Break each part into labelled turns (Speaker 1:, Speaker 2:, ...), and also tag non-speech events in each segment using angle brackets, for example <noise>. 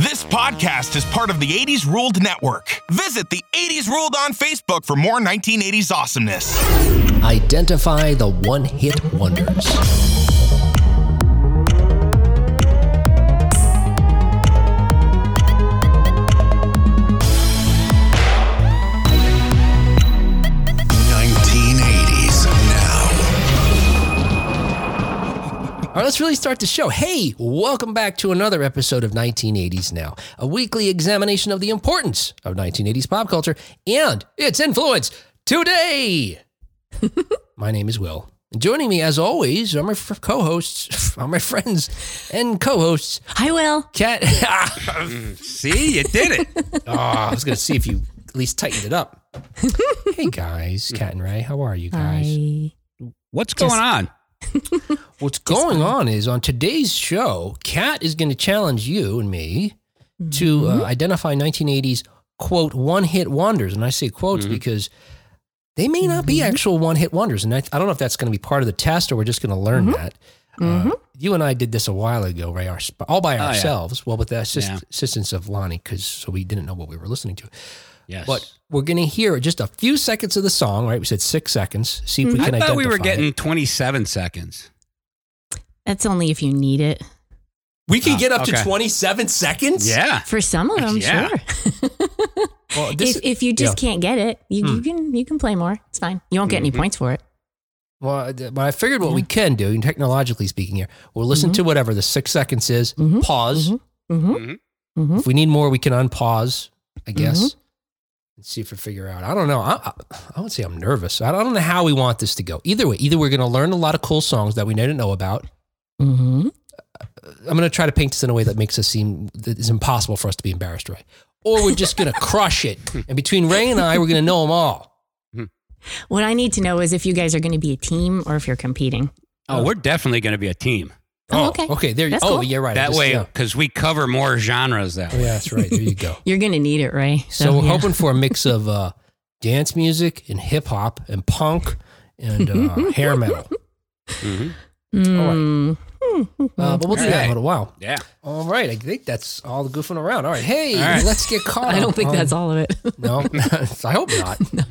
Speaker 1: podcast is part of the 80s Ruled Network. Visit the 80s Ruled on Facebook for more 1980s awesomeness.
Speaker 2: Identify the one hit wonders.
Speaker 3: Nineteen eighties now.
Speaker 2: All right, let's really start the show. Hey, welcome back to another episode of 1980s Now, a weekly examination of the importance of 1980s pop culture and its influence today. my name is Will. And joining me, as always, are my fr- co-hosts, <laughs> are my friends and co-hosts,
Speaker 4: Hi, Will.
Speaker 2: Kat. <laughs>
Speaker 3: See, you did it.
Speaker 2: Oh, I was going to see if you at least tightened it
Speaker 3: <laughs>
Speaker 2: up. hey guys, Kat and Ray, how are you guys?
Speaker 4: Hi.
Speaker 3: What's going on?
Speaker 2: What's going on is on today's show, Kat is going to challenge you and me to
Speaker 3: Mm-hmm.
Speaker 2: uh, identify 1980s quote one hit wonders. And I say quotes
Speaker 3: Mm-hmm.
Speaker 2: because they may not be actual one hit wonders. And I, I don't know if that's going to be part of the test or we're just going to learn
Speaker 3: Mm-hmm.
Speaker 2: that. Uh, you and I did this a while ago, right? Our, sp- all by
Speaker 3: Oh, yeah.
Speaker 2: ourselves. Well, with the assist-
Speaker 3: Yeah.
Speaker 2: assistance of Lonnie, because so we didn't know what we were listening to.
Speaker 3: Yes.
Speaker 2: But we're going to hear just a few seconds of the song, right? We said six seconds. See if we
Speaker 3: Mm-hmm. I
Speaker 2: can
Speaker 3: thought
Speaker 2: identify
Speaker 3: we were
Speaker 2: it.
Speaker 3: getting 27 seconds.
Speaker 4: That's only if you need it.
Speaker 2: We can
Speaker 3: Oh,
Speaker 2: get up
Speaker 3: okay.
Speaker 2: to 27 seconds?
Speaker 3: Yeah.
Speaker 4: For some of them,
Speaker 3: Yeah.
Speaker 4: sure.
Speaker 2: Well, this,
Speaker 4: if, if you just can't get it, you,
Speaker 2: Hmm.
Speaker 4: you can you can play more. It's fine. You won't get any points for it.
Speaker 2: well, th- but I figured
Speaker 4: Mm-hmm.
Speaker 2: what we can do, and technologically speaking here, we'll listen to whatever the six seconds is,
Speaker 4: Mhm.
Speaker 2: pause.
Speaker 4: Mm-hmm.
Speaker 3: Mhm.
Speaker 4: Mm-hmm.
Speaker 2: If we need more, we can unpause, I guess,
Speaker 4: Mm-hmm.
Speaker 2: and see if we figure out. I don't know. I, I, I would say I'm nervous. I don't know how we want this to go. Either way, either we're going to learn a lot of cool songs that we didn't know about.
Speaker 4: Mm-hmm.
Speaker 2: I'm going to try to paint this in a way that makes us seem that is impossible for us to be embarrassed, right? Or we're just
Speaker 4: <laughs>
Speaker 2: going to crush it. And between Ray and I, we're going to know them all.
Speaker 4: What I need to know is if you guys are going to be a team or if you're competing.
Speaker 3: Oh, we're definitely going to be a team.
Speaker 4: Oh, okay.
Speaker 2: Okay. There you
Speaker 4: That's
Speaker 2: go. Oh,
Speaker 4: cool.
Speaker 2: yeah, right. I
Speaker 3: That
Speaker 2: just-
Speaker 3: way,
Speaker 2: Yeah.
Speaker 3: because we cover more genres that
Speaker 2: Oh,
Speaker 3: way.
Speaker 2: yeah, that's right. There you go.
Speaker 4: You're going to need it, Ray.
Speaker 2: So, we're
Speaker 4: <laughs>
Speaker 2: hoping for a mix of uh, dance music and hip hop and punk and
Speaker 4: <laughs>
Speaker 2: uh, hair metal. Mm-hmm.
Speaker 4: Mm.
Speaker 2: Uh, but we'll do that in a
Speaker 3: Alright.
Speaker 2: little while.
Speaker 3: Yeah.
Speaker 2: All right, I think that's all the goofing around. All right, hey,
Speaker 3: Alright.
Speaker 2: let's get caught.
Speaker 4: I don't
Speaker 2: up
Speaker 4: think
Speaker 2: on-
Speaker 4: that's all of it. <laughs>
Speaker 2: No, <laughs> I hope not. no,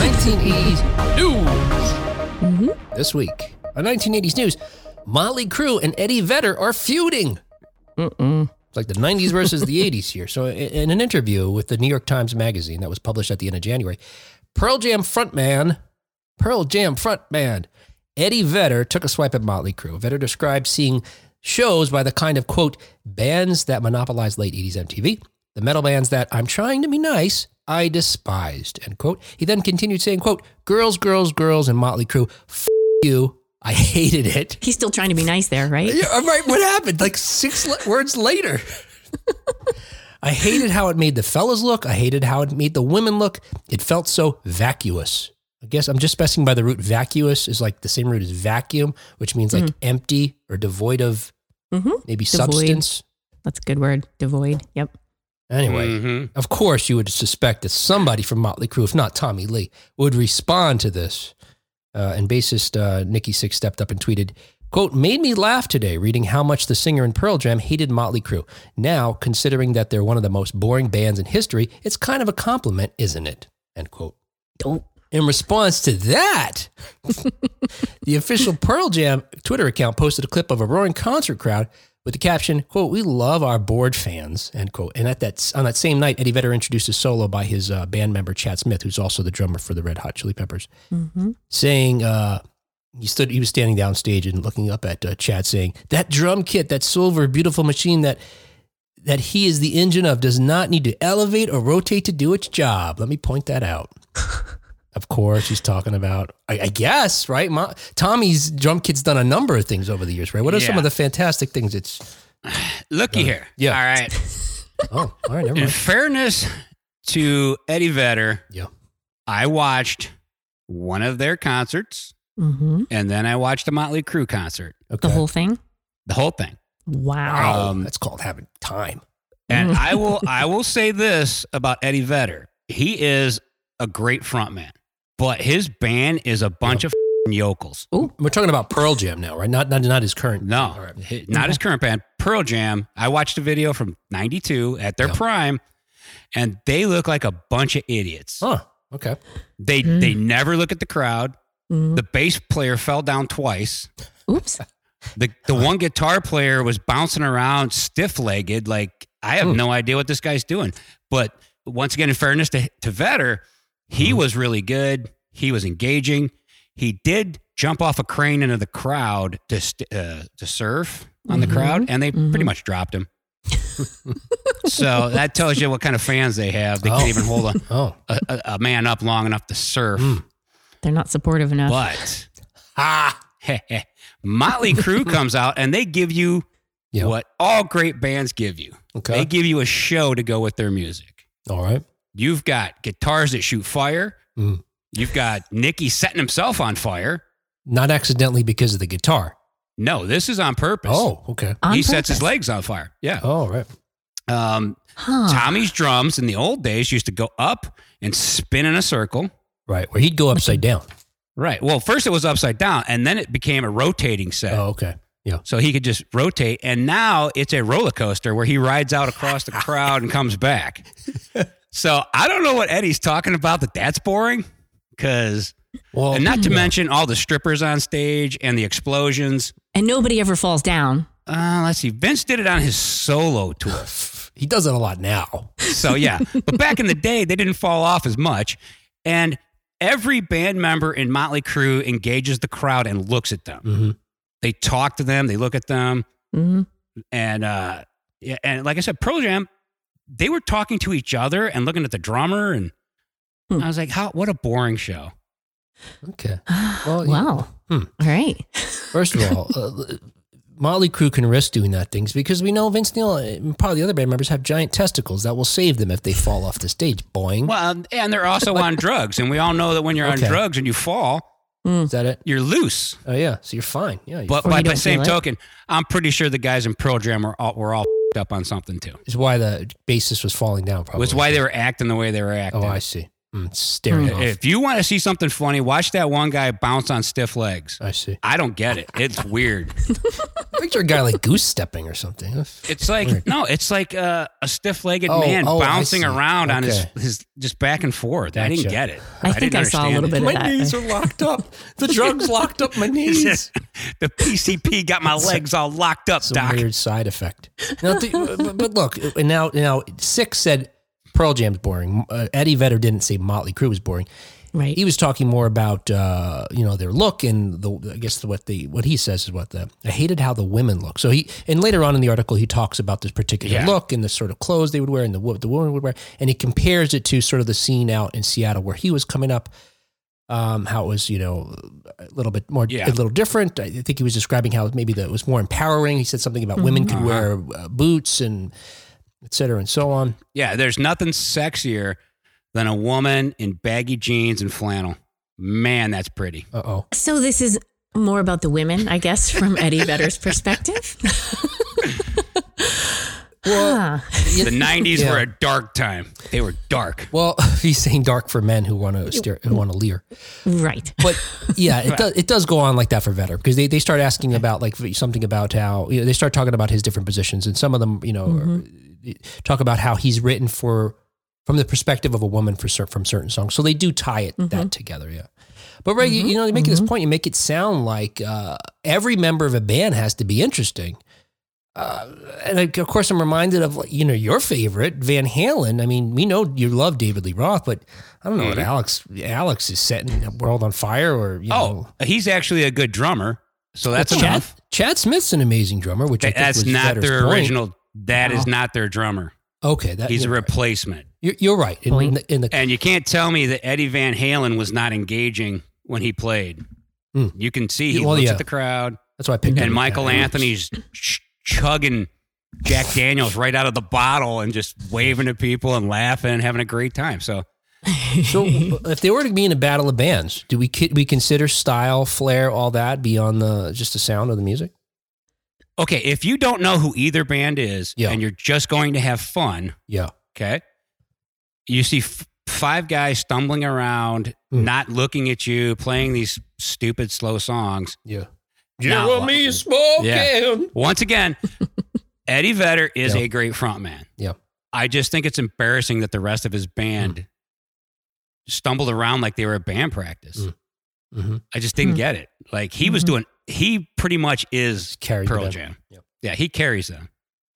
Speaker 2: 1980s news. This week on 1980s news, Motley Crue and Eddie Vedder are feuding.
Speaker 4: Mm-mm.
Speaker 2: It's like the 90s versus the 80s here. So, i- in an interview with the New York Times Magazine that was published at the end of January, Pearl Jam frontman, Pearl Jam frontman, Eddie Vedder took a swipe at Motley Crue. Vedder described seeing shows by the kind of, quote, bands that monopolized late 80s MTV, the metal bands that I'm trying to be nice, I despised, end quote. He then continued saying, quote, girls, girls, girls, and Motley Crue, f you, I hated it.
Speaker 4: He's still trying to be nice there, right?
Speaker 2: Yeah, I'm right. What happened? Like six le- words later. <laughs> I hated how it made the fellas look. I hated how it made the women look. It felt so vacuous. I guess I'm just specing by the root vacuous is like the same root as vacuum, which means like empty or devoid of
Speaker 4: Mhm.
Speaker 2: maybe
Speaker 4: Devoid.
Speaker 2: substance.
Speaker 4: That's a good word. Devoid. Yep.
Speaker 2: Anyway,
Speaker 3: Mhm.
Speaker 2: of course, you would suspect that somebody from Motley Crue, if not Tommy Lee, would respond to this. Uh, and bassist uh, Nikki Six stepped up and tweeted, "Quote: Made me laugh today reading how much the singer in Pearl Jam hated Motley Crue. Now, considering that they're one of the most boring bands in history, it's kind of a compliment, isn't it?" End quote.
Speaker 4: Don't.
Speaker 2: In response to that, the official Pearl Jam Twitter account posted a clip of a roaring concert crowd with the caption, quote, we love our bored fans, end quote. And at that, on that same night, Eddie Vedder introduced a solo by his uh, band member, Chad Smith, who's also the drummer for the Red Hot Chili Peppers,
Speaker 4: Mhm.
Speaker 2: saying, uh, he stood, he was standing downstage and looking up at uh, Chad saying, that drum kit, that silver, beautiful machine that, that he is the engine of does not need to elevate or rotate to do its job. Let me point that
Speaker 3: <laughs>
Speaker 2: out. Of course, he's talking about, I, I guess, right? Mo- Tommy's drum kit's done a number of things over the years, right? What are some
Speaker 3: Yeah.
Speaker 2: of the fantastic things it's.
Speaker 3: Looky here.
Speaker 2: Yeah.
Speaker 3: All
Speaker 2: <laughs>
Speaker 3: right.
Speaker 2: Oh, all right, never
Speaker 3: In
Speaker 2: mind.
Speaker 3: fairness to Eddie Vedder,
Speaker 2: Yeah.
Speaker 3: I watched one of their concerts
Speaker 4: Mhm.
Speaker 3: and then I watched a Motley Crue concert,
Speaker 2: Okay.
Speaker 4: The whole thing.
Speaker 3: the whole thing.
Speaker 4: Wow.
Speaker 2: Wow.
Speaker 3: Um,
Speaker 2: That's called having time.
Speaker 4: Mm.
Speaker 3: And I will
Speaker 4: <laughs>
Speaker 3: I will say this about Eddie Vedder. He is a great frontman, but his band is a bunch of yokels.
Speaker 2: We're talking about Pearl Jam now, right? Not not, not his current.
Speaker 3: No,
Speaker 2: All right.
Speaker 3: not his current band, Pearl Jam. I watched a video from 92 at their
Speaker 2: Yeah.
Speaker 3: prime, and they look like a bunch of idiots.
Speaker 2: Huh. Okay.
Speaker 3: They
Speaker 4: Oh. Mm.
Speaker 3: they never look at the crowd.
Speaker 4: Mm.
Speaker 3: The bass player fell down twice.
Speaker 4: Oops.
Speaker 3: The the one guitar player was bouncing around stiff legged. Like I have
Speaker 2: Hmm.
Speaker 3: no idea what this guy's doing. But once again, in fairness to to Vetter, he was really good. He was engaging. He did jump off a crane into the crowd to st- uh, to surf on
Speaker 4: Mhm.
Speaker 3: the crowd, and they pretty
Speaker 4: Mhm.
Speaker 3: much dropped him. so that tells you what kind of fans they have. They
Speaker 2: Oh.
Speaker 3: can't even hold
Speaker 2: Oh.
Speaker 3: a, a, a man up long enough to surf.
Speaker 2: Hmm.
Speaker 4: They're not supportive enough.
Speaker 3: But
Speaker 2: Ah.
Speaker 3: <laughs> Motley Crue comes out and they give you
Speaker 2: Yeah.
Speaker 3: what all great bands give you. They
Speaker 2: Okay.
Speaker 3: give you a show to go with their music.
Speaker 2: All right.
Speaker 3: You've got guitars that shoot fire.
Speaker 2: Mm.
Speaker 3: You've got Nicky setting himself on fire.
Speaker 2: Not accidentally because of the guitar.
Speaker 3: No, this is on purpose.
Speaker 2: Oh. Okay.
Speaker 4: On
Speaker 3: he sets his
Speaker 4: purpose.
Speaker 3: legs on fire. Yeah.
Speaker 2: All right. Oh.
Speaker 3: Um,
Speaker 4: Huh.
Speaker 3: Tommy's drums in the old days used to go up and spin in a circle.
Speaker 2: Right. Where he'd go upside down.
Speaker 3: Right. Well, first it was upside down and then it became a rotating set.
Speaker 2: Oh. Okay.
Speaker 3: So he could just rotate. And now it's a roller coaster where he rides out across the crowd and
Speaker 2: <laughs>
Speaker 3: comes back. So I don't know what Eddie's talking about that that's boring. Cause,
Speaker 2: Well.
Speaker 3: and not to
Speaker 2: Oh, yeah.
Speaker 3: mention all the strippers on stage and the explosions.
Speaker 4: And nobody ever falls down.
Speaker 3: Uh, let's see. Vince did it on his solo tour.
Speaker 2: <laughs> He does it a lot now. <laughs>
Speaker 3: So yeah. but back in the day, they didn't fall off as much. And every band member in Motley Crue engages the crowd and looks at them.
Speaker 2: Mm-hmm.
Speaker 3: They talk to them, they look at them.
Speaker 4: Mhm.
Speaker 3: and uh yeah, and like I said, Pearl Jam, they were talking to each other and looking at the drummer, and
Speaker 4: Hmm.
Speaker 3: I was like, "How? What a boring show!"
Speaker 2: Okay. Well,
Speaker 4: Well,
Speaker 2: you-
Speaker 4: wow.
Speaker 2: Hmm.
Speaker 4: All right.
Speaker 2: First of all, uh, Motley Crue can risk doing that things because we know Vince Neil and probably the other band members have giant testicles that will save them if they fall off the stage. Boing.
Speaker 3: Well, um, and they're
Speaker 2: <laughs>
Speaker 3: also on drugs, and we all know that when you're
Speaker 2: Hmm. Okay.
Speaker 3: on drugs and you fall,
Speaker 2: Is that it?
Speaker 3: you're loose.
Speaker 2: Oh yeah. So you're fine. Yeah. you-
Speaker 3: But
Speaker 4: Or
Speaker 3: by
Speaker 4: you
Speaker 3: the
Speaker 4: don't
Speaker 3: same
Speaker 4: feel it.
Speaker 3: token, I'm pretty sure the guys in Pearl Jam were all, were all <laughs> f***ed up on something too.
Speaker 2: is why the bassist was falling down. Probably.
Speaker 3: That's why they were acting the way they were acting.
Speaker 2: Oh, I see. Mm, staring
Speaker 4: Hmm.
Speaker 2: off.
Speaker 3: if you want to see something funny, watch that one guy bounce on stiff legs.
Speaker 2: I see.
Speaker 3: I don't get it. It's weird.
Speaker 2: Picture a guy like goose stepping or something.
Speaker 3: It's like
Speaker 2: Weird.
Speaker 3: no, it's like uh, a stiff-legged
Speaker 2: Oh,
Speaker 3: man
Speaker 2: oh, I
Speaker 3: bouncing
Speaker 2: see.
Speaker 3: around on his,
Speaker 2: Okay.
Speaker 3: his just back and forth. I didn't
Speaker 2: Gotcha.
Speaker 3: get it.
Speaker 4: I think
Speaker 3: didn't
Speaker 4: I saw a
Speaker 3: understand
Speaker 2: <laughs>
Speaker 4: little
Speaker 3: it.
Speaker 4: bit of that.
Speaker 2: are locked up. The drugs locked
Speaker 3: <laughs>
Speaker 2: up my knees.
Speaker 3: The PCP
Speaker 2: <laughs>
Speaker 3: got my legs all locked up,
Speaker 2: Some
Speaker 3: Doc.
Speaker 2: weird side effect. Now, th- but, but look, and now now six said Pearl Jam's boring. Uh, Eddie Vedder didn't say Motley Crue was boring.
Speaker 4: Right.
Speaker 2: He was talking more about uh, you know their look and the I guess what the what he says is what the I hated how the women look. So he and later on in the article he talks about this particular
Speaker 3: Yeah.
Speaker 2: look and the sort of clothes they would wear and the what the woman would wear and he compares it to sort of the scene out in Seattle where he was coming up. Um, how it was, you know, a little bit more,
Speaker 3: Yeah.
Speaker 2: a little different. I think he was describing how maybe that it was more empowering. He said something about women could
Speaker 3: Mhm.
Speaker 2: wear uh, boots and et cetera and so on.
Speaker 3: Yeah, there's nothing sexier than a woman in baggy jeans and flannel. Man, that's pretty.
Speaker 2: Uh oh.
Speaker 4: So this is more about the women, I guess,
Speaker 2: <laughs>
Speaker 4: from Eddie Vedder's perspective. Huh.
Speaker 2: <laughs>
Speaker 3: The 90s
Speaker 2: Yeah.
Speaker 3: were a dark time. They were dark.
Speaker 2: Well, <laughs> he's saying dark for men who want to steer, who want to leer.
Speaker 4: right.
Speaker 2: But yeah, it does it does go on like that for Vetter because they, they start asking about like something about how you know they start talking about his different positions and some of them you know are, talk about how he's written for from the perspective of a woman for cer- from certain songs. So they do tie it that together, yeah. But Ray, you, you know, you make this point, you make it sound like uh, every member of a band has to be interesting. Uh, and I, of course, I'm reminded of like, you know your favorite Van Halen. I mean, we know you love David Lee Roth, but I don't know what
Speaker 3: Mhm.
Speaker 2: Alex Alex is setting the world on fire, or you know,
Speaker 3: Oh, he's actually a good drummer. So that's
Speaker 2: Chad,
Speaker 3: enough.
Speaker 2: Chad Smith's an amazing drummer, which I think
Speaker 3: That's
Speaker 2: was
Speaker 3: not
Speaker 2: Vetter's
Speaker 3: their
Speaker 2: point.
Speaker 3: original. That is not their drummer.
Speaker 2: Okay, that,
Speaker 3: He's a
Speaker 2: you're, right.
Speaker 3: replacement.
Speaker 2: You're, you're right. In, in the, in the
Speaker 3: And you can't tell me that Eddie Van Halen was not engaging when he played.
Speaker 2: Hmm.
Speaker 3: You can see he
Speaker 2: Well,
Speaker 3: looks
Speaker 2: yeah.
Speaker 3: at the crowd,
Speaker 2: that's why I picked.
Speaker 3: and
Speaker 2: him.
Speaker 3: Michael Anthony's ch- chugging Jack Daniels right out of the bottle and just waving at people and laughing and having a great time. So
Speaker 2: So, if they were to be in a battle of bands, do we ki- we consider style, flair, all that beyond the just the sound of the music?
Speaker 3: okay, if you don't know who either band is
Speaker 2: Yeah.
Speaker 3: and you're just going to have fun,
Speaker 2: Yeah.
Speaker 3: okay, you see f- five guys stumbling around,
Speaker 2: Hmm.
Speaker 3: not looking at you, playing these stupid slow songs.
Speaker 2: Yeah.
Speaker 3: Now-
Speaker 2: Jeremy smoking. <laughs>
Speaker 3: Once again, Eddie Vedder is
Speaker 2: Yeah.
Speaker 3: a great frontman.
Speaker 2: Yeah. Hmm.
Speaker 3: I just think it's embarrassing that the rest of his band stumbled around like they were at band practice.
Speaker 2: Mm. Mm-hmm.
Speaker 3: I just didn't
Speaker 4: Hmm.
Speaker 3: get it. Like he was
Speaker 4: Mhm.
Speaker 3: doing, he pretty much is
Speaker 2: Hmm. Carried
Speaker 3: Pearl
Speaker 2: them.
Speaker 3: Jam.
Speaker 2: Yep.
Speaker 3: Yeah, he carries them.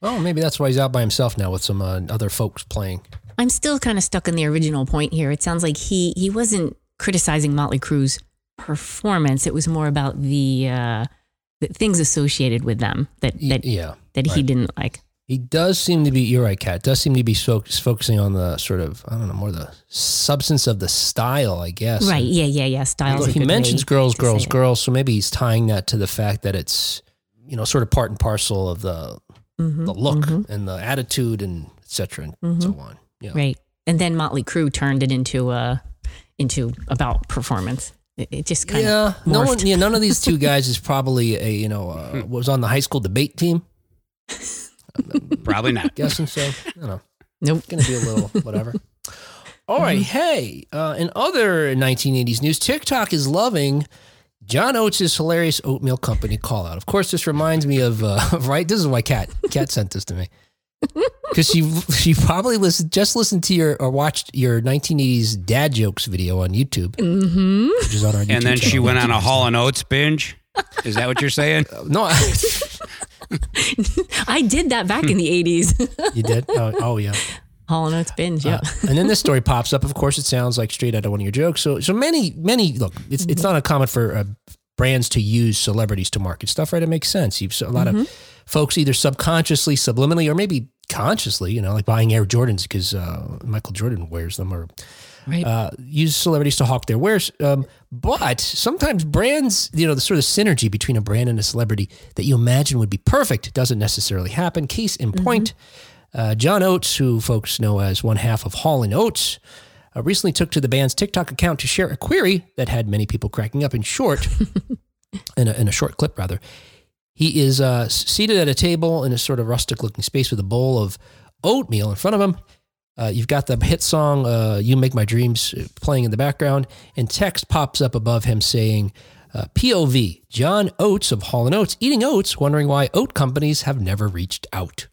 Speaker 2: Oh, maybe that's why he's out by himself now with some uh, other folks playing.
Speaker 4: I'm still kind of stuck in the original point here. It sounds like he he wasn't criticizing Motley Crue's performance. It was more about the, uh, the things associated with them that
Speaker 2: Y-
Speaker 4: that,
Speaker 2: yeah.
Speaker 4: that he
Speaker 2: right.
Speaker 4: didn't like.
Speaker 2: He does seem to be, you're right, Kat, does seem to be so, focusing on the sort of, I don't know, more the substance of the style, I guess.
Speaker 4: Right? Yeah, yeah, yeah. Styles.
Speaker 2: Well,
Speaker 4: a
Speaker 2: he
Speaker 4: good
Speaker 2: mentions
Speaker 4: way
Speaker 2: girls,
Speaker 4: to say
Speaker 2: girls,
Speaker 4: it.
Speaker 2: girls. So maybe he's tying that to the fact that it's, you know, sort of part and parcel of the,
Speaker 4: Mhm,
Speaker 2: the look
Speaker 4: mhm,
Speaker 2: and the attitude and et cetera and
Speaker 4: Mhm.
Speaker 2: so on. Yeah.
Speaker 4: Right. And then Motley Crue turned it into a into about performance. It, it just kind of
Speaker 2: Yeah, no
Speaker 4: morphed.
Speaker 2: one, yeah, none of these
Speaker 4: <laughs>
Speaker 2: two guys is probably a you know uh, was on the high school debate team. <laughs>
Speaker 3: Probably not.
Speaker 2: Guessing so, I don't know.
Speaker 4: nope.
Speaker 2: Going to be a little whatever. All right, hey, uh, in other 1980s news, TikTok is loving John Oates' hilarious oatmeal company call out. Of course, this reminds me of uh, <laughs> right. This is why Kat Kat sent this to me because she she probably listened just listened to your or watched your 1980s dad jokes video on YouTube,
Speaker 4: Mm-hmm.
Speaker 2: which is on our. YouTube
Speaker 3: And then she
Speaker 2: channel.
Speaker 3: went on a Hall and Oates binge. Is that what
Speaker 2: <laughs>
Speaker 3: you're saying?
Speaker 2: No, I,
Speaker 4: I did that back in the '80s.
Speaker 2: you did. Oh, oh yeah.
Speaker 4: <laughs> Hall and Oates binge. Yeah.
Speaker 2: Uh, and then this story pops up. Of course, it sounds like straight out of one of your jokes. So, so many, many look. It's it's not uncommon for uh, brands to use celebrities to market stuff, right? It makes sense. You've, so a
Speaker 4: Mm-hmm.
Speaker 2: lot of folks either subconsciously, subliminally, or maybe consciously, you know, like buying Air Jordans because uh, Michael Jordan wears them, or
Speaker 4: right.
Speaker 2: uh, use celebrities to hawk their wares. Um, but sometimes brands, you know, the sort of synergy between a brand and a celebrity that you imagine would be perfect doesn't necessarily happen. Case in
Speaker 4: Mm-hmm.
Speaker 2: point, uh, John Oates, who folks know as one half of Hall and Oates, uh, recently took to the band's TikTok account to share a query that had many people cracking up. In short, in a, in a short clip rather, he is uh, s- seated at a table in a sort of rustic looking space with a bowl of oatmeal in front of him. Uh, you've got the hit song uh, "You Make My Dreams" uh, playing in the background, and text pops up above him saying, uh, "POV: John Oates of Hall and Oates eating oats, wondering why oat companies have never reached out."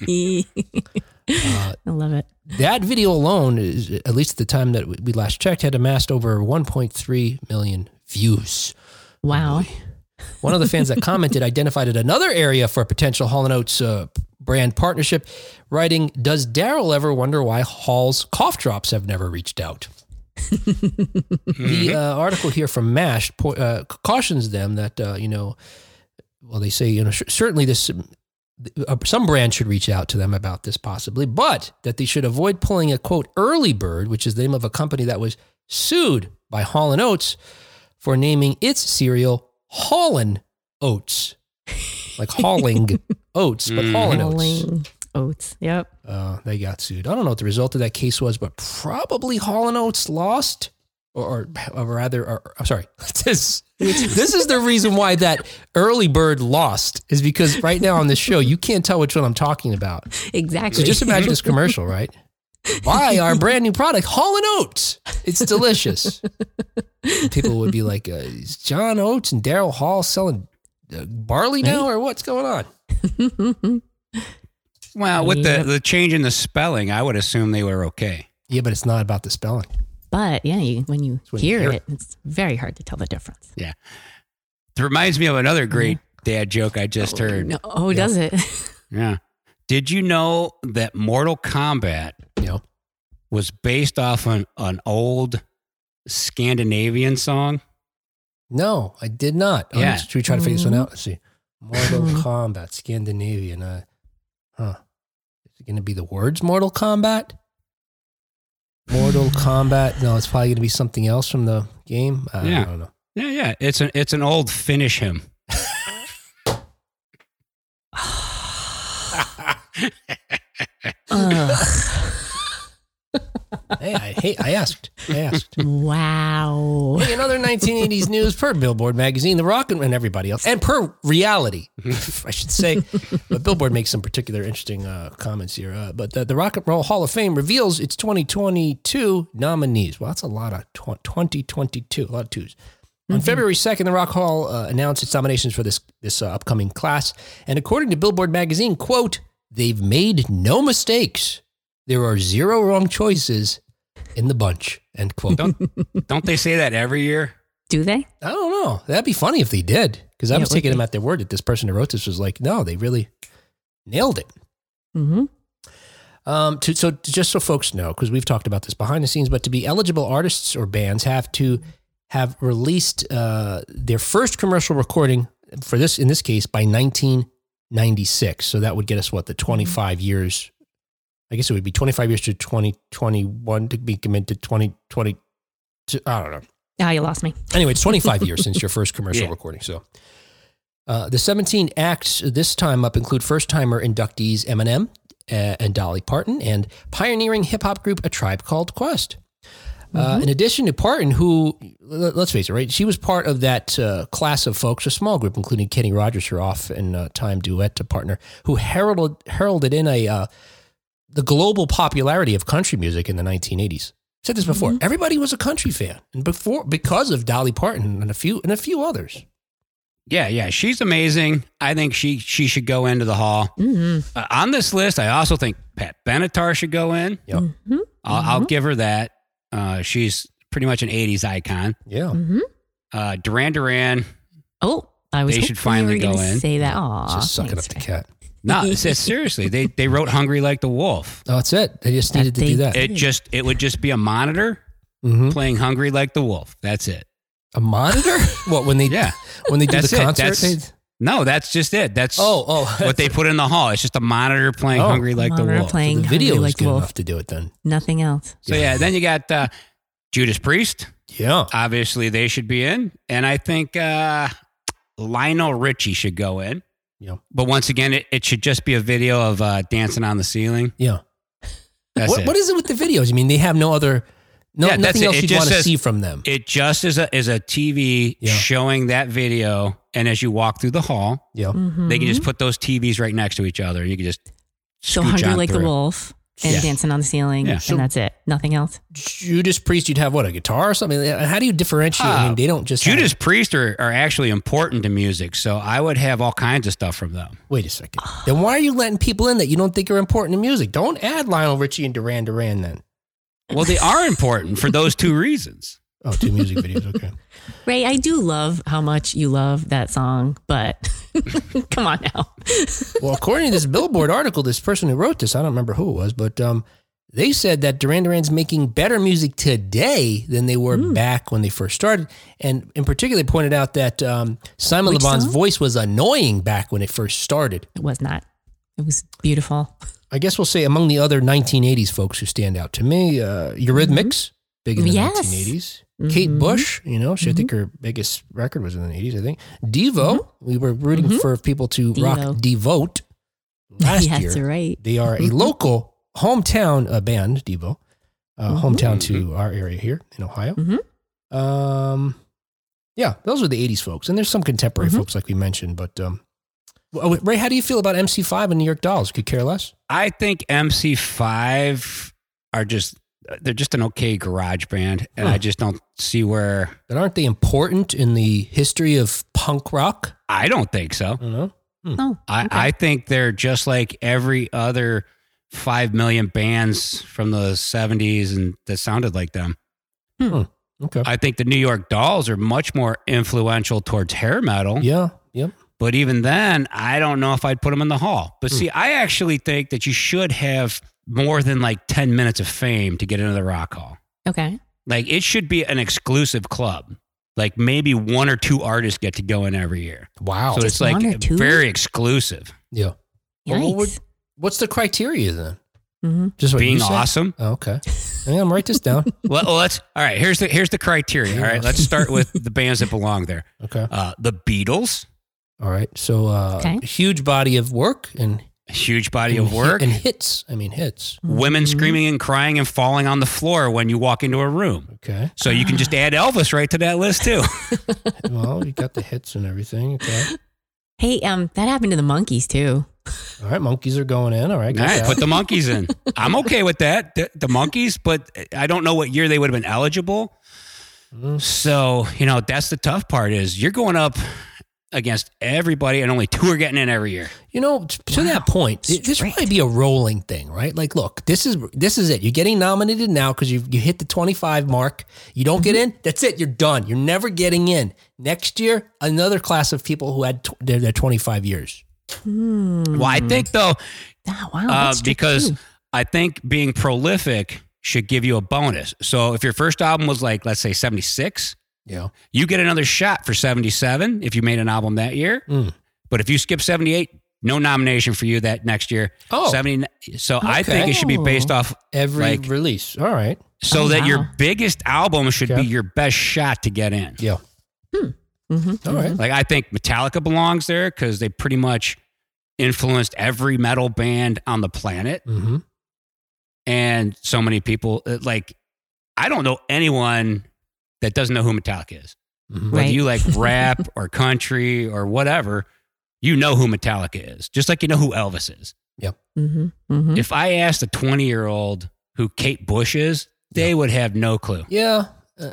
Speaker 4: <laughs> I love it.
Speaker 2: That video alone, is, at least at the time that we last checked, had amassed over 1.3 million views.
Speaker 4: Wow.
Speaker 2: One of the fans that commented identified it another area for a potential Hall & Oates uh, brand partnership, writing, does Daryl ever wonder why Hall's cough drops have never reached out? The uh, article here from MASH po- uh, cautions them that, uh, you know, well, they say, you know, cer- certainly this uh, some brand should reach out to them about this possibly, but that they should avoid pulling a quote early bird, which is the name of a company that was sued by Hall and Oates for naming its cereal Holland Oats, like hauling oats, but
Speaker 3: Mm.
Speaker 2: Holland Oats.
Speaker 4: Howling oats. Yep.
Speaker 2: Uh, they got sued. I don't know what the result of that case was, but probably Hall and Oates lost, or, or, or rather, or, I'm sorry. <laughs> This, this is the reason why that early bird lost is because right now on this show you can't tell which one I'm talking about.
Speaker 4: Exactly.
Speaker 2: So just imagine this commercial, right? Buy our brand new product, Hall and Oates. It's delicious. And people would be like, uh, "Is John Oates and Daryl Hall selling uh, barley now, or what's going on?"
Speaker 3: Well, with the,
Speaker 4: Yep.
Speaker 3: the change in the spelling, I would assume they were okay.
Speaker 2: Yeah, but it's not about the spelling.
Speaker 4: <laughs> but yeah, you, when you
Speaker 2: when you
Speaker 4: hear
Speaker 2: hear
Speaker 4: it, it's very hard to tell the difference.
Speaker 3: It reminds me of another great
Speaker 2: Mm-hmm.
Speaker 3: dad joke I just
Speaker 4: Oh,
Speaker 3: heard.
Speaker 4: no, oh does it? <laughs>
Speaker 3: Yeah. Did you know that Mortal Kombat
Speaker 2: You know,
Speaker 3: was based off an, an old Scandinavian song?
Speaker 2: No, I did not.
Speaker 3: Yeah.
Speaker 2: Yeah. Should we try to figure this one
Speaker 4: Mhm.
Speaker 2: out? Let's see. Mortal
Speaker 4: Mhm.
Speaker 2: Kombat, Scandinavian. Uh, huh. Is it going to be the words Mortal Kombat? Mortal Kombat. No, it's probably going to be something else from the game. Uh, I
Speaker 3: Yeah.
Speaker 2: don't know.
Speaker 3: Yeah, yeah. It's an it's an old Finnish hymn.
Speaker 4: Ugh.
Speaker 2: Hey, I hate. I asked. I asked.
Speaker 4: Wow.
Speaker 2: In other 1980s news, per Billboard magazine, The Rock and everybody else, and per reality, <laughs> I should say, but Billboard makes some particular interesting uh, comments here. Uh, but the, the Rock and Roll Hall of Fame reveals its 2022 nominees. Well, that's a lot of tw- 2022, a lot of twos. On February 2nd, the Rock Hall uh, announced its nominations for this this uh, upcoming class, and according to Billboard magazine, quote, "They've made no mistakes. There are zero wrong choices in the bunch." End quote.
Speaker 4: <laughs>
Speaker 3: Don't don't they say that every year?
Speaker 4: Do they?
Speaker 2: I don't know. That'd be funny if they did, because I
Speaker 4: Yeah,
Speaker 2: was
Speaker 4: it would
Speaker 2: taking
Speaker 4: be.
Speaker 2: them at their word that this person who wrote this was like, no, they really nailed it.
Speaker 4: Mm-hmm.
Speaker 2: Um, to, so to- just so folks know, because we've talked about this behind the scenes, but to be eligible, artists or bands have to have released uh, their first commercial recording for this in this case by 1996. So that would get us what
Speaker 4: Mm-hmm.
Speaker 2: the 25 years. I guess it would be 25 years to 2021 to be committed to 2020. I don't know.
Speaker 4: Oh, you lost me.
Speaker 2: Anyway, it's 25 years since your first commercial
Speaker 3: Yeah.
Speaker 2: recording. So, uh, the 17 acts this time up include first timer inductees Eminem uh, and Dolly Parton and pioneering hip hop group A Tribe Called Quest. Uh, in addition to Parton, who, let- let's face it, right? She was part of that uh, class of folks, a small group, including Kenny Rogers, her off and uh, time duet to partner, who heralded, heralded in a uh, the global popularity of country music in the 1980s. said this before. Everybody was a country fan, and before because of Dolly Parton and a few and a few others.
Speaker 3: Yeah, yeah, she's amazing. I think she she should go into the hall.
Speaker 4: Mm-hmm.
Speaker 3: Uh, on this list, I also think Pat Benatar should go in.
Speaker 2: Yep.
Speaker 4: Mm-hmm.
Speaker 3: I'll, I'll give her that. Uh, she's pretty much an '80s icon.
Speaker 2: Yeah.
Speaker 4: Mm-hmm.
Speaker 3: Uh, Duran Duran.
Speaker 4: Oh, I was.
Speaker 3: They
Speaker 4: hoping
Speaker 3: should finally
Speaker 4: you were
Speaker 3: go
Speaker 4: gonna
Speaker 3: in.
Speaker 4: Say that. Aw,
Speaker 2: Just sucking up
Speaker 4: thanks,
Speaker 2: the
Speaker 4: Rick.
Speaker 2: cat.
Speaker 4: <laughs>
Speaker 3: No, it's- it's seriously, they they wrote "Hungry Like the Wolf."
Speaker 2: Oh, that's it. They just
Speaker 4: That
Speaker 2: needed to
Speaker 4: they-
Speaker 2: do that.
Speaker 3: It just it would just be a monitor
Speaker 2: hmm
Speaker 3: playing "Hungry Like the Wolf." That's it.
Speaker 2: A monitor? <laughs> what when they
Speaker 3: Yeah.
Speaker 2: when they do
Speaker 3: That's
Speaker 2: the
Speaker 3: it.
Speaker 2: concert?
Speaker 3: That's-
Speaker 2: they-
Speaker 3: No, that's just it. That's
Speaker 2: oh,
Speaker 4: <laughs>
Speaker 2: oh.
Speaker 3: what they put in the hall. It's just a monitor playing
Speaker 2: Oh.
Speaker 3: "Hungry Like
Speaker 4: Monitor
Speaker 3: the Wolf."
Speaker 4: playing
Speaker 2: the video
Speaker 4: Hungry
Speaker 2: is
Speaker 4: like
Speaker 2: good
Speaker 4: wolf.
Speaker 2: enough to do it then.
Speaker 4: Nothing else.
Speaker 3: So yeah, then you got uh, Judas Priest.
Speaker 2: Yeah.
Speaker 3: Obviously, they should be in, and I think uh, Lionel Richie should go in.
Speaker 2: Yeah.
Speaker 3: But once again, it, it should just be a video of uh, dancing on the ceiling.
Speaker 2: Yeah.
Speaker 3: That's
Speaker 2: What,
Speaker 3: it.
Speaker 2: what is it with the videos? I mean, they have no other, no
Speaker 3: Yeah, that's
Speaker 2: nothing
Speaker 3: it.
Speaker 2: else
Speaker 3: It
Speaker 2: you'd
Speaker 3: just
Speaker 2: want to
Speaker 3: says-
Speaker 2: see from them.
Speaker 3: it just is a is a TV
Speaker 2: Yeah.
Speaker 3: showing that video, and as you walk through the hall,
Speaker 2: yeah.
Speaker 4: Mm-hmm.
Speaker 3: they can just put those TVs right next to each other. You can just
Speaker 4: so
Speaker 3: scooch
Speaker 4: hungry
Speaker 3: on
Speaker 4: like the
Speaker 3: through.
Speaker 4: wolf and
Speaker 3: Yeah.
Speaker 4: dancing on the ceiling,
Speaker 3: Yeah.
Speaker 4: and
Speaker 2: So-
Speaker 4: that's it. Nothing else.
Speaker 2: Judas Priest, you'd have what a guitar or something. How do you differentiate? I
Speaker 3: Ah,
Speaker 2: mean, they don't just have-
Speaker 3: Judas Priest are, are actually important to music, so I would have all kinds of stuff from them.
Speaker 2: Wait a second. Then why are you letting people in that you don't think are important to music? Don't add Lionel Richie and Duran Duran then.
Speaker 3: Well, they are important for those two reasons.
Speaker 2: Oh, two music
Speaker 4: <laughs>
Speaker 2: videos. Okay.
Speaker 4: Ray, I do love how much you love that song, but <laughs> come on now.
Speaker 2: Well, according to this Billboard article, this person who wrote this, I don't remember who it was, but um, they said that Duran Duran's making better music today than they were
Speaker 4: Hmm.
Speaker 2: back when they first started. And in particular, they pointed out that um, Simon
Speaker 4: Which
Speaker 2: Levon's
Speaker 4: song?
Speaker 2: voice was annoying back when it first started.
Speaker 4: It was not. It was beautiful.
Speaker 2: I guess we'll say among the other 1980s folks who stand out to me, uh, Eurythmics, big in the
Speaker 4: Mm-hmm. Yes. Mm-hmm.
Speaker 2: 1980s. Kate
Speaker 4: Mhm.
Speaker 2: Bush, you know, she I think her biggest record was in the 80s, I think. Devo, we were rooting
Speaker 4: Mhm.
Speaker 2: for people to rock
Speaker 4: Devo.
Speaker 2: Devote last
Speaker 4: <laughs> yes,
Speaker 2: year.
Speaker 4: you're right.
Speaker 2: They are a
Speaker 4: Mhm.
Speaker 2: local hometown uh, band, Devo, uh,
Speaker 4: Mhm.
Speaker 2: hometown to our area here in Ohio.
Speaker 4: Mhm.
Speaker 2: Um, yeah, those are the '80s folks, and there's some contemporary
Speaker 4: Mhm.
Speaker 2: folks like we mentioned. But um, oh, Ray, how do you feel about MC5 and New York Dolls? Could care less.
Speaker 3: I think MC5 are just they're just an okay garage band, and
Speaker 2: Huh.
Speaker 3: I just don't see where.
Speaker 2: But aren't they important in the history of punk rock?
Speaker 3: I don't think so.
Speaker 2: I don't know.
Speaker 4: Oh,
Speaker 3: I,
Speaker 4: okay.
Speaker 3: I think they're just like every other five million bands from the seventies and that sounded like them.
Speaker 2: Hmm. Okay.
Speaker 3: I think the New York Dolls are much more influential towards hair metal.
Speaker 2: yeah. Yep.
Speaker 3: But even then, I don't know if I'd put them in the hall.
Speaker 2: Hmm.
Speaker 3: But see, I actually think that you should have more than like 10 minutes of fame to get into the rock hall.
Speaker 4: okay.
Speaker 3: Like it should be an exclusive club. Like maybe one or two artists get to go in every year.
Speaker 2: Wow.
Speaker 3: So
Speaker 4: Just
Speaker 3: it's
Speaker 4: one or
Speaker 3: like
Speaker 4: two?
Speaker 3: very exclusive.
Speaker 2: yeah. Well, what
Speaker 4: Yikes.
Speaker 2: would- What's the criteria then?
Speaker 4: Mhm.
Speaker 2: Just what
Speaker 3: Being
Speaker 2: you said?
Speaker 3: awesome.
Speaker 2: Oh, okay. Hang on, write this down.
Speaker 3: well, well, let's all right. Here's the here's the criteria. All right, let's start with the bands that belong there.
Speaker 2: Okay.
Speaker 3: Uh, the Beatles,
Speaker 2: All right. So, uh,
Speaker 4: Okay.
Speaker 2: huge body of work and
Speaker 3: huge body
Speaker 2: And
Speaker 3: of
Speaker 2: hi-
Speaker 3: work.
Speaker 2: and hits. I mean hits.
Speaker 3: Women screaming and crying and falling on the floor when you walk into a room.
Speaker 2: Okay.
Speaker 3: So you can just add Elvis right to that list too.
Speaker 2: Well, you got the hits and everything. Okay.
Speaker 4: Hey, um, that happened to the monkeys too.
Speaker 2: All right, monkeys are going in. All right, got
Speaker 3: Nice.
Speaker 2: that.
Speaker 3: Put the monkeys in. I'm okay with that. The, the monkeys, but I don't know what year they would have been eligible.
Speaker 2: Mm.
Speaker 3: So, you know, that's the tough part is you're going up against everybody and only two are getting in every year.
Speaker 2: You know, t- to that point, th- this
Speaker 4: Straight.
Speaker 2: might be a rolling thing, right? Like, look, this is this is it. You're getting nominated now because you you hit the 25 mark. You don't get
Speaker 4: Mm-hmm.
Speaker 2: in, that's it. You're done. You're never getting in. Next year, another class of people who had t- their, their 25 years.
Speaker 3: Well, I think though,
Speaker 4: Oh, wow,
Speaker 3: Hmm. uh,
Speaker 4: that's strict,
Speaker 3: because
Speaker 4: too.
Speaker 3: I think being prolific should give you a bonus. So if your first album was like, let's say 76,
Speaker 2: Yeah.
Speaker 3: you get another shot for 77 if you made an album that year.
Speaker 2: Mm.
Speaker 3: But if you skip 78, no nomination for you that next year.
Speaker 2: Oh.
Speaker 3: 70. So I think it should be based off
Speaker 2: Every
Speaker 3: Like-
Speaker 2: release. All right.
Speaker 3: so
Speaker 4: Oh,
Speaker 3: that
Speaker 4: wow.
Speaker 3: your biggest album should
Speaker 2: Okay.
Speaker 3: be your best shot to get in.
Speaker 2: Yeah.
Speaker 4: Mhm.
Speaker 2: All right.
Speaker 3: Like I think Metallica belongs there because they pretty much influenced every metal band on the planet,
Speaker 2: Mm-hmm.
Speaker 3: and so many people. uh, Like I don't know anyone that doesn't know who Metallica is.
Speaker 2: Mm-hmm.
Speaker 3: Whether
Speaker 4: Right.
Speaker 2: <laughs>
Speaker 3: you like rap or country or whatever, you know who Metallica is, just like you know who Elvis is.
Speaker 4: Mhm.
Speaker 2: Mm-hmm.
Speaker 4: Mhm.
Speaker 3: If I asked a twenty-year-old who Kate Bush is, they would have no clue.
Speaker 2: Yeah. Uh,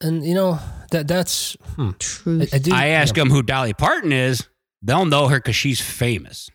Speaker 2: and you know that that's hmm.
Speaker 4: True.
Speaker 2: I, I do.
Speaker 3: I ask
Speaker 2: yeah.
Speaker 3: them who Dolly Parton is, they'll know her because she's famous.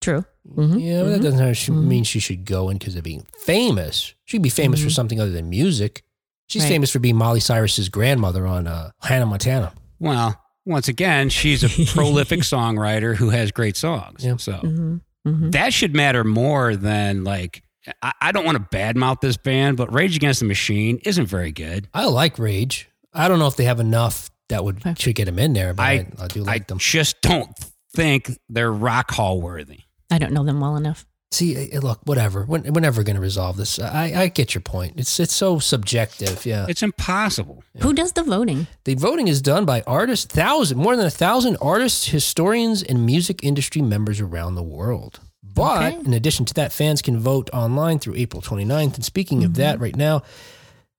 Speaker 4: True. Mhm.
Speaker 2: Yeah, but that
Speaker 4: Mhm.
Speaker 2: doesn't have- she
Speaker 4: Mhm.
Speaker 2: mean she should go in because of being famous. She'd be famous for
Speaker 4: Mhm.
Speaker 2: something other than music. She's
Speaker 4: Right.
Speaker 2: famous for being Molly Cyrus's grandmother on uh, Hannah Montana.
Speaker 3: Well, once again,
Speaker 2: <laughs>
Speaker 3: she's a prolific songwriter who has great songs.
Speaker 2: Yeah.
Speaker 3: So
Speaker 4: Mhm. Mhm.
Speaker 3: that should matter more than like I, I don't want to badmouth this band, but Rage Against the Machine isn't very good.
Speaker 2: I like Rage. I don't know if they have enough that would
Speaker 4: Okay.
Speaker 2: should get them in there, but I,
Speaker 3: I-
Speaker 2: I do like
Speaker 3: I
Speaker 2: them.
Speaker 3: just don't think they're rock hall worthy.
Speaker 4: I don't know them well enough.
Speaker 2: See, eh, look, whatever. We're, we're never going to resolve this. I, I get your point. It's it's so subjective. Yeah,
Speaker 3: It's impossible.
Speaker 4: Who does the voting?
Speaker 2: the voting is done by artists, thousand more than a thousand artists, historians, and music industry members around the world. But
Speaker 4: Okay.
Speaker 2: in addition to that, fans can vote online through April 29th. And speaking of
Speaker 4: Mm-hmm.
Speaker 2: that, right now,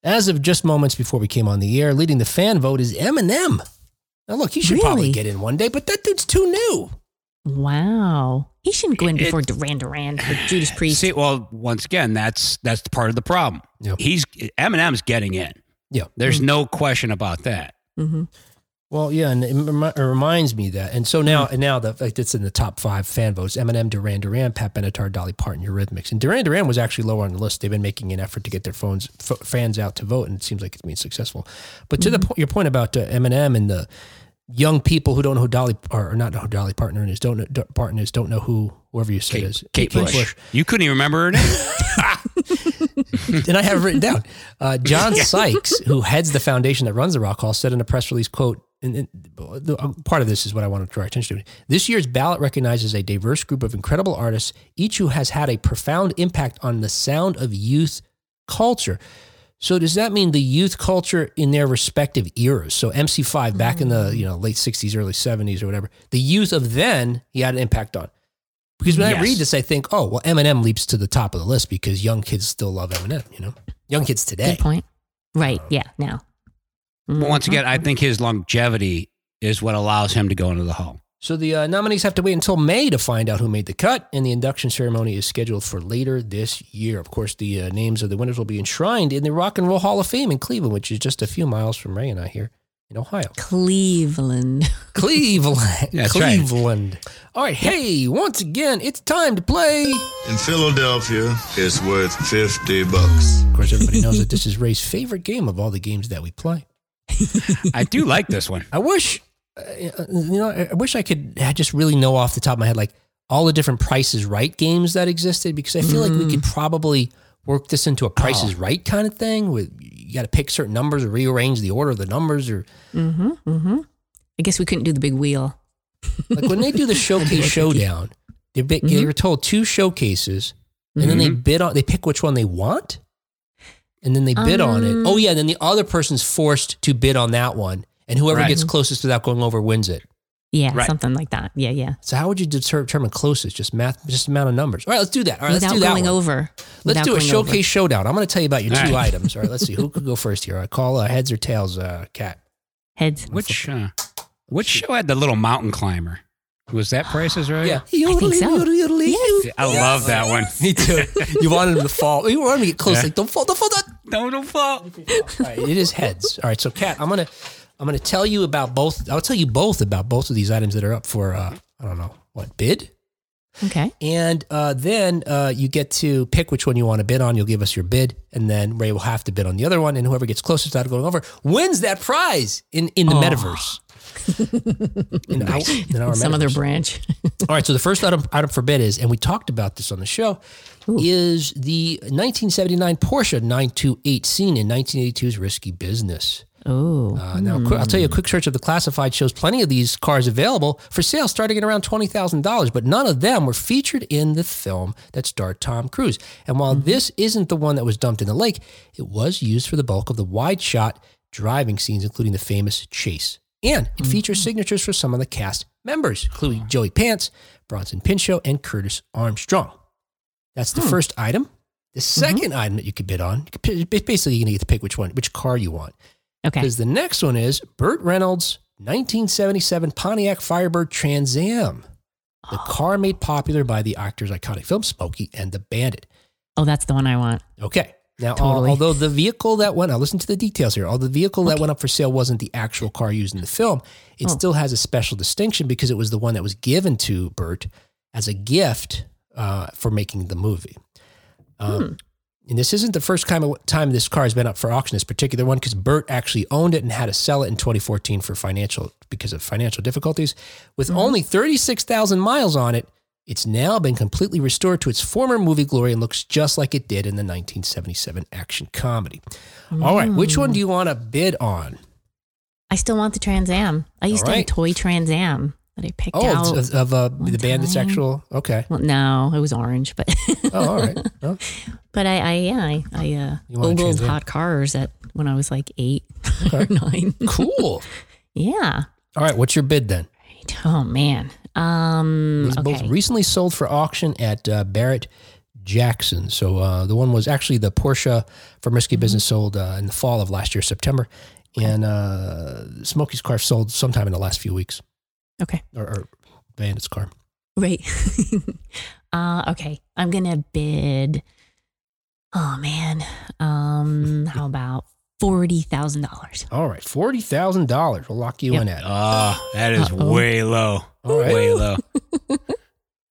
Speaker 2: as of just moments before we came on the air, leading the fan vote is Eminem. Now, look, he should probably
Speaker 4: Really?
Speaker 2: get in one day, but that dude's too new.
Speaker 4: Wow. He shouldn't go in
Speaker 3: It-
Speaker 4: before Duran Duran or Judas Priest.
Speaker 3: See, well, once again, that's that's part of the problem.
Speaker 2: Yeah.
Speaker 3: He's Eminem's getting in.
Speaker 2: Yeah.
Speaker 3: There's no question about that.
Speaker 4: Mhm.
Speaker 2: Well, yeah, and it, remi- it reminds me that. And so
Speaker 3: Hmm.
Speaker 2: now, and now the like that's in the top five fan votes: Eminem, Duran Duran, Pat Benatar, Dolly Parton, Eurythmics, and Duran Duran was actually lower on the list. They've been making an effort to get their phones f- fans out to vote, and it seems like it's been successful. But to
Speaker 3: Mm-hmm.
Speaker 2: the po- your point about uh, Eminem and the young people who don't know who Dolly or not know who Dolly Parton is, don't know D- Parton is, don't know who whoever you say
Speaker 3: Kate,
Speaker 2: is
Speaker 3: Kate Bush. You couldn't even remember her name.
Speaker 2: <laughs> and I have it written down. Uh, John Sykes, who heads the foundation that runs the Rock Hall, said in a press release, "quote." And, and the, uh, part of this is what I want to draw attention to. This year's ballot recognizes a diverse group of incredible artists, each who has had a profound impact on the sound of youth culture. So does that mean the youth culture in their respective eras? So MC5 back in the you know late '60s, early '70s, or whatever, the youth of then he had an impact on. Because when I
Speaker 3: Yes.
Speaker 2: read this, I think, oh well, Eminem leaps to the top of the list because young kids still love Eminem. You know, young kids today.
Speaker 4: Good point. Right. Yeah. Now.
Speaker 3: But once
Speaker 4: Mhm.
Speaker 3: again, I think his longevity is what allows him to go into the hall.
Speaker 2: So the uh, nominees have to wait until May to find out who made the cut, and the induction ceremony is scheduled for later this year. Of course, the uh, names of the winners will be enshrined in the Rock and Roll Hall of Fame in Cleveland, which is just a few miles from Ray and I here in Ohio.
Speaker 3: <laughs>
Speaker 4: Cleveland.
Speaker 2: Cleveland.
Speaker 3: That's right.
Speaker 2: Cleveland. All right. Hey, once again, it's time to play.
Speaker 5: In Philadelphia, it's worth 50 bucks.
Speaker 2: Of course, everybody knows that this is Ray's favorite game of all the games that we play.
Speaker 3: I do like this
Speaker 2: <laughs>
Speaker 3: one.
Speaker 2: I wish, uh, you know, I wish I could I just really know off the top of my head, like all the different Prices Right games that existed, because I feel like we could probably work this into a Price is Right kind of thing. With you got to pick certain numbers or rearrange the order of the numbers, or
Speaker 4: <laughs> Mm-hmm. Mm-hmm. I guess we couldn't do the big wheel.
Speaker 2: like when they do the showcase showdown, they bit, they were told two showcases, and then they bid on they pick which one they want, and then they bid on it. Oh yeah, and then the other person's forced to bid on that one, and whoever
Speaker 3: Right.
Speaker 2: gets closest without going over wins it.
Speaker 4: Yeah,
Speaker 3: Right.
Speaker 4: something like that. Yeah, yeah.
Speaker 2: So how would you deter- determine closest? Just math, just amount of numbers. All right, let's do that. All right,
Speaker 4: without
Speaker 2: let's do that.
Speaker 4: going
Speaker 2: one.
Speaker 4: over.
Speaker 2: Let's
Speaker 4: without
Speaker 2: do a
Speaker 4: going over.
Speaker 2: showcase showdown. I'm going to tell you about your
Speaker 3: All
Speaker 2: two
Speaker 3: right.
Speaker 2: items. All right, let's see who could go first here. I call uh, heads or tails, uh, cat.
Speaker 4: Heads.
Speaker 3: Which uh, which show had the little mountain climber? Was that Prices Right?
Speaker 2: Yeah,
Speaker 4: I think so.
Speaker 2: Yes.
Speaker 3: I love that one.
Speaker 2: Me too. You wanted him to fall. You wanted him to get close.
Speaker 3: Yeah.
Speaker 2: Like don't fall. Don't fall. Don't.
Speaker 3: No, don't fall.
Speaker 2: All right, it is heads. All right, so Kat, I'm gonna I'm gonna tell you about both. I'll tell you both about both of these items that are up for uh, I don't know what bid,
Speaker 4: Okay.
Speaker 2: and uh, then uh, you get to pick which one you want to bid on. You'll give us your bid, and then Ray will have to bid on the other one, and whoever gets closest without going over wins that prize in in the
Speaker 4: Aw.
Speaker 2: metaverse.
Speaker 4: <laughs>
Speaker 2: in, our, in our
Speaker 4: Some other
Speaker 2: metaverse.
Speaker 4: branch. <laughs>
Speaker 2: All right, so the first item, item for bid is, and we talked about this on the show, is the 1979 Porsche 928 seen in 1982's Risky Business.
Speaker 4: oh.
Speaker 2: Uh, now, a quick- I'll tell you, a quick search of the classified shows plenty of these cars available for sale starting at around $20,000, but none of them were featured in the film that starred Tom Cruise. And while this isn't the one that was dumped in the lake, it was used for the bulk of the wide shot driving scenes, including the famous chase. And it features signatures for some of the cast members, including Joey Pants, Bronson Pinchot, and Curtis Armstrong. That's the first item. The 2nd item that you could bid on, you could pi- basically, you're going to get to pick which one, which car you want.
Speaker 4: Okay.
Speaker 2: Because the next one is Burt Reynolds' 1977 Pontiac Firebird Trans Am, the car made popular by the actor's iconic film Smokey and the Bandit.
Speaker 4: Oh, that's the one I want.
Speaker 2: Okay. Now, al-
Speaker 4: Totally.
Speaker 2: although the vehicle that went, now listen to the details here. Although the vehicle that went up for sale wasn't the actual car used in the film, it
Speaker 4: Oh.
Speaker 2: still has a special distinction because it was the one that was given to Bert as a gift uh, for making the movie. Um,
Speaker 4: Hmm.
Speaker 2: And this isn't the first time, time this car has been up for auction. This particular one, because Bert actually owned it and had to sell it in 2014 for financial because of financial difficulties. With
Speaker 4: Mm-hmm.
Speaker 2: only 36,000 miles on it, it's now been completely restored to its former movie glory and looks just like it did in the 1977 action comedy. All right, which one do you want to bid on?
Speaker 4: I still want the Trans Am. I used to have
Speaker 2: Alright.
Speaker 4: a toy Trans Am that I picked
Speaker 2: Oh,
Speaker 4: out.
Speaker 2: it's of, of uh,
Speaker 4: one
Speaker 2: the band that's
Speaker 4: time.
Speaker 2: actual. Okay.
Speaker 4: well, no, it was orange, but
Speaker 2: Oh, all
Speaker 4: <laughs>
Speaker 2: right. Oh,
Speaker 4: but I I yeah, I, I uh,
Speaker 2: You want a Trans
Speaker 4: ogled
Speaker 2: Am.
Speaker 4: hot cars at when I was like eight <laughs> or
Speaker 2: Okay.
Speaker 4: nine.
Speaker 2: cool.
Speaker 4: Yeah.
Speaker 2: All right, what's your bid then?
Speaker 4: Oh man. Um.
Speaker 2: These both
Speaker 4: Okay.
Speaker 2: recently sold for auction at uh, Barrett Jackson. So uh, the one was actually the Porsche from
Speaker 4: Mm-hmm.
Speaker 2: Risky Business sold uh, in the fall of last year, September, and uh, Smokey's car sold sometime in the last few weeks,
Speaker 4: okay.
Speaker 2: or, or Bandit's car.
Speaker 4: Right. <laughs> uh, okay. I'm gonna bid. Oh man. Um.
Speaker 2: <laughs>
Speaker 4: How about forty thousand dollars?
Speaker 2: All right, forty thousand dollars. We'll lock you
Speaker 4: Yep.
Speaker 2: in at.
Speaker 3: Oh, that is
Speaker 4: Uh-oh.
Speaker 3: way low.
Speaker 2: All right.
Speaker 3: Way <laughs> low.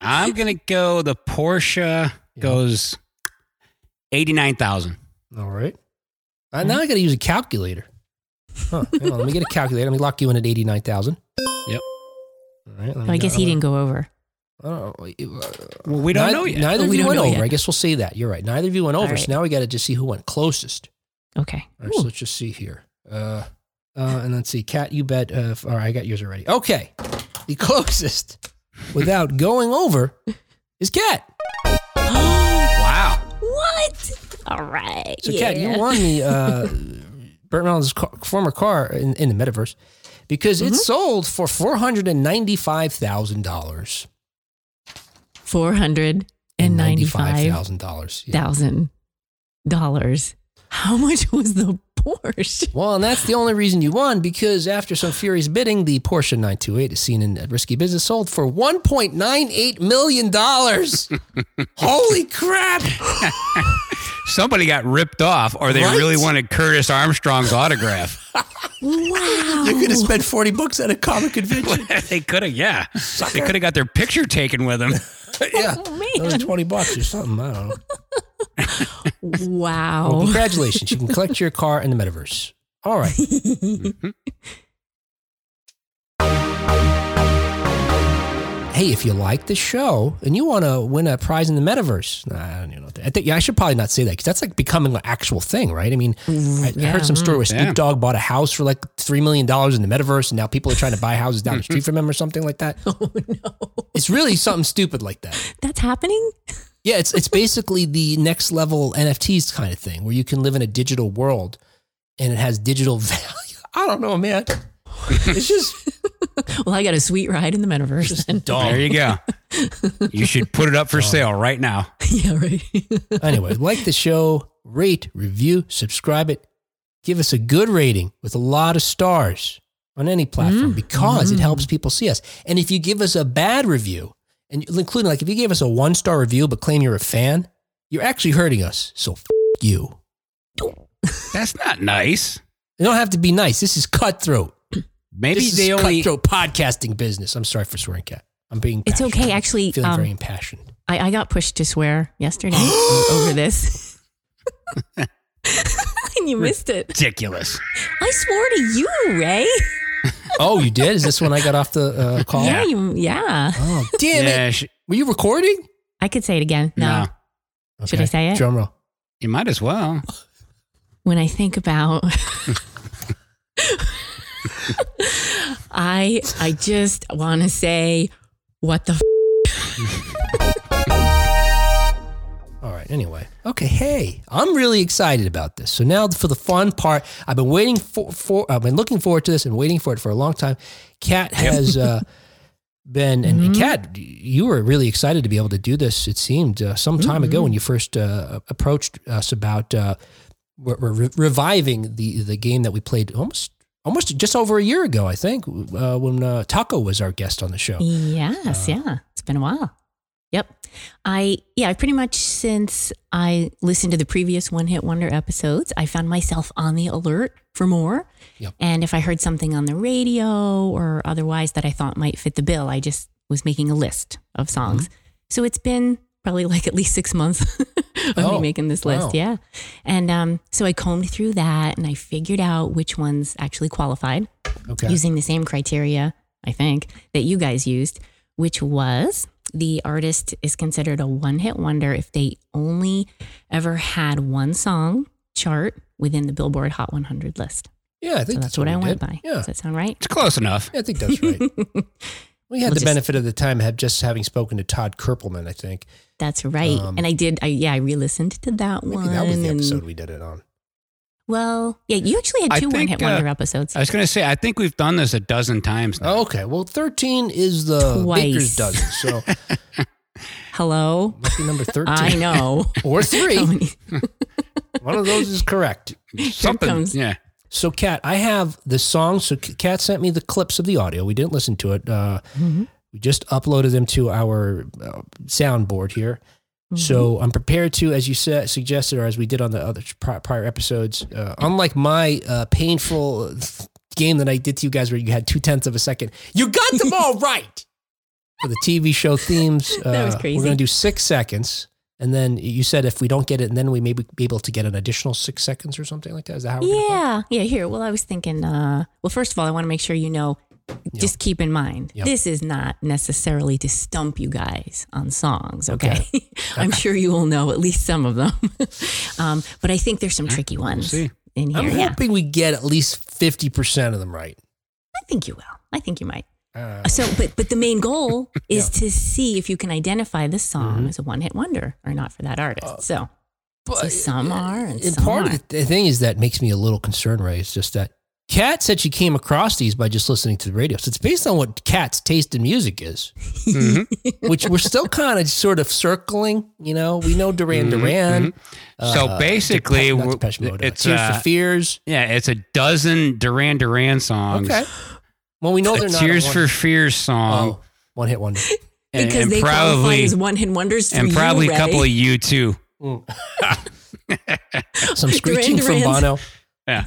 Speaker 3: I'm gonna go the Porsche goes eighty nine thousand.
Speaker 2: All right.
Speaker 4: hmm.
Speaker 2: Uh, now I got to use a calculator. Huh. Hang on, let me get a calculator. Let me lock you in at eighty nine thousand.
Speaker 3: Yep.
Speaker 2: All right. let
Speaker 4: Oh,
Speaker 2: me
Speaker 4: I
Speaker 2: go-
Speaker 4: guess he
Speaker 2: I'm
Speaker 4: didn't go over.
Speaker 2: gonna- I don't know. Uh,
Speaker 3: Well, we don't
Speaker 2: Neith-
Speaker 3: know yet.
Speaker 2: Neither
Speaker 4: Oh,
Speaker 2: of
Speaker 4: we
Speaker 2: you
Speaker 4: don't
Speaker 2: went
Speaker 4: know
Speaker 2: over.
Speaker 4: yet.
Speaker 2: I guess we'll say that. You're right. Neither of you went over.
Speaker 4: All right.
Speaker 2: So now we got to just see who went closest. <gasps>
Speaker 4: Okay.
Speaker 2: All right, so let's just see here. Uh, uh, and let's see. Cat, you bet. Uh, f- all right, I got yours already. Okay. The <laughs> closest without going over is Cat.
Speaker 3: Wow.
Speaker 4: What? All right.
Speaker 2: So,
Speaker 4: yeah.
Speaker 2: Cat, you won the <laughs> uh, Burt Reynolds' car, former car in, in the metaverse because it sold for $495,000.
Speaker 4: four hundred and ninety-five
Speaker 2: $95,000. Yeah.
Speaker 4: thousand dollars. How much was the Porsche?
Speaker 2: Well, and that's the only reason you won because after some furious bidding, the Porsche 928 is seen in a risky business sold for 1.98 million <laughs> dollars. Holy crap!
Speaker 3: Somebody got ripped off, or they
Speaker 2: Right?
Speaker 3: really wanted Curtis Armstrong's <laughs> autograph.
Speaker 4: Wow.
Speaker 2: You're gonna spend 40 bucks at a comic convention.
Speaker 3: they could have, yeah. They could have got their picture taken with <laughs> them.
Speaker 2: <laughs> yeah,
Speaker 4: Oh,
Speaker 2: that was
Speaker 4: man.
Speaker 2: 20 bucks or something. I don't know. Well,
Speaker 4: Wow.
Speaker 2: congratulations! You can collect your car in the metaverse. All right.
Speaker 4: Mm-hmm.
Speaker 2: Hey, if you like the show and you want to win a prize in the metaverse, nah, I don't even know. What that, I think yeah, I should probably not say that because that's like becoming an actual thing, right? I mean, I, I
Speaker 4: yeah,
Speaker 2: heard some story where Snoop
Speaker 3: yeah.
Speaker 2: Dogg bought a house for like three million dollars in the metaverse, and now people are trying to buy houses down the street from him or something like that.
Speaker 4: <laughs> Oh no.
Speaker 2: It's really something stupid like that.
Speaker 4: <laughs> That's happening?
Speaker 2: Yeah, it's it's basically the next level NFTs kind of thing where you can live in a digital <laughs> world and it has digital value. I don't know, man. It's just
Speaker 4: well, I got a sweet ride in the metaverse. then.
Speaker 2: Dumb.
Speaker 3: There you <laughs> go. you should put it up for sale right now.
Speaker 4: <laughs> yeah, right.
Speaker 2: anyway, like the show, rate, review, subscribe it. Give us a good rating with a lot of stars on any platform because it helps people see us. And if you give us a bad review, and including like if you gave us a one star review but claim you're a fan, you're actually hurting us. So f- you.
Speaker 3: That's not nice.
Speaker 2: You don't have to be nice. This is cutthroat.
Speaker 3: Maybe
Speaker 2: this
Speaker 3: they
Speaker 2: is
Speaker 3: only
Speaker 2: cutthroat podcasting business. I'm sorry for swearing, cat. I'm being.
Speaker 4: It's
Speaker 2: passionate.
Speaker 4: okay, actually,
Speaker 2: feeling
Speaker 4: um,
Speaker 2: very impassioned.
Speaker 4: I, I got pushed to swear yesterday
Speaker 2: <gasps>
Speaker 4: o- over this. <laughs> and you missed it.
Speaker 3: ridiculous.
Speaker 4: I swore to you, Ray.
Speaker 2: Oh, you did? Is this when I got off the uh, call?
Speaker 4: Yeah, you, yeah.
Speaker 2: Oh, damn it!
Speaker 3: Yeah, sh-
Speaker 2: Were you recording?
Speaker 4: I could say it again.
Speaker 3: no.
Speaker 4: no. Should I say it?
Speaker 2: Drum roll.
Speaker 3: you might as well.
Speaker 4: when I think about <laughs> I I just want to say what the f-
Speaker 2: All right. Anyway. Okay. Hey, I'm really excited about this. So now for the fun part, I've been waiting for, for I've been looking forward to this and waiting for it for a long time. Kat has uh, been and,
Speaker 4: Mm-hmm.
Speaker 2: and Kat, you were really excited to be able to do this. It seemed uh, some time
Speaker 4: Mm-hmm.
Speaker 2: ago when you first uh, approached us about uh, we're, we're re- reviving the the game that we played almost almost just over a year ago, I think, uh, when uh, Taco was our guest on the show. Uh,
Speaker 4: Yes, yeah. It's been a while. Yep. I yeah, I pretty much since I listened to the previous One Hit Wonder episodes, I found myself on the alert for more.
Speaker 2: Yep.
Speaker 4: And if I heard something on the radio or otherwise that I thought might fit the bill, I just was making a list of songs.
Speaker 2: Mm-hmm.
Speaker 4: So it's been probably like at least six months <laughs> of
Speaker 2: Oh,
Speaker 4: me making this
Speaker 2: wow.
Speaker 4: list. Yeah. And um, so I combed through that and I figured out which ones actually qualified
Speaker 2: Okay.
Speaker 4: using the same criteria, I think, that you guys used, which was the artist is considered a one hit wonder if they only ever had one song chart within the Billboard Hot 100 list.
Speaker 2: Yeah, I think
Speaker 4: So that's,
Speaker 2: that's,
Speaker 4: what I
Speaker 2: we
Speaker 4: went
Speaker 2: did.
Speaker 4: by.
Speaker 2: Yeah.
Speaker 4: Does that sound right?
Speaker 3: It's close enough.
Speaker 2: Yeah, I think that's
Speaker 4: <laughs>
Speaker 2: right. we had
Speaker 4: We'll
Speaker 2: the
Speaker 4: just-
Speaker 2: benefit of the time have just having spoken to Todd Kerpelman, I think.
Speaker 4: That's right.
Speaker 2: Um,
Speaker 4: and I did, I, yeah, I re listened to that
Speaker 2: Maybe
Speaker 4: one.
Speaker 2: that was the
Speaker 4: and-
Speaker 2: episode we did it on.
Speaker 4: Well, yeah, you actually had
Speaker 3: I
Speaker 4: two one
Speaker 3: think,
Speaker 4: hit
Speaker 3: uh,
Speaker 4: wonder episodes.
Speaker 3: I was going to say, I think we've done this a dozen times now.
Speaker 2: Oh, okay. Well, 13 is the
Speaker 4: Twice.
Speaker 2: Baker's dozen. So
Speaker 4: Hello.
Speaker 2: lucky number 13. <laughs>
Speaker 4: <laughs> I know.
Speaker 2: Or three.
Speaker 4: <laughs> How many-
Speaker 2: One of those is correct.
Speaker 3: Something.
Speaker 4: comes-
Speaker 3: Yeah.
Speaker 2: So, Kat, I have the song. So, K- Kat sent me the clips of the audio. We didn't listen to it. Uh,
Speaker 4: Mhm.
Speaker 2: We just uploaded them to our uh, soundboard here.
Speaker 4: Mm-hmm.
Speaker 2: So I'm prepared to, as you said, suggested, or as we did on the other pri- prior episodes, uh, unlike my uh, painful game that I did to you guys where you had two tenths of a second, you got them
Speaker 4: <laughs>
Speaker 2: all right for the TV show themes. Uh,
Speaker 4: That was crazy.
Speaker 2: We're going to do six seconds. And then you said if we don't get it, and then we may be be able to get an additional six seconds or something like that. Is that how? we're gonna play?
Speaker 4: Yeah. Yeah. Here. Well, I was thinking, uh, well, first of all, I want to make sure you know, just keep in mind,
Speaker 2: Yep.
Speaker 4: this is not necessarily to stump you guys on songs. Okay. <laughs> I'm sure you will know at least some of them. <laughs> um, but I think there's some tricky ones
Speaker 3: see. Oh,
Speaker 4: in here.
Speaker 2: I'm
Speaker 4: yeah.
Speaker 2: hoping we get at least fifty percent of them right.
Speaker 4: I think you will. I think you might.
Speaker 2: Uh,
Speaker 4: So, but but the main
Speaker 3: <laughs>
Speaker 4: goal is to see if you can identify this song
Speaker 3: Mm-hmm.
Speaker 4: as a one hit wonder or not for that artist.
Speaker 3: Uh,
Speaker 4: so, so some are and,
Speaker 2: And
Speaker 4: some
Speaker 2: part
Speaker 4: aren't.
Speaker 2: of the, the thing is that makes me a little concerned, Ray. It's just that Kat said she came across these by just listening to the radio. So it's based on what Kat's taste in music is,
Speaker 4: <laughs>
Speaker 3: Mm-hmm.
Speaker 2: which we're still kind of sort of circling. You know, we know Duran
Speaker 3: Mhm,
Speaker 2: Duran.
Speaker 3: So
Speaker 2: uh,
Speaker 3: basically,
Speaker 2: Depe- not
Speaker 3: we're-
Speaker 2: Depeche Mode, uh,
Speaker 3: it's,
Speaker 2: Tears
Speaker 3: uh,
Speaker 2: for Fears.
Speaker 3: Yeah, it's a dozen Duran Duran songs.
Speaker 2: Okay. Well, we know
Speaker 3: um, a
Speaker 2: they're not.
Speaker 3: Tears
Speaker 2: a
Speaker 3: for
Speaker 2: one,
Speaker 3: Fears song.
Speaker 2: oh, one hit wonder.
Speaker 3: and-
Speaker 4: because
Speaker 3: and
Speaker 4: they qualify
Speaker 3: probably
Speaker 4: as one hit wonders.
Speaker 3: and
Speaker 4: through
Speaker 3: probably
Speaker 4: you,
Speaker 3: a couple
Speaker 4: Ray.
Speaker 3: of you too.
Speaker 4: <laughs>
Speaker 2: Some screeching from
Speaker 4: Duran's-
Speaker 2: Bono.
Speaker 3: Yeah,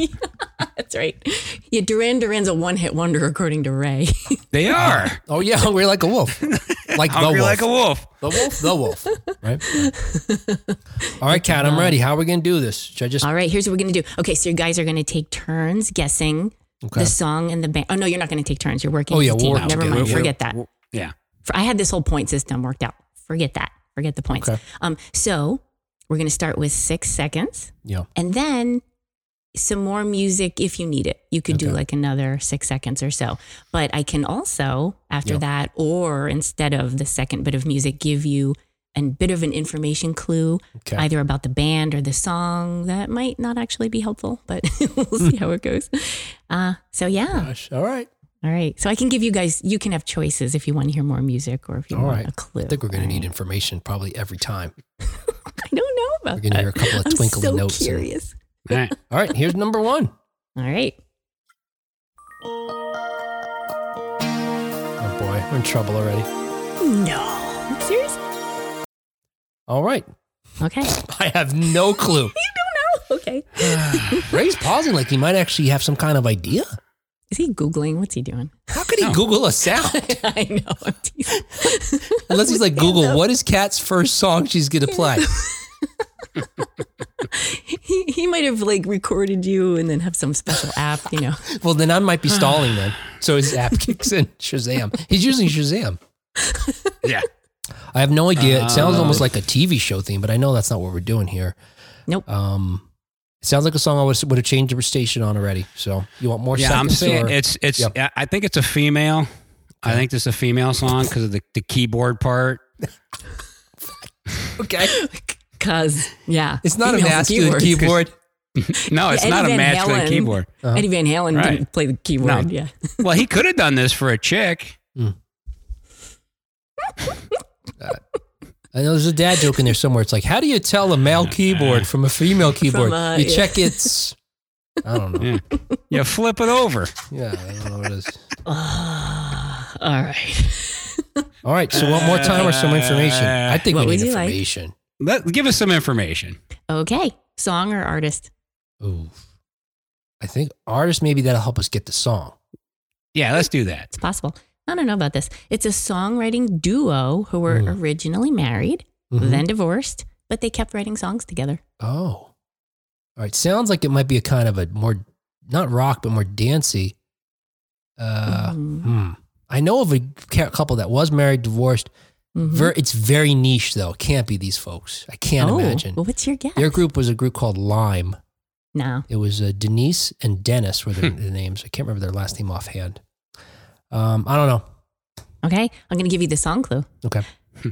Speaker 4: That's right. Yeah, Duran Duran's a one hit wonder, according to Ray.
Speaker 3: they are
Speaker 2: Oh yeah, <laughs> hungry like a wolf. Like the
Speaker 3: hungry
Speaker 2: wolf.
Speaker 3: like a wolf.
Speaker 2: The wolf, the wolf, right? All right, Kat, I'm ready. How are we gonna do this? Should I just?
Speaker 4: <laughs> All right, here's what we're going to do. Okay, so you guys are going to take turns guessing
Speaker 2: Okay.
Speaker 4: the song and the band. Oh, no, you're not going to take turns. You're working.
Speaker 2: Oh,
Speaker 4: as
Speaker 2: yeah,
Speaker 4: a
Speaker 2: we'll
Speaker 4: team.
Speaker 2: work
Speaker 4: Never
Speaker 2: together.
Speaker 4: mind.
Speaker 2: We're-
Speaker 4: Forget that.
Speaker 3: Yeah,
Speaker 4: For- I had this whole point system worked out. Forget that. Forget the points.
Speaker 2: Okay.
Speaker 4: Um, so we're going to start with six seconds
Speaker 2: Yeah.
Speaker 4: and then some more music if you need it. You could do
Speaker 2: Okay.
Speaker 4: like another six seconds or so. But I can also, after
Speaker 2: Yeah.
Speaker 4: that, or instead of the second bit of music, give you a bit of an information clue,
Speaker 2: Okay.
Speaker 4: either about the band or the song. That <laughs> might not actually be helpful, but we'll see how it goes. Uh, so, yeah.
Speaker 2: Gosh. All right.
Speaker 4: All right. So I can give you guys, you can have choices if you want to hear more music or if you
Speaker 2: All
Speaker 4: want
Speaker 2: right.
Speaker 4: a clue.
Speaker 2: I think we're going to
Speaker 4: All
Speaker 2: need
Speaker 4: right.
Speaker 2: information probably every time.
Speaker 4: <laughs> I don't know about
Speaker 2: We're going to hear a
Speaker 4: that.
Speaker 2: couple of
Speaker 4: I'm
Speaker 2: twinkly
Speaker 4: so
Speaker 2: notes. and-
Speaker 4: curious.
Speaker 3: All right.
Speaker 2: all right, here's number one.
Speaker 4: All right.
Speaker 2: Oh boy, we're in trouble already.
Speaker 4: No. Serious?
Speaker 2: All right, <laughs>
Speaker 4: Okay. you
Speaker 2: I have no clue.
Speaker 4: don't know. Okay.
Speaker 2: Ray's pausing like he might actually have some kind of idea.
Speaker 4: Is he Googling? What's
Speaker 2: <laughs>
Speaker 4: he doing?
Speaker 2: How could he
Speaker 3: No.
Speaker 2: Google a
Speaker 4: <laughs>
Speaker 2: sound?
Speaker 4: I know. <laughs> I'm teasing.
Speaker 2: Unless he's like, Google, what is Kat's first song she's going to play?
Speaker 4: he, he might have like recorded you and then have some special app,
Speaker 2: <laughs>
Speaker 4: you know.
Speaker 2: Well, then I might be stalling then. So his app kicks in Shazam. He's using Shazam.
Speaker 3: Yeah.
Speaker 2: I have no idea. It sounds
Speaker 3: Uh,
Speaker 2: almost like a TV show theme, but I know that's not what we're doing here.
Speaker 4: Nope.
Speaker 2: Um, it sounds like a song I would, would have changed the station on already. So you want more?
Speaker 3: yeah, I'm
Speaker 2: seconds <laughs>
Speaker 3: saying
Speaker 2: or-
Speaker 3: it's it's.
Speaker 2: Yep.
Speaker 3: I- I think it's a female. I think this is a female song because of the, the keyboard part.
Speaker 2: okay.
Speaker 4: Cause yeah,
Speaker 2: It's not a
Speaker 4: females and
Speaker 2: masculine keyboard.
Speaker 4: keyboards.
Speaker 3: <laughs> No, it's
Speaker 4: Eddie
Speaker 3: not a
Speaker 4: Van
Speaker 3: masculine
Speaker 4: Halen.
Speaker 3: keyboard.
Speaker 2: Uh-huh.
Speaker 4: Eddie Van Halen
Speaker 3: Right.
Speaker 4: didn't play the keyboard. Yeah, <laughs>
Speaker 3: Well, he could have done this for a chick.
Speaker 2: I know there's a dad joke in there somewhere. It's like, how do you tell a
Speaker 3: <laughs>
Speaker 2: male keyboard from a female keyboard?
Speaker 4: a-
Speaker 2: you
Speaker 4: yeah.
Speaker 2: check its. I don't
Speaker 3: <laughs>
Speaker 2: know.
Speaker 4: <laughs>
Speaker 3: Yeah. You flip it over.
Speaker 2: Yeah, I don't know what it is.
Speaker 4: Ah, all right.
Speaker 2: All right, so one more time or some information. I think we
Speaker 4: What would
Speaker 2: need
Speaker 4: you like?
Speaker 2: information.
Speaker 3: Let, give us some information.
Speaker 4: okay, song or artist?
Speaker 2: Ooh. I think artist maybe that'll help us get the song.
Speaker 3: Yeah, let's do that.
Speaker 4: It's possible. I don't know about this. It's a songwriting duo who were
Speaker 2: Mm.
Speaker 4: originally married,
Speaker 2: Mhm.
Speaker 4: then divorced, but they kept writing songs together.
Speaker 2: Oh. All right. Sounds like it might be a kind of a more not rock but more dancey. Uh
Speaker 4: Mhm.
Speaker 2: hmm. I know of a ca- couple that was married, divorced.
Speaker 4: Mhm.
Speaker 2: Ver- it's very niche though. It can't be these folks. I can't
Speaker 4: oh,
Speaker 2: imagine.
Speaker 4: Well, what's your guess?
Speaker 2: Their group was a group called Lime.
Speaker 4: No.
Speaker 2: It was uh, Denise and Dennis were their, their names. I can't remember their last name offhand. Um, I don't know.
Speaker 4: Okay, I'm going to give you the song clue.
Speaker 2: Okay.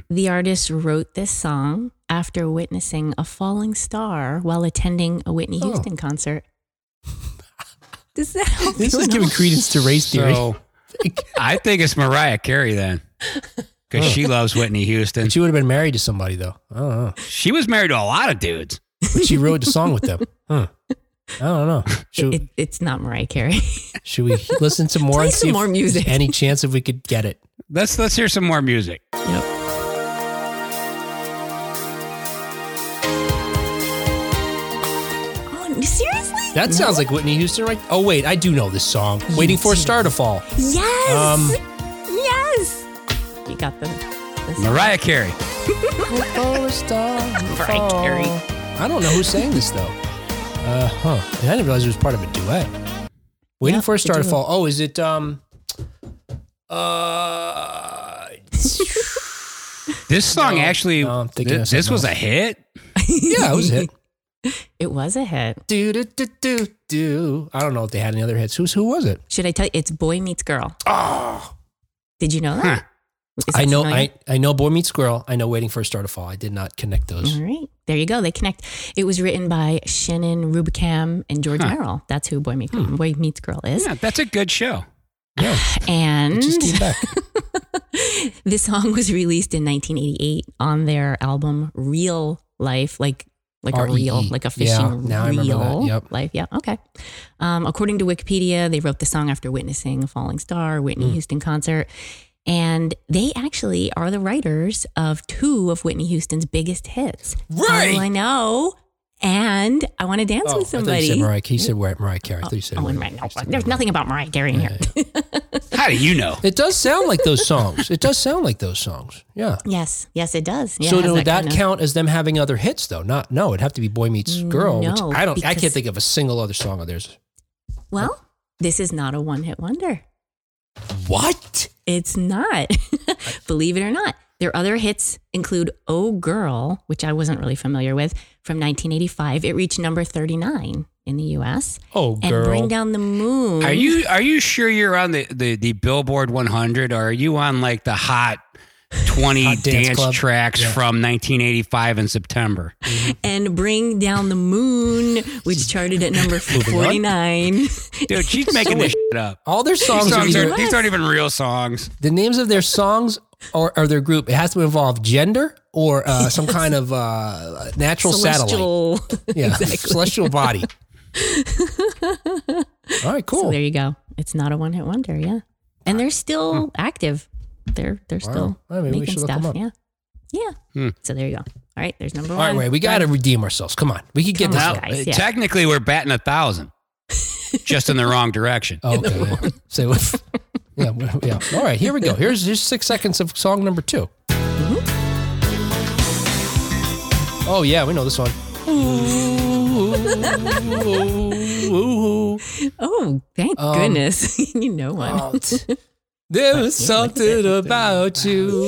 Speaker 4: The artist wrote this song after witnessing a falling star while attending a Whitney
Speaker 2: Oh.
Speaker 4: Houston concert. Does that help
Speaker 2: This
Speaker 4: you
Speaker 2: is
Speaker 4: at
Speaker 2: giving
Speaker 4: all?
Speaker 2: credence to race theory.
Speaker 3: So <laughs> I think it's Mariah Carey then, because she loves Whitney Houston.
Speaker 2: Oh. she would have been married to somebody though. I don't know.
Speaker 3: She was married to a lot of dudes.
Speaker 2: But she wrote the song with them. Huh. I don't know. Should,
Speaker 4: It, it's not Mariah Carey. <laughs>
Speaker 2: should we listen to more
Speaker 4: Play
Speaker 2: and see
Speaker 4: some
Speaker 2: if
Speaker 4: more music.
Speaker 2: any chance if we could get it?
Speaker 3: Let's let's hear some more music.
Speaker 4: yep. Oh, seriously?
Speaker 2: That sounds like Whitney Houston, right? Oh wait, I do know this song. Waiting for a star to fall.
Speaker 4: Yes.
Speaker 2: Um,
Speaker 4: yes. You got the. the song.
Speaker 3: Mariah Carey.
Speaker 2: Oh, a star.
Speaker 4: Mariah Carey.
Speaker 2: I don't know who sang this though. Uh huh. And I didn't realize it was part of a duet. Waiting
Speaker 4: Yeah,
Speaker 2: for a
Speaker 4: it's a
Speaker 2: star to
Speaker 4: duet.
Speaker 2: fall. Oh, is it um uh
Speaker 3: This song
Speaker 2: No,
Speaker 3: actually,
Speaker 2: no, I'm thinking of
Speaker 3: this, this
Speaker 2: something
Speaker 3: was a
Speaker 2: else.
Speaker 3: hit.
Speaker 2: Yeah, it was a hit.
Speaker 4: <laughs> It was a hit.
Speaker 2: Do do do do do. I don't know if they had any other hits. Who's who was it?
Speaker 4: Should I tell you? It's Boy Meets Girl.
Speaker 2: Oh,
Speaker 4: Did you know that? Is that
Speaker 2: Hmm. I know.
Speaker 4: familiar?
Speaker 2: I, I know. Boy Meets Girl. I know. Waiting for a Star to Fall. I did not connect those.
Speaker 4: All right. There you go. They connect. It was written by Shannon Rubicam and George
Speaker 3: Huh.
Speaker 4: Merrill. That's who Boy Meets,
Speaker 2: Hmm.
Speaker 4: Boy Meets Girl is.
Speaker 3: Yeah, that's a good show.
Speaker 2: Yeah, it
Speaker 4: And
Speaker 2: just came
Speaker 4: <laughs>
Speaker 2: back.
Speaker 4: the song was released in 1988 on their album Real Life, like like a reel,
Speaker 2: R.E.E..
Speaker 4: like a
Speaker 2: E Yeah,
Speaker 4: fishing
Speaker 2: now I remember that.
Speaker 4: reel
Speaker 2: Yep.
Speaker 4: life. Yeah. Okay. Um, according to Wikipedia, they wrote the song after witnessing a falling star, Whitney
Speaker 2: Mm.
Speaker 4: Houston concert. And they actually are the writers of two of Whitney Houston's biggest hits.
Speaker 1: Right.
Speaker 4: Oh, I know. And I want to dance
Speaker 2: Oh, I
Speaker 4: with
Speaker 2: thought you
Speaker 4: somebody.
Speaker 2: said Mariah. He said Mariah, Mariah Carey. I thought you said.
Speaker 4: oh, and
Speaker 2: Mariah-
Speaker 4: right now,
Speaker 2: you said
Speaker 4: there's
Speaker 2: Mariah.
Speaker 4: nothing about Mariah Carey in here.
Speaker 3: How do you know?
Speaker 2: It does sound like those songs. It does sound like those songs. Yeah.
Speaker 4: <laughs> yes. Yes, it does. <laughs> Yeah,
Speaker 2: so
Speaker 4: it has
Speaker 2: would that
Speaker 4: kind of-
Speaker 2: count as them having other hits though? Not. No, it'd have to be Boy Meets Girl. which
Speaker 4: Mm, No,
Speaker 2: I don't. I can't
Speaker 4: because-
Speaker 2: think of a single other song of theirs.
Speaker 4: Well, this is not a one hit wonder.
Speaker 2: What?
Speaker 4: It's not. <laughs> Believe it or not. Their other hits include Oh Girl, which I wasn't really familiar with, from 1985. It reached number 39 in the US.
Speaker 2: Oh,
Speaker 4: And
Speaker 2: girl.
Speaker 4: Bring Down the Moon.
Speaker 2: Mm-hmm.
Speaker 3: Are you are you sure you're on the the, the Billboard 100 or are you on like the hot 20
Speaker 2: Hot dance
Speaker 3: dance,
Speaker 2: club.
Speaker 3: tracks
Speaker 2: Yeah.
Speaker 3: from 1985 in September.
Speaker 4: and Bring Down the Moon,
Speaker 2: <laughs>
Speaker 4: which charted at number
Speaker 2: Moving on.
Speaker 4: 49.
Speaker 2: <laughs>
Speaker 3: Dude, she's making this shit up.
Speaker 2: All
Speaker 4: <laughs>
Speaker 2: their songs,
Speaker 3: These,
Speaker 2: are
Speaker 3: songs
Speaker 2: either,
Speaker 3: are, these aren't even real songs.
Speaker 2: the names of their songs or, or their group. It has to involve gender or uh, some kind of uh, natural satellite,
Speaker 4: Celestial. <laughs>
Speaker 2: yeah, <laughs>
Speaker 4: Exactly.
Speaker 2: celestial
Speaker 4: <laughs>
Speaker 2: body. All right,
Speaker 4: So
Speaker 2: cool.
Speaker 4: there you go. It's not a one hit wonder, yeah. And they're still active. They're they're
Speaker 2: Hmm. Wow.
Speaker 4: still
Speaker 2: I mean, we
Speaker 4: making
Speaker 2: should look
Speaker 4: stuff.
Speaker 2: them up.
Speaker 4: Yeah. Yeah.
Speaker 3: Hmm.
Speaker 4: So there you go. All right, there's number
Speaker 2: All
Speaker 4: one.
Speaker 2: right, Ray, we got to redeem ourselves. Come on, we could get
Speaker 4: Come
Speaker 2: this.
Speaker 4: on,
Speaker 2: one.
Speaker 4: guys,
Speaker 3: Uh,
Speaker 4: yeah.
Speaker 3: Technically, we're batting
Speaker 2: <laughs>
Speaker 3: a thousand, just in the wrong direction.
Speaker 2: Oh, okay. yeah. <laughs> So, if- yeah, well, yeah. All right, here we go. Here's here's six seconds of song number 2 Mm-hmm. Oh yeah, we know this one.
Speaker 4: Oh, thank
Speaker 2: Um,
Speaker 4: goodness. <laughs> you know one.
Speaker 2: <laughs> There was something about you,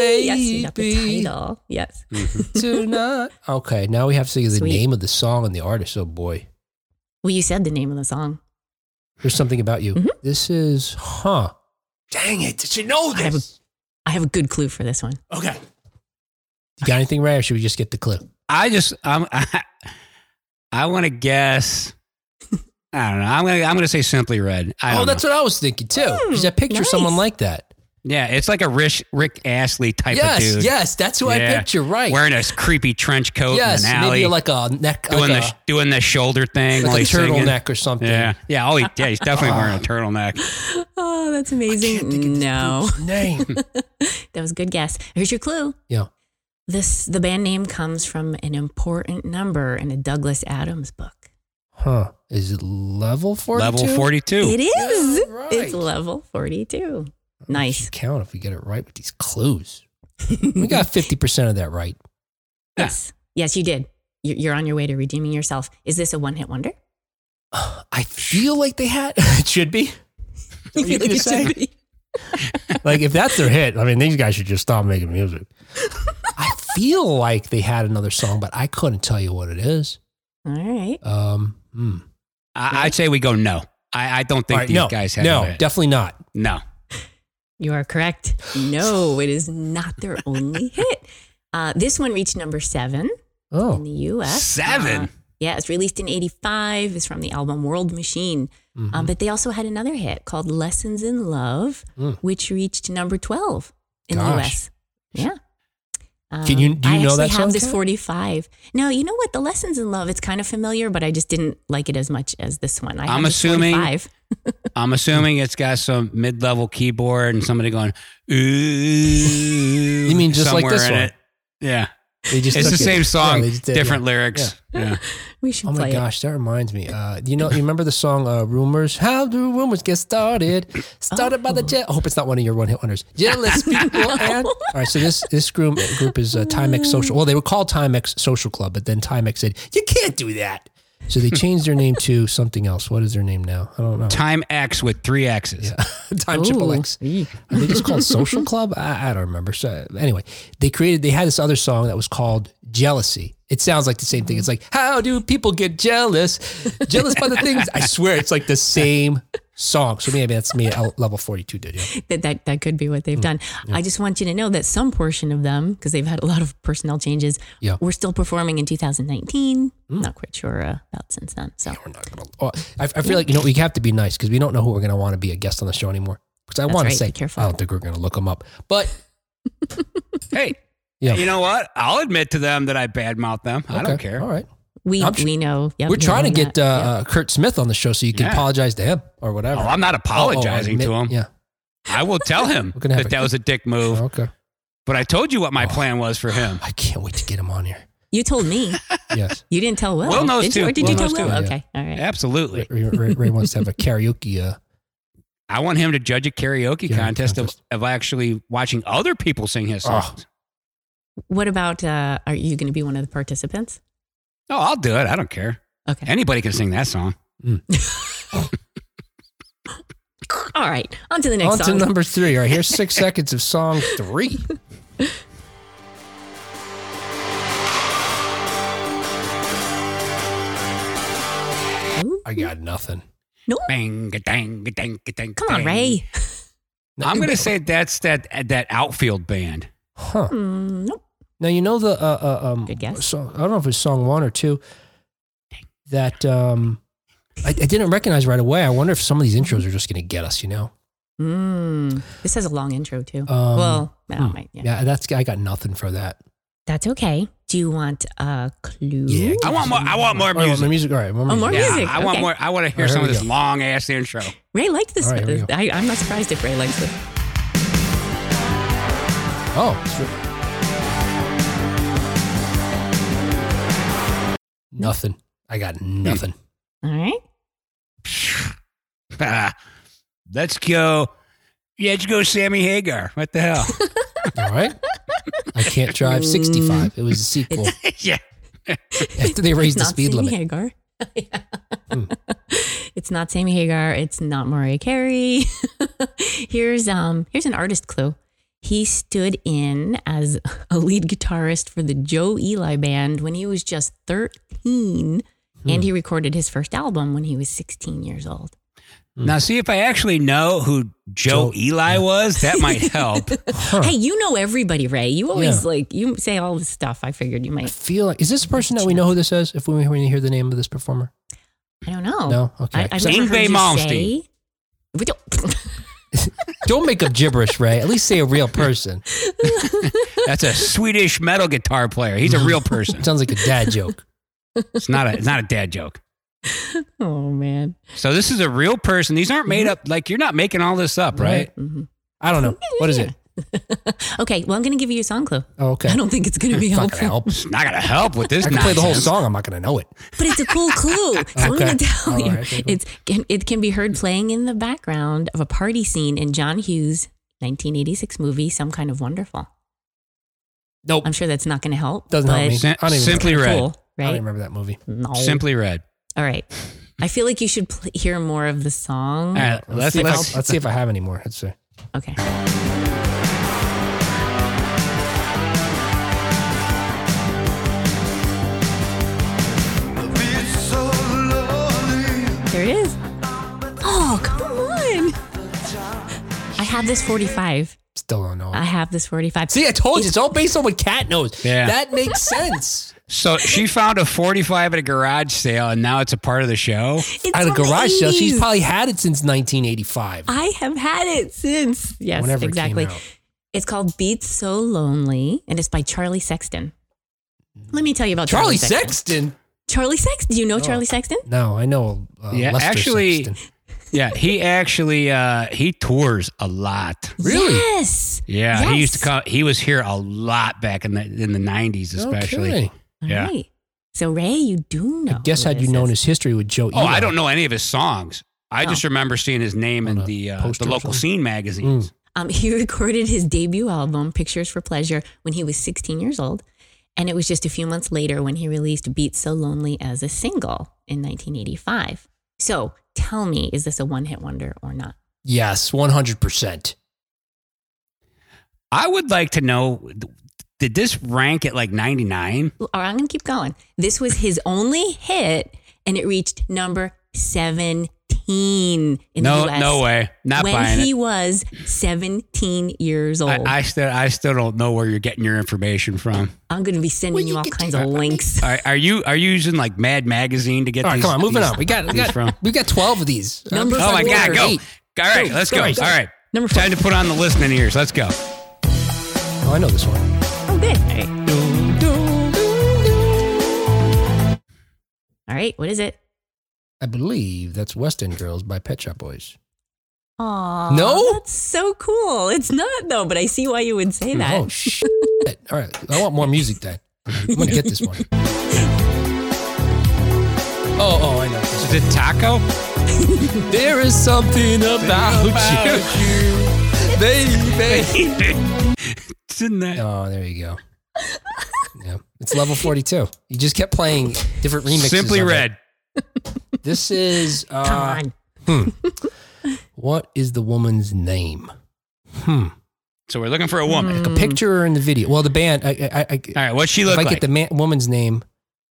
Speaker 4: yes, you got the
Speaker 2: <laughs> baby,
Speaker 4: title. Yes.
Speaker 2: tonight. Okay, now we have to say the
Speaker 4: Sweet.
Speaker 2: name of the song and the artist. Oh boy,
Speaker 4: Well, you said the name of the song.
Speaker 2: there's something about you.
Speaker 4: Mhm.
Speaker 2: This is, huh? Dang it! Did you know
Speaker 4: I have a- I have a good clue for this one. <gasps>
Speaker 2: Okay. You got anything, Ray? Or should we just get the clip?
Speaker 3: I just I'm, <laughs> I I want to guess. I don't know. I'm gonna I'm gonna say simply red. I
Speaker 2: Oh,
Speaker 3: don't
Speaker 2: that's what I was thinking too. Because I picture
Speaker 4: nice.
Speaker 2: someone like that.
Speaker 3: know. yeah. It's like a Rick Rick Astley type
Speaker 2: yes,
Speaker 3: of dude.
Speaker 2: yes, that's who I
Speaker 3: Yeah.
Speaker 2: picture. Right.
Speaker 3: Wearing a creepy trench coat
Speaker 2: yes,
Speaker 3: in an alley,
Speaker 2: maybe like a neck,
Speaker 3: doing
Speaker 2: like
Speaker 3: the
Speaker 2: a,
Speaker 3: sh- doing the shoulder thing,
Speaker 2: like
Speaker 3: while
Speaker 2: a
Speaker 3: he's singing.
Speaker 2: turtleneck or something.
Speaker 3: Yeah, yeah. Oh, he, yeah.
Speaker 2: <laughs>
Speaker 3: He's definitely wearing a turtleneck.
Speaker 4: Oh, that's
Speaker 2: Can't think of
Speaker 4: amazing.
Speaker 2: this
Speaker 4: No,
Speaker 2: dude's name.
Speaker 3: <laughs>
Speaker 4: <laughs> that was a good guess. Here's your clue.
Speaker 2: yeah.
Speaker 4: This the band name comes from an important number in a Douglas Adams book.
Speaker 2: Huh. Is it level 42?
Speaker 3: Level forty two.
Speaker 4: It is.
Speaker 2: Yeah, right. Oh,
Speaker 4: It's level 42. Nice.
Speaker 2: Count if we get it right with these clues. We
Speaker 4: Mm-hmm.
Speaker 2: got 50% of that right.
Speaker 4: <laughs> Yes. Yes, you did. You- You're on your way to redeeming yourself. Is this a one hit wonder?
Speaker 2: I feel like they
Speaker 3: <laughs>
Speaker 2: had, it should be. you
Speaker 4: You feel <laughs> like
Speaker 2: gonna
Speaker 4: it should be.
Speaker 2: <laughs> Like, if that's their hit, I mean, these guys should just stop making
Speaker 4: <laughs>
Speaker 2: music. I feel like they had another song, but I couldn't tell you what it is.
Speaker 4: All right.
Speaker 2: Um, hmm.
Speaker 3: I, I'd say we go no. I, I don't think
Speaker 2: All right,
Speaker 3: these
Speaker 2: no,
Speaker 3: guys have
Speaker 2: No,
Speaker 3: it.
Speaker 2: definitely not.
Speaker 3: no.
Speaker 4: You are correct. No, it is not their only hit. Uh, this one reached number seven in
Speaker 2: Oh,
Speaker 4: the US.
Speaker 3: Seven?
Speaker 4: Uh, yeah, it's released in 85. It's from the album World Machine.
Speaker 2: Mm-hmm.
Speaker 4: Um, but they also had another hit called Lessons in Love,
Speaker 2: Mm.
Speaker 4: which reached number 12 in the
Speaker 2: Gosh.
Speaker 4: US. Yeah. Um,
Speaker 2: Can you- do you
Speaker 4: I
Speaker 2: know
Speaker 4: actually
Speaker 2: that
Speaker 4: have
Speaker 2: song,
Speaker 4: this
Speaker 2: Kat?
Speaker 4: 45. No, you know what? The Lessons in Love, it's kind of familiar, but I just didn't like it as much as this one. I
Speaker 3: I'm
Speaker 4: have this
Speaker 3: assuming-
Speaker 4: 45.
Speaker 3: I'm assuming it's got some mid-level keyboard and somebody going ooh. You
Speaker 2: mean just like this one?
Speaker 3: Yeah,
Speaker 2: they just
Speaker 3: it's
Speaker 2: took
Speaker 3: the
Speaker 2: it.
Speaker 3: same song,
Speaker 2: Yeah, they just did,
Speaker 3: different
Speaker 2: yeah.
Speaker 3: lyrics. Yeah.
Speaker 4: We should
Speaker 2: Oh my
Speaker 4: play it.
Speaker 2: gosh, that reminds me. Uh, you know, you remember the song uh, "Rumors"? How do rumors get started? Started by the
Speaker 4: Oh.
Speaker 2: jet. I hope it's not one of your one-hit wonders. Jealous
Speaker 4: <laughs>
Speaker 2: people. and- All right, so this this group group is uh, Timex Social. Well, they were called Timex Social Club, but then Timex said you can't do that, so they changed their name to something else. What is their name now? I don't know.
Speaker 3: Time X with three X's.
Speaker 2: <laughs> Time Triple
Speaker 4: Ooh.
Speaker 2: X. I think it's called Social Club. I, I don't remember. So anyway, they created. They had this other song that was called Jealousy. It sounds like the same thing. It's like, how do people get jealous? Jealous by the things. I swear, it's like the same song. So maybe that's me at level forty-two did. Yeah.
Speaker 4: that, that that could be what they've
Speaker 2: Mm.
Speaker 4: done. I just want you to know that some portion of them, because they've had a lot of personnel changes,
Speaker 2: Yeah. Mm.
Speaker 4: were still performing in 2019. Not quite sure uh, about since then. So
Speaker 2: We're not gonna. Oh, I, I feel like you know we have to be nice because we don't know who we're gonna want to be a guest on the show anymore. Because I
Speaker 4: That's
Speaker 2: want
Speaker 4: right.
Speaker 2: to say,
Speaker 4: Be careful.
Speaker 2: I don't think we're gonna look them up. But
Speaker 3: Hey,
Speaker 2: Yeah.
Speaker 3: you know what? I'll admit to them that I badmouth them. I don't
Speaker 2: okay,
Speaker 3: care.
Speaker 2: All right,
Speaker 4: we
Speaker 2: I'm tr-
Speaker 4: we know. Yep,
Speaker 2: we're
Speaker 4: we
Speaker 2: trying to
Speaker 4: know
Speaker 2: get
Speaker 4: that.
Speaker 2: uh, uh, Kurt Smith on the show so you can
Speaker 3: Yeah.
Speaker 2: apologize to him or whatever.
Speaker 3: Oh, I'm not
Speaker 2: Oh, oh,
Speaker 3: apologizing
Speaker 2: admit-
Speaker 3: to him.
Speaker 2: Yeah.
Speaker 3: I will tell him
Speaker 2: <laughs> We're gonna have
Speaker 3: that
Speaker 2: a-
Speaker 3: that was a
Speaker 2: <laughs>
Speaker 3: dick move.
Speaker 2: okay.
Speaker 3: But I told you what my
Speaker 2: Oh.
Speaker 3: plan was for him.
Speaker 2: I can't wait to get him on here.
Speaker 4: You told me.
Speaker 2: <laughs> Yes.
Speaker 4: You didn't tell Will.
Speaker 3: Will knows
Speaker 4: did you,
Speaker 3: too.
Speaker 4: Or did
Speaker 3: Will
Speaker 4: you tell
Speaker 3: knows
Speaker 4: Will?
Speaker 2: too, <sighs> yeah.
Speaker 4: Okay. All right.
Speaker 3: Absolutely.
Speaker 2: Ray, Ray- Ray wants <laughs> to have a karaoke. Uh,
Speaker 3: I want him to judge a karaoke
Speaker 2: Yeah,
Speaker 3: contest of,
Speaker 2: contest.
Speaker 3: of actually watching other people sing his
Speaker 2: Oh.
Speaker 3: songs.
Speaker 4: What about? Uh, are you going to be one of the participants?
Speaker 2: Oh.
Speaker 3: No, Oh, I'll do it. I don't care.
Speaker 4: Okay.
Speaker 3: Anybody can sing that song.
Speaker 4: All right. On to the
Speaker 2: on
Speaker 4: next
Speaker 2: to
Speaker 4: song.
Speaker 2: number three. All right, here's
Speaker 4: <laughs>
Speaker 2: six seconds of song three.
Speaker 4: Ooh.
Speaker 2: I got nothing.
Speaker 4: no.
Speaker 3: Bang, dang, dang, dang.
Speaker 4: Come on, Ray.
Speaker 3: I'm going to say that's that that outfield band.
Speaker 2: Huh.
Speaker 4: Mm, nope.
Speaker 2: Now you know the uh, uh, um
Speaker 4: Good guess.
Speaker 2: song. I don't know if it was song one or two. That um, I, I didn't recognize right away. I wonder if some of these intros are just going to get us. You know.
Speaker 4: Mm, this has a long intro too.
Speaker 2: Um,
Speaker 4: well, no,
Speaker 2: hmm.
Speaker 4: wait, yeah.
Speaker 2: Yeah, that's I got nothing for that.
Speaker 4: that's okay. Do you want a clue?
Speaker 2: Yeah,
Speaker 3: I want more. I want more
Speaker 2: All right,
Speaker 3: music.
Speaker 2: more music. All right, more
Speaker 4: Oh, more
Speaker 3: Yeah,
Speaker 4: music,
Speaker 3: I want
Speaker 4: okay.
Speaker 3: more. I want to hear
Speaker 2: All right,
Speaker 3: some of
Speaker 2: here we
Speaker 3: this
Speaker 2: go.
Speaker 3: long ass intro. <laughs>
Speaker 4: Ray liked this.
Speaker 2: All right, here we go.
Speaker 4: I, I'm not surprised if Ray likes it.
Speaker 2: Oh. it's re- Nothing. I got nothing.
Speaker 4: All right.
Speaker 3: Ah, let's go. Yeah, let's go, Sammy Hagar. What
Speaker 4: <laughs>
Speaker 3: the hell?
Speaker 4: Hmm.
Speaker 2: All right. I can't drive 65. It was a sequel
Speaker 3: yeah,
Speaker 2: <laughs> after they raised the
Speaker 4: Not
Speaker 2: speed
Speaker 4: Sammy
Speaker 2: limit.
Speaker 4: Hagar. Yeah.
Speaker 2: Hmm.
Speaker 4: <laughs> It's not Sammy Hagar. It's not Mariah Carey. <laughs> here's um here's an artist clue. He stood in as a lead guitarist for the Joe Eli band when he was just 13
Speaker 2: Hmm.
Speaker 4: and he recorded his first album when he was 16 years old.
Speaker 3: Mm. Now, see if I actually know who Joe,
Speaker 2: Joe-
Speaker 3: Eli
Speaker 2: <laughs>
Speaker 3: was. That might help.
Speaker 2: Huh.
Speaker 4: Hey, you know everybody, Ray. You always
Speaker 2: Yeah.
Speaker 4: like you say all this stuff. I figured you
Speaker 2: I
Speaker 4: might.
Speaker 2: feel like, is this a person that we know who this is? If we, when you hear the name of this performer?
Speaker 4: I don't know.
Speaker 2: No?
Speaker 4: Oh, I,
Speaker 2: Okay.
Speaker 4: I've
Speaker 2: So-
Speaker 4: never
Speaker 3: Ingve
Speaker 4: heard you
Speaker 3: Malmsteen.
Speaker 4: say- We don't- <laughs>
Speaker 2: don't make up gibberish, Ray. At least say a real person.
Speaker 3: That's a Swedish metal guitar player. He's a real person.
Speaker 2: Sounds like a
Speaker 4: <laughs>
Speaker 2: dad joke.
Speaker 3: It's not a. It's not a dad joke.
Speaker 4: oh man.
Speaker 3: So this is a real person. These aren't made up. Like you're not making all this up, right?
Speaker 4: Mhm.
Speaker 2: I don't know. What is it?
Speaker 4: Okay, well, I'm going to give you a song clue.
Speaker 2: Oh, okay.
Speaker 4: I don't think it's
Speaker 2: <laughs>
Speaker 4: going to be
Speaker 2: It's not gonna
Speaker 4: helpful, <laughs>
Speaker 2: help.
Speaker 3: It's not gonna help with this.
Speaker 2: I can play the whole
Speaker 3: nonsense.
Speaker 2: song. I'm not going to know it.
Speaker 4: but it's a cool
Speaker 2: <laughs>
Speaker 4: clue. So I'm
Speaker 2: Okay.
Speaker 4: going to tell
Speaker 2: All
Speaker 4: you,
Speaker 2: right, okay, cool.
Speaker 4: it's can, it can be heard playing in the background of a party scene in John Hughes' 1986 movie, Some Kind of Wonderful.
Speaker 2: Nope.
Speaker 4: I'm sure that's not going to help.
Speaker 2: Doesn't help
Speaker 4: but
Speaker 2: me.
Speaker 3: Sim-
Speaker 2: I don't even-
Speaker 3: simply
Speaker 4: it's
Speaker 3: red.
Speaker 4: Cool,
Speaker 2: I don't
Speaker 4: right?
Speaker 2: even remember that movie.
Speaker 4: No.
Speaker 3: Simply red.
Speaker 4: All right. I feel like you should pl- hear more of the song.
Speaker 3: All right, let's
Speaker 2: see if I-
Speaker 3: let's,
Speaker 2: Oh, let's see if I have any more. uh, Let's see.
Speaker 4: Okay. There it is. Oh, come on. I have this 45.
Speaker 2: Still don't know.
Speaker 4: I have this 45.
Speaker 2: See, I told you it's all based on what Cat knows.
Speaker 3: Yeah.
Speaker 2: That makes <laughs> sense.
Speaker 3: So she found a 45 at a garage sale, and now it's a part of the show.
Speaker 4: It's
Speaker 2: At a
Speaker 4: from the
Speaker 2: garage sale, she's
Speaker 4: 80s.
Speaker 2: probably had it since 1985.
Speaker 4: I have had it since. Yes,
Speaker 2: Whenever it
Speaker 4: exactly.
Speaker 2: came out.
Speaker 4: It's called Beats So Lonely, and it's by Charlie Sexton. Let me tell you about
Speaker 2: Charlie
Speaker 4: Charlie,
Speaker 2: Sexton?
Speaker 4: Charlie Sexton. Do you know
Speaker 2: Oh.
Speaker 4: Charlie Sexton?
Speaker 2: No, I know. Uh,
Speaker 3: Yeah,
Speaker 2: Lester
Speaker 3: actually-
Speaker 2: Sexton.
Speaker 3: Yeah, he actually uh, he tours a lot.
Speaker 2: Really?
Speaker 4: Yes.
Speaker 3: Yeah, he used to
Speaker 4: Yes.
Speaker 3: come. He was here a lot back in the in the 90s, especially.
Speaker 2: Okay.
Speaker 4: All
Speaker 3: Yeah.
Speaker 4: right. So Ray, you do know.
Speaker 2: I guess
Speaker 4: who
Speaker 2: had
Speaker 4: this
Speaker 2: you known
Speaker 4: is.
Speaker 2: his history with Joe.
Speaker 3: Oh, I don't know any of his songs. I
Speaker 4: Oh.
Speaker 3: just remember seeing his name
Speaker 2: On
Speaker 3: in
Speaker 2: a
Speaker 3: the uh,
Speaker 2: poster
Speaker 3: the
Speaker 2: or
Speaker 3: local
Speaker 2: something? Mm.
Speaker 3: scene magazines.
Speaker 4: Um, <laughs> he recorded his debut album, Pictures for Pleasure, when he was 16 years old. And it was just a few months later when he released Beat So Lonely as a single in 1985. So tell me, is this a one hit wonder or not?
Speaker 2: Yes, 100. percent
Speaker 3: I would like to know did this rank at like 99?
Speaker 4: All right, I'm going to keep going. This was his <laughs> only hit, and it reached number 17 in
Speaker 3: no,
Speaker 4: the US.
Speaker 3: no way. Not
Speaker 4: when
Speaker 3: buying
Speaker 4: he
Speaker 3: it.
Speaker 4: was 17 years old.
Speaker 3: I, I still I still don't know where you're getting your information
Speaker 4: <laughs>
Speaker 3: from.
Speaker 4: I'm going to be sending
Speaker 2: Well,
Speaker 4: you,
Speaker 2: you
Speaker 4: all
Speaker 2: could
Speaker 4: kinds
Speaker 2: do
Speaker 4: of
Speaker 2: that. I mean- <laughs>
Speaker 4: links.
Speaker 3: Are, are you are you using like Mad Magazine to get?
Speaker 2: All right,
Speaker 3: these-
Speaker 2: come on, moving
Speaker 3: these-
Speaker 2: on. We got, we
Speaker 3: these
Speaker 2: got,
Speaker 3: from.
Speaker 2: we got 12 of these.
Speaker 4: Number
Speaker 3: Oh my
Speaker 4: Number
Speaker 3: God,
Speaker 4: four.
Speaker 3: go! All right, let's go. All
Speaker 2: Go.
Speaker 3: right,
Speaker 4: Number four.
Speaker 3: time to put on the listening ears. Let's go.
Speaker 2: Oh, I know this one.
Speaker 4: Oh, good. All right. All right, what is it?
Speaker 2: I believe that's West End Girls by Pet Shop Boys.
Speaker 4: Aw,
Speaker 2: No?
Speaker 4: that's so cool. It's not though, but I see why you would say that.
Speaker 2: Oh shit! All right, I want more music then. I'm gonna get this one. Oh, oh, I know.
Speaker 3: Is it taco?
Speaker 2: There is something about, you, baby.
Speaker 3: It's in that.
Speaker 2: Oh, there you go. Yeah, it's level 42. You just kept playing different remixes.
Speaker 3: Simply
Speaker 2: of it.
Speaker 3: red.
Speaker 2: This is
Speaker 4: <laughs> Come
Speaker 2: uh,
Speaker 4: on.
Speaker 2: what is the woman's name? Hmm.
Speaker 3: So we're looking for a woman.
Speaker 4: Mm.
Speaker 2: Like a picture or in the video? Well, the band. I, I, I,
Speaker 3: All right, what's she
Speaker 2: if
Speaker 3: look
Speaker 2: I
Speaker 3: like?
Speaker 2: get the man, woman's name,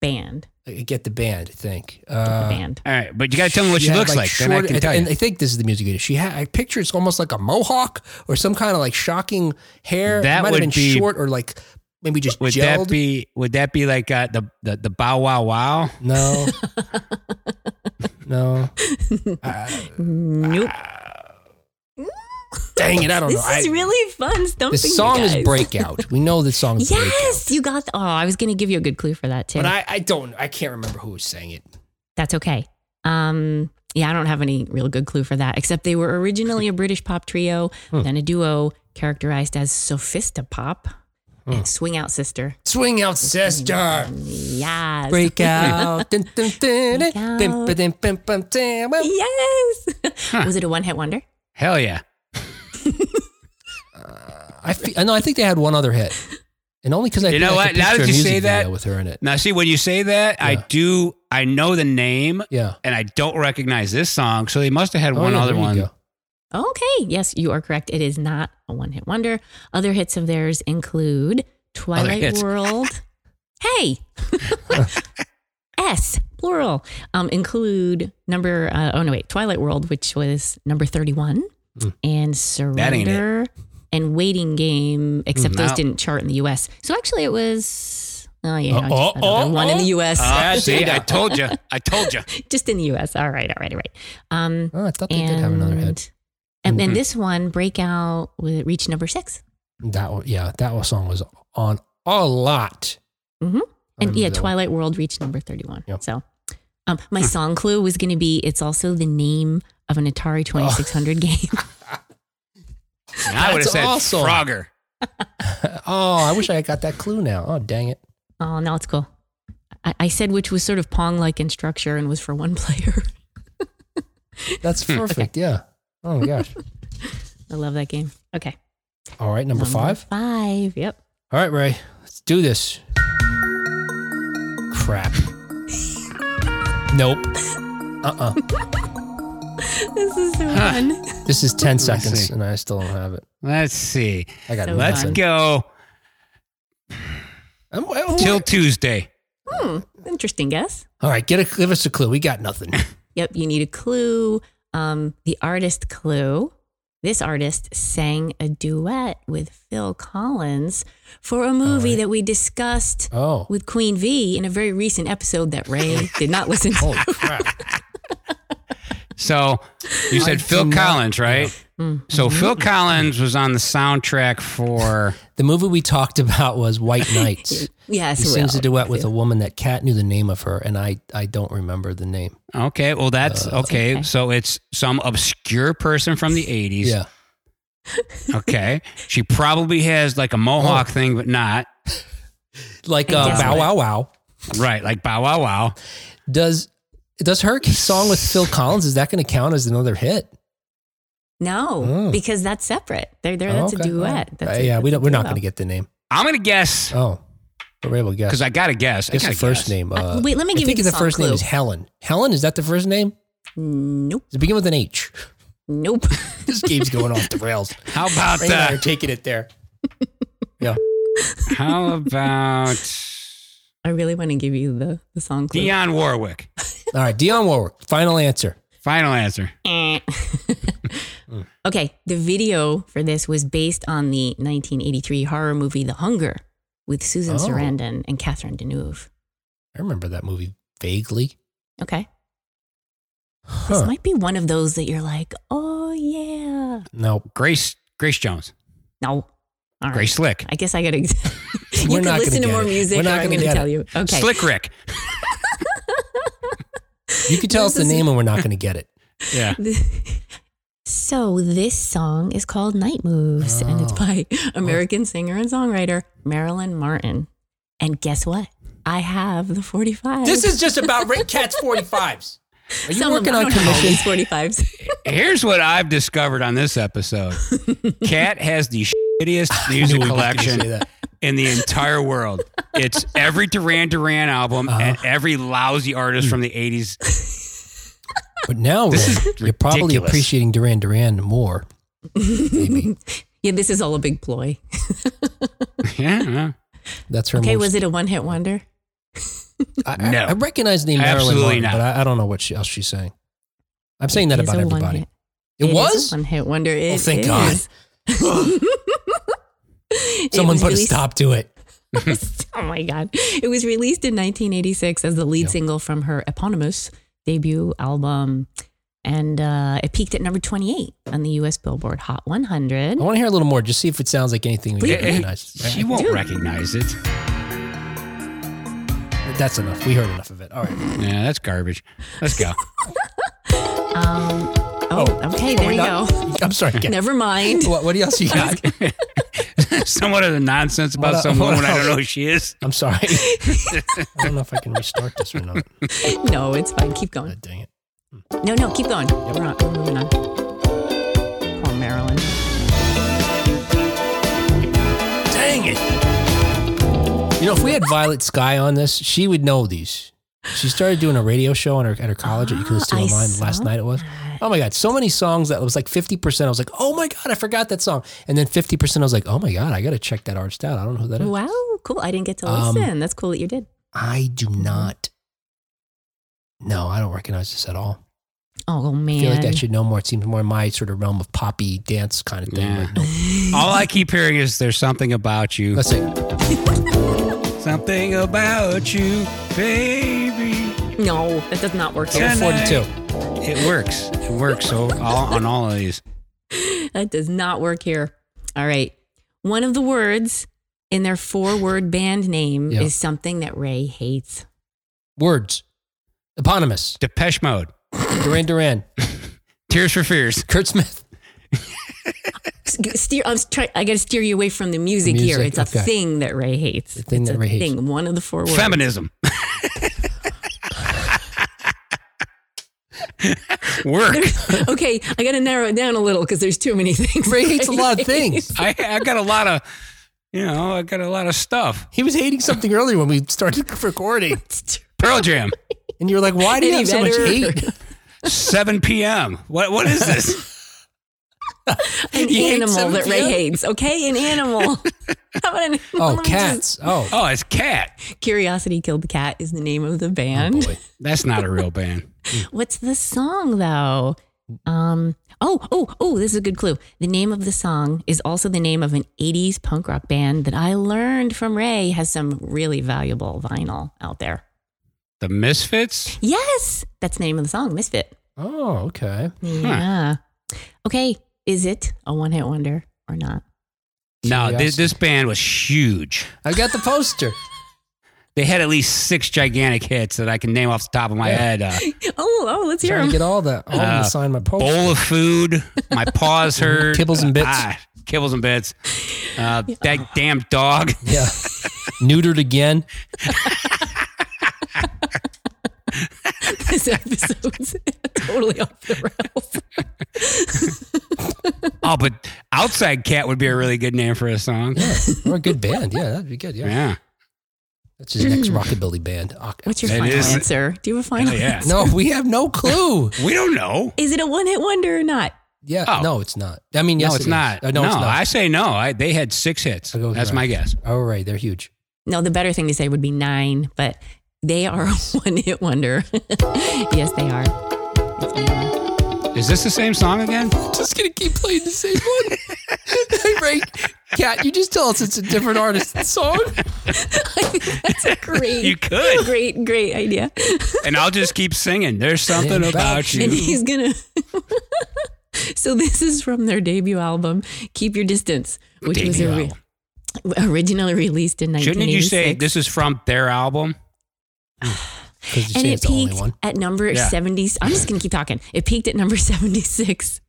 Speaker 4: band.
Speaker 2: Get the band, I think. Uh,
Speaker 4: band.
Speaker 3: All right, but you got to tell me what
Speaker 2: she
Speaker 3: she
Speaker 2: had,
Speaker 3: looks like.
Speaker 2: Short,
Speaker 3: then I can tell
Speaker 2: and
Speaker 3: you.
Speaker 2: I think this is the music video. She had. I picture it's almost like a mohawk or some kind of like shocking hair.
Speaker 3: That
Speaker 2: it might
Speaker 3: would
Speaker 2: have been
Speaker 3: be-
Speaker 2: short or like maybe just
Speaker 3: Would
Speaker 2: gelled.
Speaker 3: that be would that be like uh, the, the the bow wow wow?
Speaker 2: no, no. I-
Speaker 4: Nope.
Speaker 2: dang it! I don't
Speaker 4: This
Speaker 2: know. I-
Speaker 4: is really fun stumping
Speaker 2: the
Speaker 4: you
Speaker 2: song is
Speaker 4: guys.
Speaker 2: "Breakout." We know the song is "Breakout,"
Speaker 4: <laughs> Yes, you got. The, oh, I was gonna give you a good clue for that too.
Speaker 2: but I, I don't. I can't remember who sang it.
Speaker 4: That's okay. Um, yeah, I don't have any real good clue for that, except they were originally a British pop trio,
Speaker 2: Hmm.
Speaker 4: then a duo characterized as Sophista Pop
Speaker 2: Hmm.
Speaker 4: and Swing Out Sister.
Speaker 2: Swing out,
Speaker 4: <laughs>
Speaker 2: sister.
Speaker 4: Yes. <laughs>
Speaker 2: Breakout. Dun, dun, dun, dun.
Speaker 4: Breakout.
Speaker 2: Bim, ba, dim, bim, bum, dim, bum.
Speaker 4: Yes. Was it a one hit wonder?
Speaker 3: Hell yeah!
Speaker 2: I fe- I know. I think they had one other hit, and only because I
Speaker 3: You
Speaker 2: think
Speaker 3: know
Speaker 2: I
Speaker 3: what?
Speaker 2: could
Speaker 3: Now
Speaker 2: picture
Speaker 3: that
Speaker 2: a
Speaker 3: you
Speaker 2: music
Speaker 3: say that-
Speaker 2: video with her in it.
Speaker 3: Now see when you say that, I
Speaker 2: Yeah.
Speaker 3: do. I know the name,
Speaker 2: Yeah.
Speaker 3: and I don't recognize this song, so they must have had
Speaker 2: Oh,
Speaker 3: one
Speaker 2: yeah,
Speaker 3: other
Speaker 2: there you
Speaker 3: one.
Speaker 2: go.
Speaker 4: Okay. Yes, you are correct. It is not a one hit wonder. Other hits of theirs include Twilight
Speaker 3: hits. <laughs>
Speaker 4: World. hey. <laughs> S plural um, include number uh, oh no wait Twilight World which was number thirty one and
Speaker 3: Hmm. ain't it.
Speaker 4: Surrender and Waiting Game except
Speaker 3: Mm,
Speaker 4: those
Speaker 3: no.
Speaker 4: didn't chart in the U.S. So actually it was oh yeah
Speaker 2: Uh,
Speaker 4: I just
Speaker 2: oh,
Speaker 4: added
Speaker 2: oh,
Speaker 4: another one in the
Speaker 2: oh. <laughs>
Speaker 4: U.S. <laughs>
Speaker 3: Ah, see, I told you. I told you.
Speaker 4: just in the U.S. All right all right all right um,
Speaker 2: Oh, I thought they
Speaker 4: and
Speaker 2: did have another hit.
Speaker 4: and then
Speaker 3: Mhm.
Speaker 4: this one Breakout wa- reached number six.
Speaker 2: That one, yeah, that one song was on a lot.
Speaker 4: Mhm.
Speaker 2: I
Speaker 4: And
Speaker 2: remember
Speaker 4: yeah,
Speaker 2: that one.
Speaker 4: Twilight World reached number 31.
Speaker 2: Yep.
Speaker 4: So um, my song clue was going to be it's also the name of an
Speaker 2: <laughs>
Speaker 4: Atari 2600 game.
Speaker 3: And I would
Speaker 2: That's
Speaker 3: have said
Speaker 2: awesome.
Speaker 3: Frogger.
Speaker 2: Oh, I wish I had got that clue now. Oh, dang it!
Speaker 4: Oh, no, it's cool. I, I said which was sort of Pong like in structure and was for one <laughs> player.
Speaker 3: <laughs>
Speaker 2: That's perfect. yeah. Oh my
Speaker 4: <laughs>
Speaker 2: gosh.
Speaker 4: I love that game. Okay.
Speaker 2: All right, number five.
Speaker 4: Five. Yep.
Speaker 2: All right, Ray, let's do this. Crap. Nope. Uh uh
Speaker 4: This is the one.
Speaker 2: This
Speaker 3: <laughs>
Speaker 2: is 10
Speaker 3: me
Speaker 2: seconds
Speaker 3: see.
Speaker 2: and I still don't have it.
Speaker 3: Let's see.
Speaker 2: I got nothing.
Speaker 4: So
Speaker 3: Let's go
Speaker 2: I'm- I'm-
Speaker 3: till Tuesday.
Speaker 4: Interesting guess.
Speaker 2: All right, get a, give us a clue. We got
Speaker 4: <laughs>
Speaker 2: nothing.
Speaker 4: Yep. You need a clue. Um, the artist clue. This artist sang a duet with Phil Collins for a movie
Speaker 2: right.
Speaker 4: that we discussed
Speaker 2: Oh.
Speaker 4: with Queen V in a very recent episode that
Speaker 2: <laughs>
Speaker 4: Ray did not listen <laughs>
Speaker 2: Holy
Speaker 4: to.
Speaker 2: Ah, crap.
Speaker 3: So you
Speaker 2: I
Speaker 3: said Phil
Speaker 2: do not Mm-hmm.
Speaker 3: Collins, right?
Speaker 4: Mm.
Speaker 3: So Phil Collins was on the soundtrack for
Speaker 2: The movie we talked about was White
Speaker 4: <laughs>
Speaker 2: Nights.
Speaker 4: Yes,
Speaker 2: he sings a duet with a
Speaker 4: a.
Speaker 2: woman that Kat knew the name of her, and I, I don't remember the name.
Speaker 3: Okay, well that's
Speaker 2: Uh,
Speaker 3: okay.
Speaker 4: okay.
Speaker 3: So it's some obscure person from the 80s.
Speaker 2: Yeah.
Speaker 3: <laughs> Okay. She probably has like a mohawk
Speaker 2: Oh.
Speaker 3: thing but not.
Speaker 2: Like
Speaker 4: I
Speaker 2: uh,
Speaker 4: guess
Speaker 2: Bow Wow
Speaker 4: what-
Speaker 2: Wow.
Speaker 3: Right, like Bow Wow Wow.
Speaker 2: Does does her song with Phil Collins, is that going to count as another hit?
Speaker 4: No,
Speaker 2: Oh.
Speaker 4: because that's separate. They're there. That's
Speaker 2: Okay.
Speaker 4: a duet. That's
Speaker 2: Uh,
Speaker 4: a-
Speaker 2: yeah, we
Speaker 4: that's a
Speaker 2: don't, we're not
Speaker 4: duo.
Speaker 2: going to get the name.
Speaker 3: I'm going to guess
Speaker 2: Oh, but we're able to guess.
Speaker 3: cuz I got to guess. I
Speaker 2: Guess the
Speaker 3: gotta
Speaker 2: first
Speaker 3: guess.
Speaker 2: name.
Speaker 4: Uh,
Speaker 2: Uh,
Speaker 4: wait, let me
Speaker 2: I
Speaker 4: give you
Speaker 2: think
Speaker 4: the
Speaker 2: the
Speaker 4: song
Speaker 2: first name
Speaker 4: clue.
Speaker 2: is Helen. Helen, is that the first name?
Speaker 4: Nope.
Speaker 2: Does it begin with an H? <laughs>
Speaker 4: Nope. <laughs>
Speaker 2: this game's going off the
Speaker 3: <laughs>
Speaker 2: rails.
Speaker 3: How about
Speaker 2: Ray and I
Speaker 3: uh,
Speaker 2: are taking it there.
Speaker 3: <laughs> how about
Speaker 4: I really want to give you the, the song clue.
Speaker 3: Dion Warwick?
Speaker 2: All right, Dionne Warwick. Final answer.
Speaker 3: Final answer.
Speaker 4: Eh. <laughs> okay. The video for this was based on the 1983 horror movie The Hunger with Susan
Speaker 2: Oh.
Speaker 4: Sarandon and Catherine Deneuve.
Speaker 2: I remember that movie vaguely.
Speaker 4: Okay. This
Speaker 2: Huh.
Speaker 4: might be one of those that you're like, oh, yeah.
Speaker 2: No,
Speaker 3: Grace Grace Jones.
Speaker 4: No. All right.
Speaker 3: Grace Slick.
Speaker 4: I guess I gotta. <laughs> you
Speaker 2: We're
Speaker 4: can
Speaker 2: not gonna
Speaker 4: listen to
Speaker 2: get
Speaker 4: more
Speaker 2: it.
Speaker 4: music.
Speaker 2: We're not
Speaker 4: or I'm
Speaker 2: gonna
Speaker 4: gonna
Speaker 2: get
Speaker 4: tell
Speaker 2: it.
Speaker 4: you. Okay.
Speaker 3: Slick Rick.
Speaker 2: you could
Speaker 4: <laughs>
Speaker 2: tell us the
Speaker 4: This is-
Speaker 2: name and we're not going to get it. <laughs>
Speaker 3: Yeah.
Speaker 4: <laughs> So this song is called Night Moves, and it's
Speaker 2: Oh.
Speaker 4: by <laughs> American singer and songwriter Marilyn Martin. And guess what? I have the 45.
Speaker 2: This is just about Rick Cat's
Speaker 3: <laughs>
Speaker 2: 45s. Are you
Speaker 4: Some of
Speaker 2: working
Speaker 4: them-
Speaker 2: on
Speaker 4: I don't know all
Speaker 2: commission?
Speaker 4: these 45s.
Speaker 3: Here's what I've discovered on
Speaker 2: <laughs>
Speaker 3: this episode. Cat has the shittiest music collection
Speaker 2: Say that. <laughs>
Speaker 3: in the entire world. It's every Duran Duran album and
Speaker 2: Uh-huh.
Speaker 3: every lousy artist from
Speaker 2: <laughs>
Speaker 3: the 80s.
Speaker 2: But now Ray,
Speaker 3: This is
Speaker 2: you're probably
Speaker 3: ridiculous.
Speaker 2: appreciating Duran Duran more. Maybe.
Speaker 4: Yeah, this is all a big ploy.
Speaker 3: yeah.
Speaker 2: That's her
Speaker 4: Okay,
Speaker 2: most
Speaker 4: was it a one hit wonder?
Speaker 2: I,
Speaker 3: No.
Speaker 2: I, I recognize the name Marilyn
Speaker 3: Absolutely
Speaker 2: Martin,
Speaker 3: not.
Speaker 2: but I, I don't know what she, else she's saying. I'm saying that
Speaker 4: It is
Speaker 2: about
Speaker 4: a one
Speaker 2: everybody.
Speaker 4: hit-
Speaker 2: It,
Speaker 4: is a
Speaker 2: was? Oh,
Speaker 4: one-hit wonder. It
Speaker 2: thank God.
Speaker 4: <laughs> is. It
Speaker 2: Someone
Speaker 4: was
Speaker 2: put
Speaker 4: released-
Speaker 2: a stop to it.
Speaker 4: <laughs> oh my God. It was released in 1986 as the lead
Speaker 2: Yeah.
Speaker 4: single from her eponymous debut album. And uh, it peaked at number 28 on the US Billboard Hot 100.
Speaker 2: I want to hear a little more. Just see if it sounds like anything we
Speaker 3: It- it-
Speaker 2: recognize.
Speaker 3: she won't
Speaker 4: Dude.
Speaker 3: recognize it.
Speaker 2: That's enough. We heard enough of it. All right.
Speaker 3: Yeah, that's garbage.
Speaker 2: <laughs>
Speaker 3: Let's go. <laughs>
Speaker 4: Um, oh, okay. There
Speaker 2: We're
Speaker 4: you
Speaker 2: not-
Speaker 4: go. <laughs>
Speaker 2: <laughs> I'm sorry. Ken.
Speaker 4: Never
Speaker 2: <laughs>
Speaker 4: mind.
Speaker 2: What, what
Speaker 4: <laughs>
Speaker 2: else you got?
Speaker 3: Somewhat of the nonsense about
Speaker 2: What
Speaker 3: some
Speaker 2: el- what
Speaker 3: woman I don't
Speaker 2: else?
Speaker 3: know who she is.
Speaker 2: I'm sorry.
Speaker 4: <laughs>
Speaker 2: I don't know if I can restart this or not.
Speaker 4: No, it's fine. Keep
Speaker 2: Ah,
Speaker 4: going.
Speaker 2: dang it.
Speaker 4: No, no, keep going. We're, on, we're moving on. Poor Marilyn.
Speaker 2: Dang it. You know, if we had Violet Sky on this, she would know these. She started doing a radio show on her, at her college at
Speaker 4: Ah,
Speaker 2: Euclid State
Speaker 4: <gasps> I
Speaker 2: Online
Speaker 4: saw
Speaker 2: last night. It was.
Speaker 4: that.
Speaker 2: Oh my God. So many songs that was like 50%. I was like, oh my God, I forgot that song. And then 50%, I was like, oh my God, I got to check that artist out. I don't know who that is.
Speaker 4: Wow, cool. I didn't get to
Speaker 2: Um,
Speaker 4: listen. That's cool that you did.
Speaker 2: I do not. No, I don't recognize this at all.
Speaker 4: Oh, man.
Speaker 2: I feel like I should know more. It seems more my sort of realm of poppy dance kind of thing.
Speaker 3: Yeah.
Speaker 2: Like, no.
Speaker 3: All I keep hearing is there's something about you.
Speaker 2: Let's see.
Speaker 3: Something about you, baby.
Speaker 4: No, that does not work here.
Speaker 3: Ten-
Speaker 2: 42.
Speaker 3: It works. It works so all, on all of these.
Speaker 4: That does not work here. All right. One of the words in their four word band name
Speaker 2: Yeah.
Speaker 4: is something that Ray hates.
Speaker 2: Words. Eponymous.
Speaker 3: Depeche Mode,
Speaker 2: Duran Duran.
Speaker 3: Tears for Fears.
Speaker 2: Kurt Smith.
Speaker 4: Sc- Steer, I'm try, I got to steer you away from the music,
Speaker 2: Music,
Speaker 4: here. It's a
Speaker 2: okay.
Speaker 4: thing that Ray hates.
Speaker 2: The thing
Speaker 4: it's
Speaker 2: that
Speaker 4: a
Speaker 2: Ray hates.
Speaker 4: thing. One of the four words.
Speaker 3: Feminism. <laughs> Work.
Speaker 4: <laughs> okay, I got to narrow it down a little because there's too many
Speaker 2: <laughs>
Speaker 4: things. <laughs>
Speaker 2: Ray hates a lot of things.
Speaker 3: I, I got a lot of, you know, I got a lot of stuff.
Speaker 2: He was hating something earlier when we started <laughs> recording.
Speaker 4: things.
Speaker 3: Pearl Jam,
Speaker 2: And you were like, why do you
Speaker 4: Any
Speaker 2: have so much
Speaker 4: better?
Speaker 2: <laughs> hate?
Speaker 3: 7 p.m. What What is this?
Speaker 4: <laughs> An
Speaker 2: He hates
Speaker 4: animal that Ray
Speaker 2: something?
Speaker 4: hates. Okay, an animal. <laughs> How about an
Speaker 2: Oh,
Speaker 4: animal?
Speaker 2: cats. Oh,
Speaker 3: Oh, it's Cat.
Speaker 4: Curiosity Killed the Cat is the name of the band.
Speaker 2: boy.
Speaker 3: That's not a real band.
Speaker 4: What's the song though? Um oh, oh, oh, this is a good clue. The name of the song is also the name of an 80s punk rock band that I learned from Ray has some really valuable vinyl out there.
Speaker 3: The Misfits.
Speaker 4: Yes, that's the name of the song, Misfit.
Speaker 2: Oh, okay.
Speaker 4: Hmm. Yeah. Okay, is it a one-hit wonder or not?
Speaker 3: No, this,
Speaker 2: Curiosity.
Speaker 3: this band was huge.
Speaker 2: I've got the <laughs> poster.
Speaker 3: They had at least six gigantic hits that I can name off the top of my
Speaker 2: Yeah.
Speaker 3: head. Uh,
Speaker 4: Oh, oh, let's hear
Speaker 2: trying to
Speaker 4: them.
Speaker 2: get all the all
Speaker 3: Uh,
Speaker 2: to sign my poster.
Speaker 3: bowl of food. My paws
Speaker 2: <laughs>
Speaker 3: hurt.
Speaker 2: Kibbles and bits.
Speaker 3: Ah, kibbles and bits. Uh, that damn dog.
Speaker 2: <laughs>
Speaker 3: <laughs>
Speaker 2: yeah. Neutered again.
Speaker 4: This episode's <laughs> totally off the rails.
Speaker 3: Oh, but outside cat would be a really good name for a song.
Speaker 2: Yeah. Or a good band. Yeah, that'd be good. Yeah.
Speaker 3: Yeah.
Speaker 2: That's his next rockabilly band. Oh,
Speaker 4: What's your
Speaker 3: It
Speaker 4: final
Speaker 3: is-
Speaker 4: answer? Do you have a final
Speaker 3: Hell yeah.
Speaker 4: answer?
Speaker 2: No, we have no clue.
Speaker 3: We don't know.
Speaker 4: Is it a one-hit wonder or not?
Speaker 2: Yeah.
Speaker 3: Oh.
Speaker 2: No, it's not. I mean, yes,
Speaker 3: no, it's
Speaker 2: it is.
Speaker 3: not.
Speaker 2: Uh,
Speaker 3: no,
Speaker 2: no, it's not.
Speaker 3: I say no. I, they had six hits.
Speaker 2: I'll go with
Speaker 3: That's
Speaker 2: that.
Speaker 3: my guess.
Speaker 2: All Oh, right, they're huge.
Speaker 4: No, the better thing to say would be nine, but they are <laughs> a one hit wonder. <laughs> yes, they are. It's nine.
Speaker 3: Is this the same song again?
Speaker 2: Just gonna keep <laughs> playing the <laughs> same one. hey, Ray, Cat, you just tell us it's a different artist and <laughs> song.
Speaker 4: I think <laughs> That's a great,
Speaker 2: <laughs>
Speaker 3: You could.
Speaker 4: <laughs> great, great idea.
Speaker 3: And I'll just keep singing. There's something
Speaker 2: About
Speaker 3: about
Speaker 4: And
Speaker 3: you.
Speaker 4: he's gonna. <laughs> so this is from their debut album, Keep Your Distance, which was
Speaker 3: Debut
Speaker 4: ori- originally released in
Speaker 3: Shouldn't
Speaker 4: 1986.
Speaker 3: you say this is from their album?
Speaker 2: Because you
Speaker 4: and
Speaker 2: say
Speaker 4: it
Speaker 2: it's the only
Speaker 4: peaked
Speaker 2: one.
Speaker 4: at number
Speaker 3: Yeah.
Speaker 4: 70 i'm just gonna keep talking it peaked at number <laughs> 76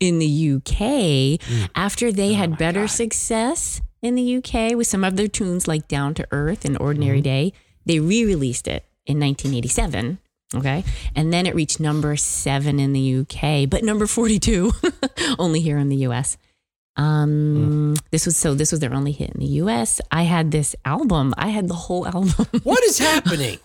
Speaker 4: in the uk
Speaker 2: Hmm.
Speaker 4: after they
Speaker 2: Oh
Speaker 4: had better success in the uk with some of their tunes like down to earth and ordinary
Speaker 2: Hmm.
Speaker 4: day they re-released it in 1987 okay and then it reached number seven in the uk but number 42 <laughs> only here in the us
Speaker 2: Hmm.
Speaker 4: um this was so this was their only hit in the us i had this album i had the whole <laughs> album
Speaker 2: What is happening?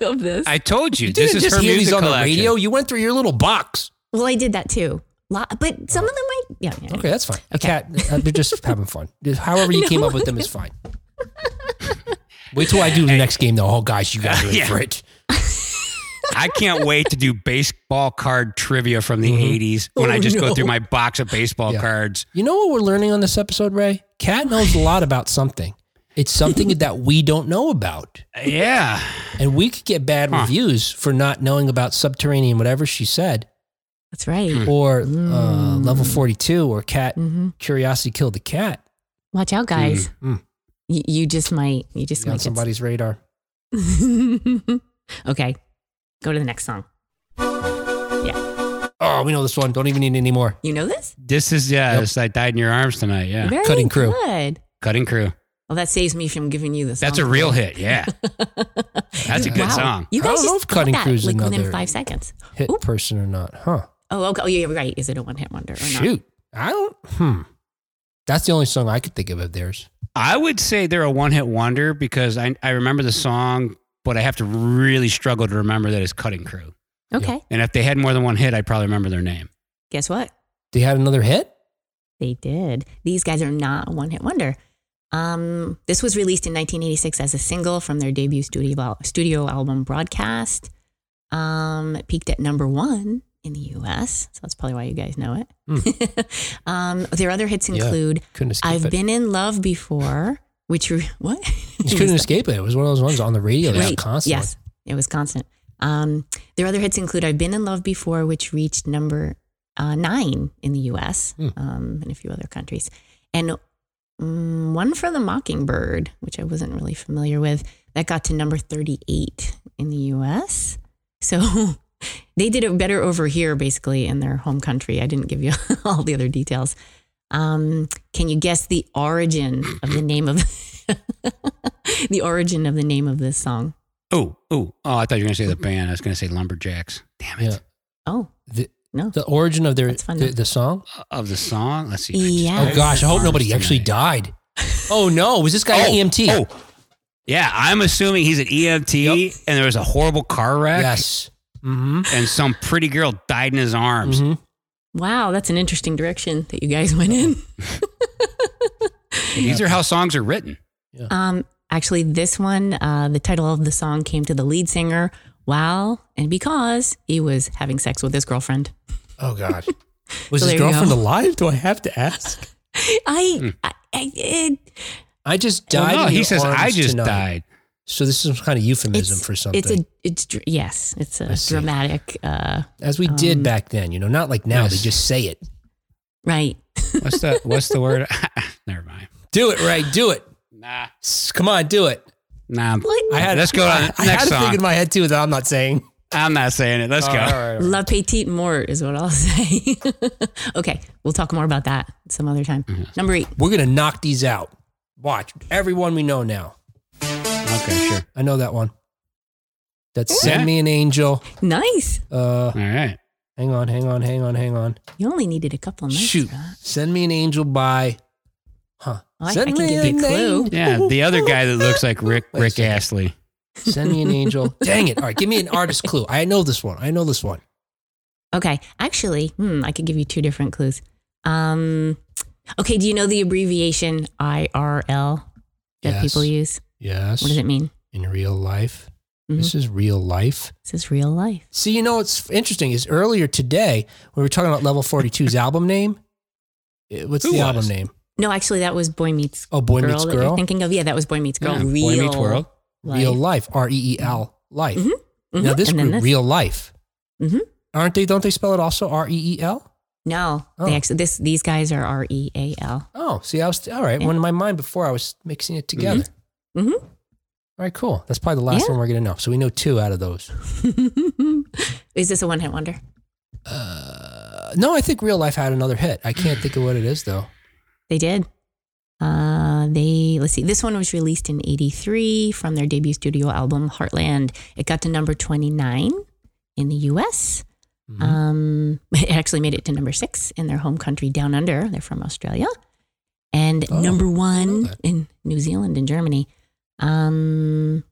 Speaker 4: of this
Speaker 3: I told you.
Speaker 2: You
Speaker 3: <laughs> this
Speaker 2: didn't
Speaker 3: is
Speaker 2: just
Speaker 3: her
Speaker 2: hear
Speaker 3: music
Speaker 2: these on the
Speaker 3: collection.
Speaker 2: radio. You went through your little box.
Speaker 4: Well, I did that too. Lo- But some of them I, yeah. yeah.
Speaker 2: Okay, that's fine.
Speaker 4: Okay. <laughs>
Speaker 2: Cat, uh, they're just having fun. Just However you came up with them is fine. Wait till I do the next game, though. Oh, guys, you guys are in
Speaker 3: Yeah.
Speaker 2: for it.
Speaker 3: I can't wait to do baseball card trivia from the
Speaker 2: Mhm. <laughs>
Speaker 3: 80s when
Speaker 2: Oh,
Speaker 3: I just
Speaker 2: no.
Speaker 3: go through my box of baseball
Speaker 2: Yeah.
Speaker 3: cards.
Speaker 2: You know what we're learning on this episode, Ray? Cat knows a lot about something. It's something that we don't know about.
Speaker 3: Yeah.
Speaker 2: And we could get bad
Speaker 3: Huh.
Speaker 2: reviews for not knowing about subterranean, whatever she said,
Speaker 4: That's right.
Speaker 3: Hmm.
Speaker 2: or uh,
Speaker 4: Mm.
Speaker 2: level 42, or cat
Speaker 4: hmm
Speaker 2: curiosity killed the cat.
Speaker 4: Watch out, guys.
Speaker 2: Mm, mm.
Speaker 4: Y- you just might. You just
Speaker 2: It's on
Speaker 4: might. get-
Speaker 2: somebody's radar.
Speaker 4: <laughs> okay. Go to the next song.
Speaker 2: Oh, we know this one. Don't even need any more.
Speaker 4: You know this?
Speaker 3: This is, yeah,
Speaker 2: Yep.
Speaker 3: it's I died in your arms tonight. Yeah.
Speaker 4: Very
Speaker 2: Cutting Crew.
Speaker 4: Good.
Speaker 3: Cutting crew.
Speaker 4: Well, that saves me from giving you the song.
Speaker 3: That's a real hit. Yeah. That's a good
Speaker 4: Wow.
Speaker 3: song.
Speaker 4: You
Speaker 2: I don't
Speaker 4: guys
Speaker 2: know
Speaker 4: just
Speaker 2: if Cutting
Speaker 4: got that,
Speaker 2: Crew's
Speaker 4: like
Speaker 2: another-
Speaker 4: within five seconds.
Speaker 2: Hit
Speaker 4: Oop.
Speaker 2: person or not, huh?
Speaker 4: Oh, okay. Oh, yeah, you're right. Is it a one hit wonder or not?
Speaker 2: Shoot. I don't, hmm. That's the only song I could think of of theirs.
Speaker 3: <laughs> I would say they're a one hit wonder because I, I remember the song, but I have to really struggle to remember that it's Cutting Crew.
Speaker 4: Okay.
Speaker 3: And if they had more than one hit, I'd probably remember their name.
Speaker 4: Guess what?
Speaker 2: They had another hit?
Speaker 4: They did. These guys are not a one hit wonder. Um, this was released in 1986 as a single from their debut studio, al- studio album Broadcast. Um, it peaked at number one in the US. So that's probably why you guys know it. <laughs> um, their other hits
Speaker 2: Hmm. Yeah.
Speaker 4: include
Speaker 2: Couldn't escape
Speaker 4: I've
Speaker 2: it.
Speaker 4: Been in Love Before, which, re- what? <laughs>
Speaker 2: You couldn't escape it. It was one of those ones on the radio that
Speaker 4: Right.
Speaker 2: constantly.
Speaker 4: Yes, it was constant. Um, their other hits include "I've Been in Love Before," which reached number uh, nine in the U.S.
Speaker 2: Hmm.
Speaker 4: Um, and a few other countries, and mm, one for the Mockingbird, which I wasn't really familiar with, that got to number thirty-eight in the U.S. So <laughs> they did it better over here, basically in their home country. I didn't give you <laughs> all the other details. Um, can you guess the origin of the name of <laughs> the origin of the name of this song?
Speaker 3: Oh, oh, oh, I thought you were going to say the band. I was going to say Lumberjacks. Damn it.
Speaker 2: Yeah.
Speaker 4: Oh
Speaker 2: The,
Speaker 4: no!
Speaker 2: the origin of their
Speaker 4: That's fun,
Speaker 2: the,
Speaker 4: though.
Speaker 2: the song.
Speaker 3: Of the song? Let's see.
Speaker 4: Yeah.
Speaker 2: Oh gosh, I hope nobody actually
Speaker 4: <laughs>
Speaker 2: died. Oh no, was this guy
Speaker 3: Oh,
Speaker 2: an EMT?
Speaker 3: Oh, yeah. I'm assuming he's an EMT and there was a horrible car wreck.
Speaker 2: yes. Mm-hmm.
Speaker 3: And some pretty girl died in his arms.
Speaker 2: Mhm.
Speaker 4: Wow, that's an interesting direction that you guys went
Speaker 2: <laughs>
Speaker 4: in.
Speaker 2: Mm-hmm.
Speaker 3: These are how songs are written.
Speaker 4: Um, actually, this one, uh, the title of the song came to the lead singer while and because he was having sex with his girlfriend.
Speaker 2: Oh god. <laughs> Was his
Speaker 4: So there you
Speaker 2: girlfriend
Speaker 4: go.
Speaker 2: alive? Do I have to ask?
Speaker 4: <laughs>
Speaker 2: Hmm.
Speaker 4: I, I, I it,
Speaker 2: I just
Speaker 3: Well,
Speaker 2: died.
Speaker 3: Oh, no,
Speaker 2: in
Speaker 3: he
Speaker 2: your
Speaker 3: says,
Speaker 2: arms
Speaker 3: I just
Speaker 2: tonight."
Speaker 3: died.
Speaker 2: So this is some kind of euphemism for something.
Speaker 4: it's a, it's dr- yes, it's
Speaker 2: I
Speaker 4: a
Speaker 2: see.
Speaker 4: dramatic, uh,
Speaker 2: As we did
Speaker 4: um,
Speaker 2: back then, you know, not like now. They
Speaker 3: Yes.
Speaker 2: just say it.
Speaker 4: right?
Speaker 3: What's the, what's the word? <laughs> Never mind.
Speaker 2: Do it, Ray. Do it.
Speaker 3: Nah.
Speaker 2: S- Come on, do it.
Speaker 3: Nah.
Speaker 4: What?
Speaker 2: I had
Speaker 3: Let's go to
Speaker 2: I,
Speaker 3: the
Speaker 2: I
Speaker 3: next
Speaker 2: had a
Speaker 3: song.
Speaker 2: thing in my head too that I'm not saying.
Speaker 3: I'm not saying it. Let's
Speaker 2: All
Speaker 3: go.
Speaker 2: right, all right, all right.
Speaker 4: La petite mort is what I'll <laughs> say. okay, we'll talk more about that some other time.
Speaker 2: Mm-hmm.
Speaker 4: Number eight.
Speaker 2: We're gonna knock these out. Watch everyone we know now.
Speaker 3: Okay, sure.
Speaker 2: I know that one. That's send
Speaker 3: Yeah.
Speaker 2: me an angel.
Speaker 4: Nice.
Speaker 2: Uh,
Speaker 3: All right.
Speaker 2: hang on, hang on, hang on, hang on.
Speaker 4: You only needed a couple nights.
Speaker 2: Shoot,
Speaker 4: huh?
Speaker 2: send me an angel by, huh?
Speaker 4: Oh, I- I
Speaker 2: send
Speaker 4: can give you a clue.
Speaker 3: Yeah, the other guy that looks like Rick
Speaker 2: Wait a
Speaker 3: Rick
Speaker 2: second.
Speaker 3: Astley.
Speaker 2: Send me an angel. Dang it! All right, give me an artist clue. I know this one. I know this one.
Speaker 4: Okay. Actually, hmm, I could give you two different clues. Um, okay. Do you know the abbreviation IRL that
Speaker 2: Yes.
Speaker 4: people use?
Speaker 2: Yes.
Speaker 4: What does it mean?
Speaker 2: In real life,
Speaker 4: Mhm.
Speaker 2: this is real life.
Speaker 4: This is real life.
Speaker 2: See, you know what's interesting is earlier today we were talking about Level
Speaker 4: <laughs>
Speaker 2: 42's album name. It- What's
Speaker 3: Who
Speaker 2: the
Speaker 3: was?
Speaker 2: album name?
Speaker 4: No, actually, that was Boy Meets
Speaker 2: Oh, Boy
Speaker 4: Girl
Speaker 2: Meets
Speaker 4: that you're
Speaker 2: Girl.
Speaker 4: thinking of. Yeah, that was Boy Meets Girl.
Speaker 3: Yeah, Boy
Speaker 4: real
Speaker 3: Meets World.
Speaker 4: life.
Speaker 2: Real life. R E E L life.
Speaker 4: Mhm. Mhm,
Speaker 2: Now this
Speaker 4: and
Speaker 2: group,
Speaker 4: then
Speaker 2: real life.
Speaker 4: Mhm.
Speaker 2: Aren't they? Don't they spell it also R E E L?
Speaker 4: No,
Speaker 2: Oh.
Speaker 4: they actually this these guys are R E A L.
Speaker 2: Oh, see, I was all right.
Speaker 4: Yeah. Mm-hmm.
Speaker 2: When in my mind before, I was mixing it together.
Speaker 4: Mhm. Mhm.
Speaker 2: All right, cool. That's probably the last
Speaker 4: Yeah.
Speaker 2: one we're gonna know. So we know two out of those.
Speaker 4: <laughs> is this a one hit wonder?
Speaker 2: Uh, no, I think real life had another hit. I can't think of what it is though.
Speaker 4: They did. Uh, they let's see. This one was released in '83 from their debut studio album Heartland. It got to number 29 in the U.S.
Speaker 2: Mm-hmm.
Speaker 4: Um, <laughs> it actually made it to number six in their home country, Down Under. They're from Australia, and
Speaker 2: Oh,
Speaker 4: number
Speaker 2: know
Speaker 4: one
Speaker 2: that.
Speaker 4: in New Zealand and Germany. Um,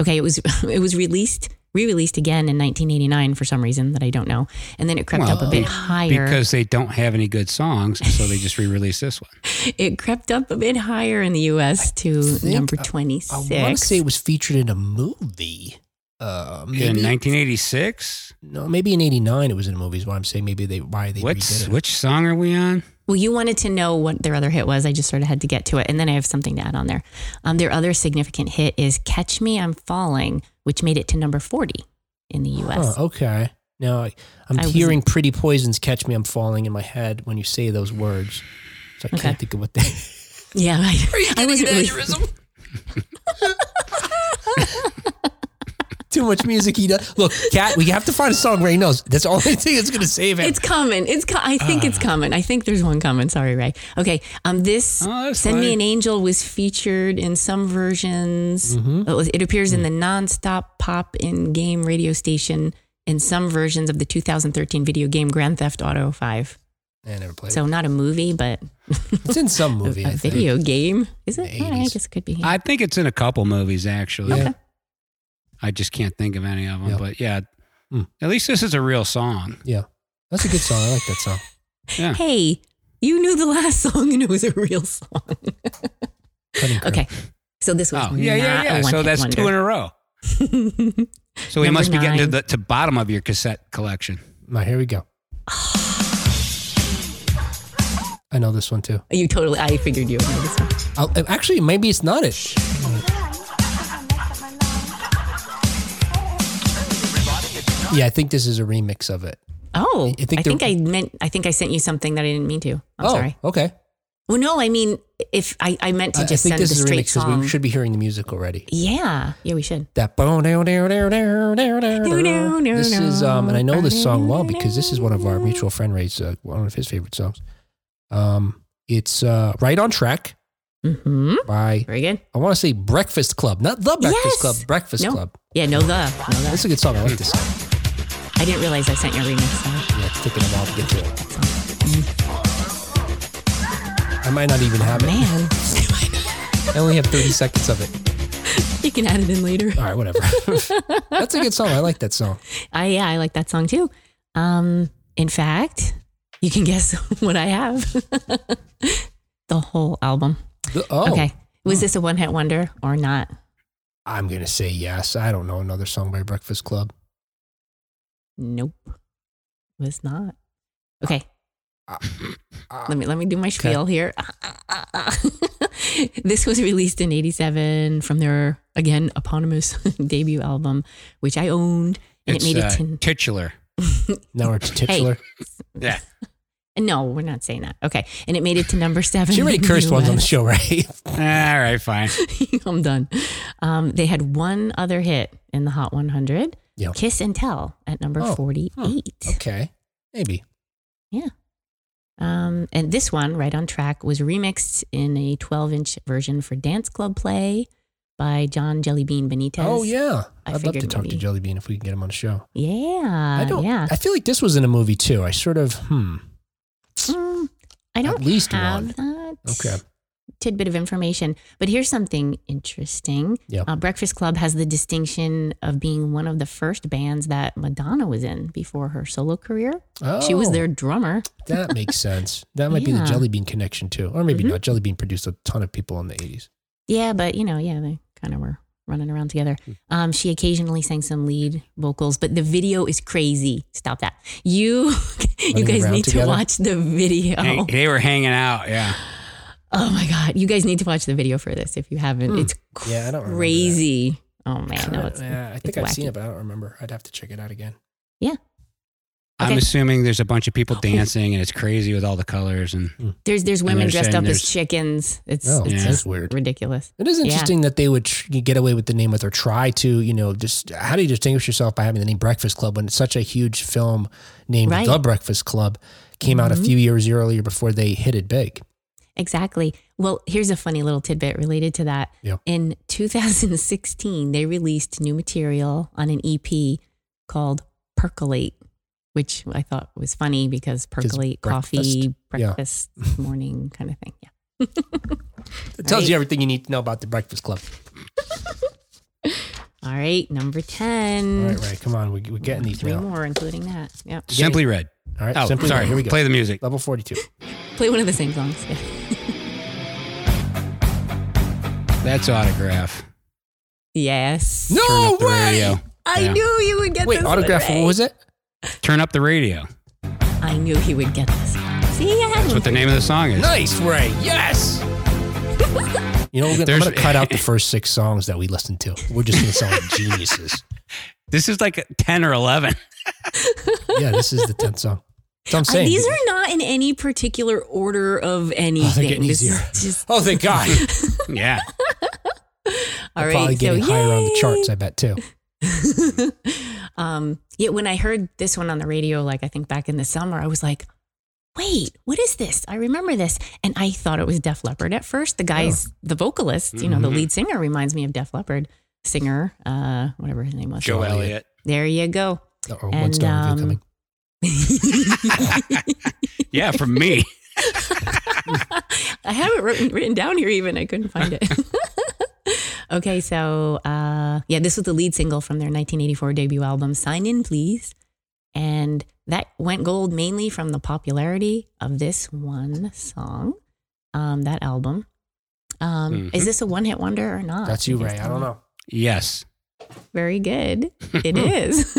Speaker 4: okay, <laughs> it was it was released re-released again in 1989 for some reason that I don't know, and then it crept up a
Speaker 3: Well,
Speaker 4: bit
Speaker 3: be-
Speaker 4: higher.
Speaker 3: because they don't have any good songs, so they just re-released this one.
Speaker 4: it crept up a bit higher in the U.S. to
Speaker 2: think
Speaker 4: number
Speaker 2: I- I
Speaker 4: twenty-six.
Speaker 2: I want to say it was featured in a movie. Uh, maybe,
Speaker 3: In 1986,
Speaker 2: no, maybe in '89 it was in a movie. Is what I'm saying. Maybe they why they
Speaker 3: what's
Speaker 2: redid it.
Speaker 3: which song are we on?
Speaker 4: Well, you wanted to know what their other hit was. I just sort of had to get to it. And then I have something to add on there. Um, their other significant hit is Catch Me, I'm Falling, which made it to number 40 in the US.
Speaker 2: Huh, okay. Now I, I'm
Speaker 4: I
Speaker 2: hearing "Pretty Poisons" catch me. I'm falling in my head when you say those words, so I
Speaker 4: Okay.
Speaker 2: can't think of what they. <laughs>
Speaker 4: Yeah. I, I wasn't really-
Speaker 2: Too much music. He does. Look, Cat, we have to find a song Ray knows. That's the only <laughs> thing that's going to save him.
Speaker 4: It's coming. It's co- I think it's coming. I think there's one coming. Sorry, Ray. Okay. Um, this
Speaker 3: Ah. Oh, that's
Speaker 4: "Send Me
Speaker 3: fine.
Speaker 4: an Angel" was featured in some versions.
Speaker 3: Mm-hmm.
Speaker 2: Mhm.
Speaker 4: It, was, it appears in the nonstop pop in game radio station in some versions of the 2013 video game Grand Theft Auto 5.
Speaker 2: I never played.
Speaker 4: So not a movie, but
Speaker 2: it. It's in some
Speaker 4: a-
Speaker 2: movie.
Speaker 4: a,
Speaker 2: I think.
Speaker 4: video game. Is
Speaker 2: In
Speaker 4: it?
Speaker 2: the
Speaker 4: Oh, I
Speaker 2: 80s.
Speaker 4: guess it could be.
Speaker 3: I think it's in a couple movies actually.
Speaker 2: Yeah.
Speaker 3: I just can't think of any of them,
Speaker 2: Yeah.
Speaker 3: but yeah.
Speaker 2: Hmm.
Speaker 3: At least this is a real song.
Speaker 2: That's a good song. I like that song.
Speaker 3: Yeah.
Speaker 4: Hey, you knew the last <laughs> song and it was a real song.
Speaker 2: Cutting Crew.
Speaker 4: Okay. So this was
Speaker 3: Oh, yeah, yeah,
Speaker 4: not
Speaker 3: yeah.
Speaker 4: a one
Speaker 3: So that's two in a row. So we
Speaker 4: Number
Speaker 3: must be getting to
Speaker 4: nine.
Speaker 3: the to bottom of your cassette collection.
Speaker 2: Now here we go. I know this one too.
Speaker 4: <laughs> you totally. I figured you would know this one.
Speaker 2: I'll, uh, actually, maybe it's not it. Yeah, I think this is a remix of it.
Speaker 4: Oh,
Speaker 2: I
Speaker 4: I
Speaker 2: think
Speaker 4: think I,
Speaker 2: the-
Speaker 4: meant. I think I sent you something that I didn't mean to. I'm
Speaker 2: oh,
Speaker 4: sorry.
Speaker 2: okay.
Speaker 4: Well, no, I mean if I, I meant to
Speaker 2: I, I
Speaker 4: just
Speaker 2: think
Speaker 4: send
Speaker 2: this
Speaker 4: the
Speaker 2: is a
Speaker 4: straight
Speaker 2: remix because
Speaker 4: song.
Speaker 2: we should be hearing the music already.
Speaker 4: yeah, yeah, we should.
Speaker 2: That bow down down down down down
Speaker 4: No, no,
Speaker 2: down.
Speaker 4: no,
Speaker 2: This is um, and I know this song well because this is one of our
Speaker 4: no.
Speaker 2: mutual friend Ray's uh, one of his favorite songs. Um, it's uh, right on track
Speaker 4: Mm-hmm.
Speaker 2: by
Speaker 4: Very good.
Speaker 2: I want to say Breakfast Club, not the Breakfast
Speaker 4: Yes.
Speaker 2: Club, Breakfast
Speaker 4: No.
Speaker 2: Club.
Speaker 4: Yeah, no the. No
Speaker 2: That's
Speaker 4: the.
Speaker 2: a good song. I like this. Song.
Speaker 4: I didn't realize I sent you a remix. Song.
Speaker 2: Yeah, it's taking a while to get to it. I might not even have it.
Speaker 4: Man, <laughs>
Speaker 2: I only have 30 seconds of it.
Speaker 4: you can add it in later.
Speaker 2: All right, whatever. <laughs> That's a good song. I like that song.
Speaker 4: I yeah, I like that song too. Um, in fact, you can guess <laughs> what I have. the whole album.
Speaker 2: The- oh,
Speaker 4: Okay. Was this a one hit wonder or not?
Speaker 2: I'm gonna say yes. I don't know another song by Breakfast Club.
Speaker 4: Nope. Was not. Okay.
Speaker 2: Uh,
Speaker 4: let me let me do my spiel here. <laughs> this was released in 87 from their again eponymous <laughs> debut album which I owned and
Speaker 3: It's
Speaker 4: it made it
Speaker 3: uh,
Speaker 4: to
Speaker 3: titular.
Speaker 2: Now it's
Speaker 4: <laughs>
Speaker 2: titular.
Speaker 3: Yeah.
Speaker 4: No, we're not saying that. Okay. And it made it
Speaker 2: <laughs>
Speaker 4: to number 7.
Speaker 2: She already
Speaker 4: in the
Speaker 2: cursed once on the
Speaker 4: US.
Speaker 2: show, <laughs> right?
Speaker 3: All right, fine.
Speaker 4: <laughs> I'm done. Um, they had one other hit in the Hot 100,
Speaker 2: Yeah.
Speaker 4: Kiss and Tell at number
Speaker 2: Oh, huh.
Speaker 4: 48.
Speaker 2: Okay, maybe.
Speaker 4: Um, and this one, Right on Track, was remixed in a 12 inch version for Dance Club Play by John Jellybean Benitez.
Speaker 2: Oh yeah,
Speaker 4: I
Speaker 2: I'd love to
Speaker 4: figured
Speaker 2: talk
Speaker 4: maybe.
Speaker 2: to Jellybean if we can get him on the show.
Speaker 4: Yeah.
Speaker 2: I don't.
Speaker 4: Yeah.
Speaker 2: I feel like this was in a movie too. I sort of hmm.
Speaker 4: Mm, I don't
Speaker 2: least
Speaker 4: have that
Speaker 2: Okay.
Speaker 4: tidbit of information, but here's something interesting.
Speaker 2: Yeah.
Speaker 4: Uh, Breakfast Club has the distinction of being one of the first bands that Madonna was in before her solo career.
Speaker 2: Oh,
Speaker 4: She was their drummer.
Speaker 2: That makes sense. That might be the
Speaker 4: Yeah.
Speaker 2: Jellybean connection too, or maybe
Speaker 4: Mhm.
Speaker 2: not. Jellybean produced a ton of people in the '80s.
Speaker 4: Yeah, but you know, yeah, they kind of were running around together.
Speaker 2: Hmm.
Speaker 4: Um, she occasionally sang some lead vocals, but the video is crazy. Stop that. You <laughs> you
Speaker 2: Running
Speaker 4: guys
Speaker 2: around
Speaker 4: need
Speaker 2: together?
Speaker 4: to watch the video.
Speaker 3: They, they were hanging out. Yeah.
Speaker 4: Oh my god, you guys need to watch the video for this if you haven't. It's
Speaker 2: Hmm. Yeah, I don't remember that.
Speaker 4: crazy. Oh man, no,
Speaker 2: Kinda-
Speaker 4: it's,
Speaker 2: Uh, yeah, I think
Speaker 4: it's
Speaker 2: I've seen
Speaker 4: wacky.
Speaker 2: it, but I don't remember. I'd have to check it out again.
Speaker 3: I'm
Speaker 4: Okay.
Speaker 3: assuming there's a bunch of people dancing and it's crazy with all the colors and
Speaker 4: There's there's women
Speaker 3: they're
Speaker 4: dressed
Speaker 3: saying
Speaker 4: up as
Speaker 3: there's-
Speaker 4: chickens. It's
Speaker 2: Oh,
Speaker 4: it's
Speaker 3: yeah.
Speaker 2: that's
Speaker 4: just
Speaker 2: weird.
Speaker 4: ridiculous.
Speaker 2: It is
Speaker 4: Yeah.
Speaker 2: interesting that they would tr- get away with the name with or try to, you know, just how do you distinguish yourself by having the name Breakfast Club when it's such a huge film named
Speaker 4: Right.
Speaker 2: The Breakfast Club came out a
Speaker 4: Mhm.
Speaker 2: few years earlier before they hit it big.
Speaker 4: Exactly. Well, here's a funny little tidbit related to that.
Speaker 2: Yeah.
Speaker 4: In 2016, they released new material on an EP called Percolate, which I thought was funny because percolate coffee, breakfast, morning kind of thing. Yeah.
Speaker 2: It tells
Speaker 4: Right.
Speaker 2: you everything you need to know about the Breakfast Club.
Speaker 4: All right, number 10.
Speaker 2: All right, right. Come on. We, we're getting these
Speaker 4: Three
Speaker 2: now.
Speaker 4: more, including that. Yep.
Speaker 3: Simply Red.
Speaker 2: All right.
Speaker 3: Oh,
Speaker 2: Simply
Speaker 3: sorry.
Speaker 2: Red. Here we go.
Speaker 3: Play the music.
Speaker 2: Level 42.
Speaker 4: Play one of the same songs. <laughs> Yeah.
Speaker 3: That's autograph.
Speaker 4: Yes.
Speaker 3: Turn up the radio.
Speaker 4: I
Speaker 3: Yeah.
Speaker 4: knew you would get
Speaker 2: Wait,
Speaker 4: this.
Speaker 2: autograph.
Speaker 4: One,
Speaker 2: What was it?
Speaker 3: Turn up the radio.
Speaker 4: right? I knew he would get this. See, I had
Speaker 3: That's
Speaker 4: him.
Speaker 3: what the name of the song is.
Speaker 2: Nice, Ray. Yes. <laughs> You know, we're gonna, I'm
Speaker 3: There's-
Speaker 2: going to cut out
Speaker 3: <laughs>
Speaker 2: the first six songs that we listened to. We're just going to sound like geniuses.
Speaker 3: This is like 10 or 11.
Speaker 2: Yeah, this is the 10th song. That's what I'm
Speaker 4: Uh,
Speaker 2: saying.
Speaker 4: these are not in any particular order of anything.
Speaker 2: Oh, getting
Speaker 4: This is
Speaker 2: easier. <laughs>
Speaker 4: Just,
Speaker 2: oh, thank God.
Speaker 3: Yeah.
Speaker 4: <laughs> all
Speaker 2: They're probably
Speaker 4: right,
Speaker 2: getting
Speaker 4: so
Speaker 2: higher on the
Speaker 4: yay.
Speaker 2: charts, I bet, too.
Speaker 4: <laughs> um, yeah, when I heard this one on the radio, like I think back in the summer, I was like, wait, what is this? I remember this. And I thought it was Def Leppard at first. The guy's,
Speaker 2: Oh.
Speaker 4: the vocalist, you know, the
Speaker 3: Mhm.
Speaker 4: lead singer reminds me of Def Leppard singer, uh, whatever his name was.
Speaker 3: Joe
Speaker 2: Elliott.
Speaker 3: Elliott.
Speaker 4: There you
Speaker 2: <laughs>
Speaker 4: go. <laughs>
Speaker 2: Or one
Speaker 4: And,
Speaker 2: stone review
Speaker 4: um,
Speaker 2: coming.
Speaker 3: Yeah, from me.
Speaker 4: I have it written, written down here even. I couldn't find it. <laughs> okay, so uh, yeah, this was the lead single from their 1984 debut album, Sign In Please. And that went gold mainly from the popularity of this one song, um, that album. Um, Is this a one hit wonder or not?
Speaker 2: Mm-hmm. That's you,
Speaker 4: guys
Speaker 2: Ray. I
Speaker 4: tell
Speaker 2: don't
Speaker 4: me.
Speaker 2: know.
Speaker 3: Yes.
Speaker 2: <laughs>
Speaker 4: Very good. It is.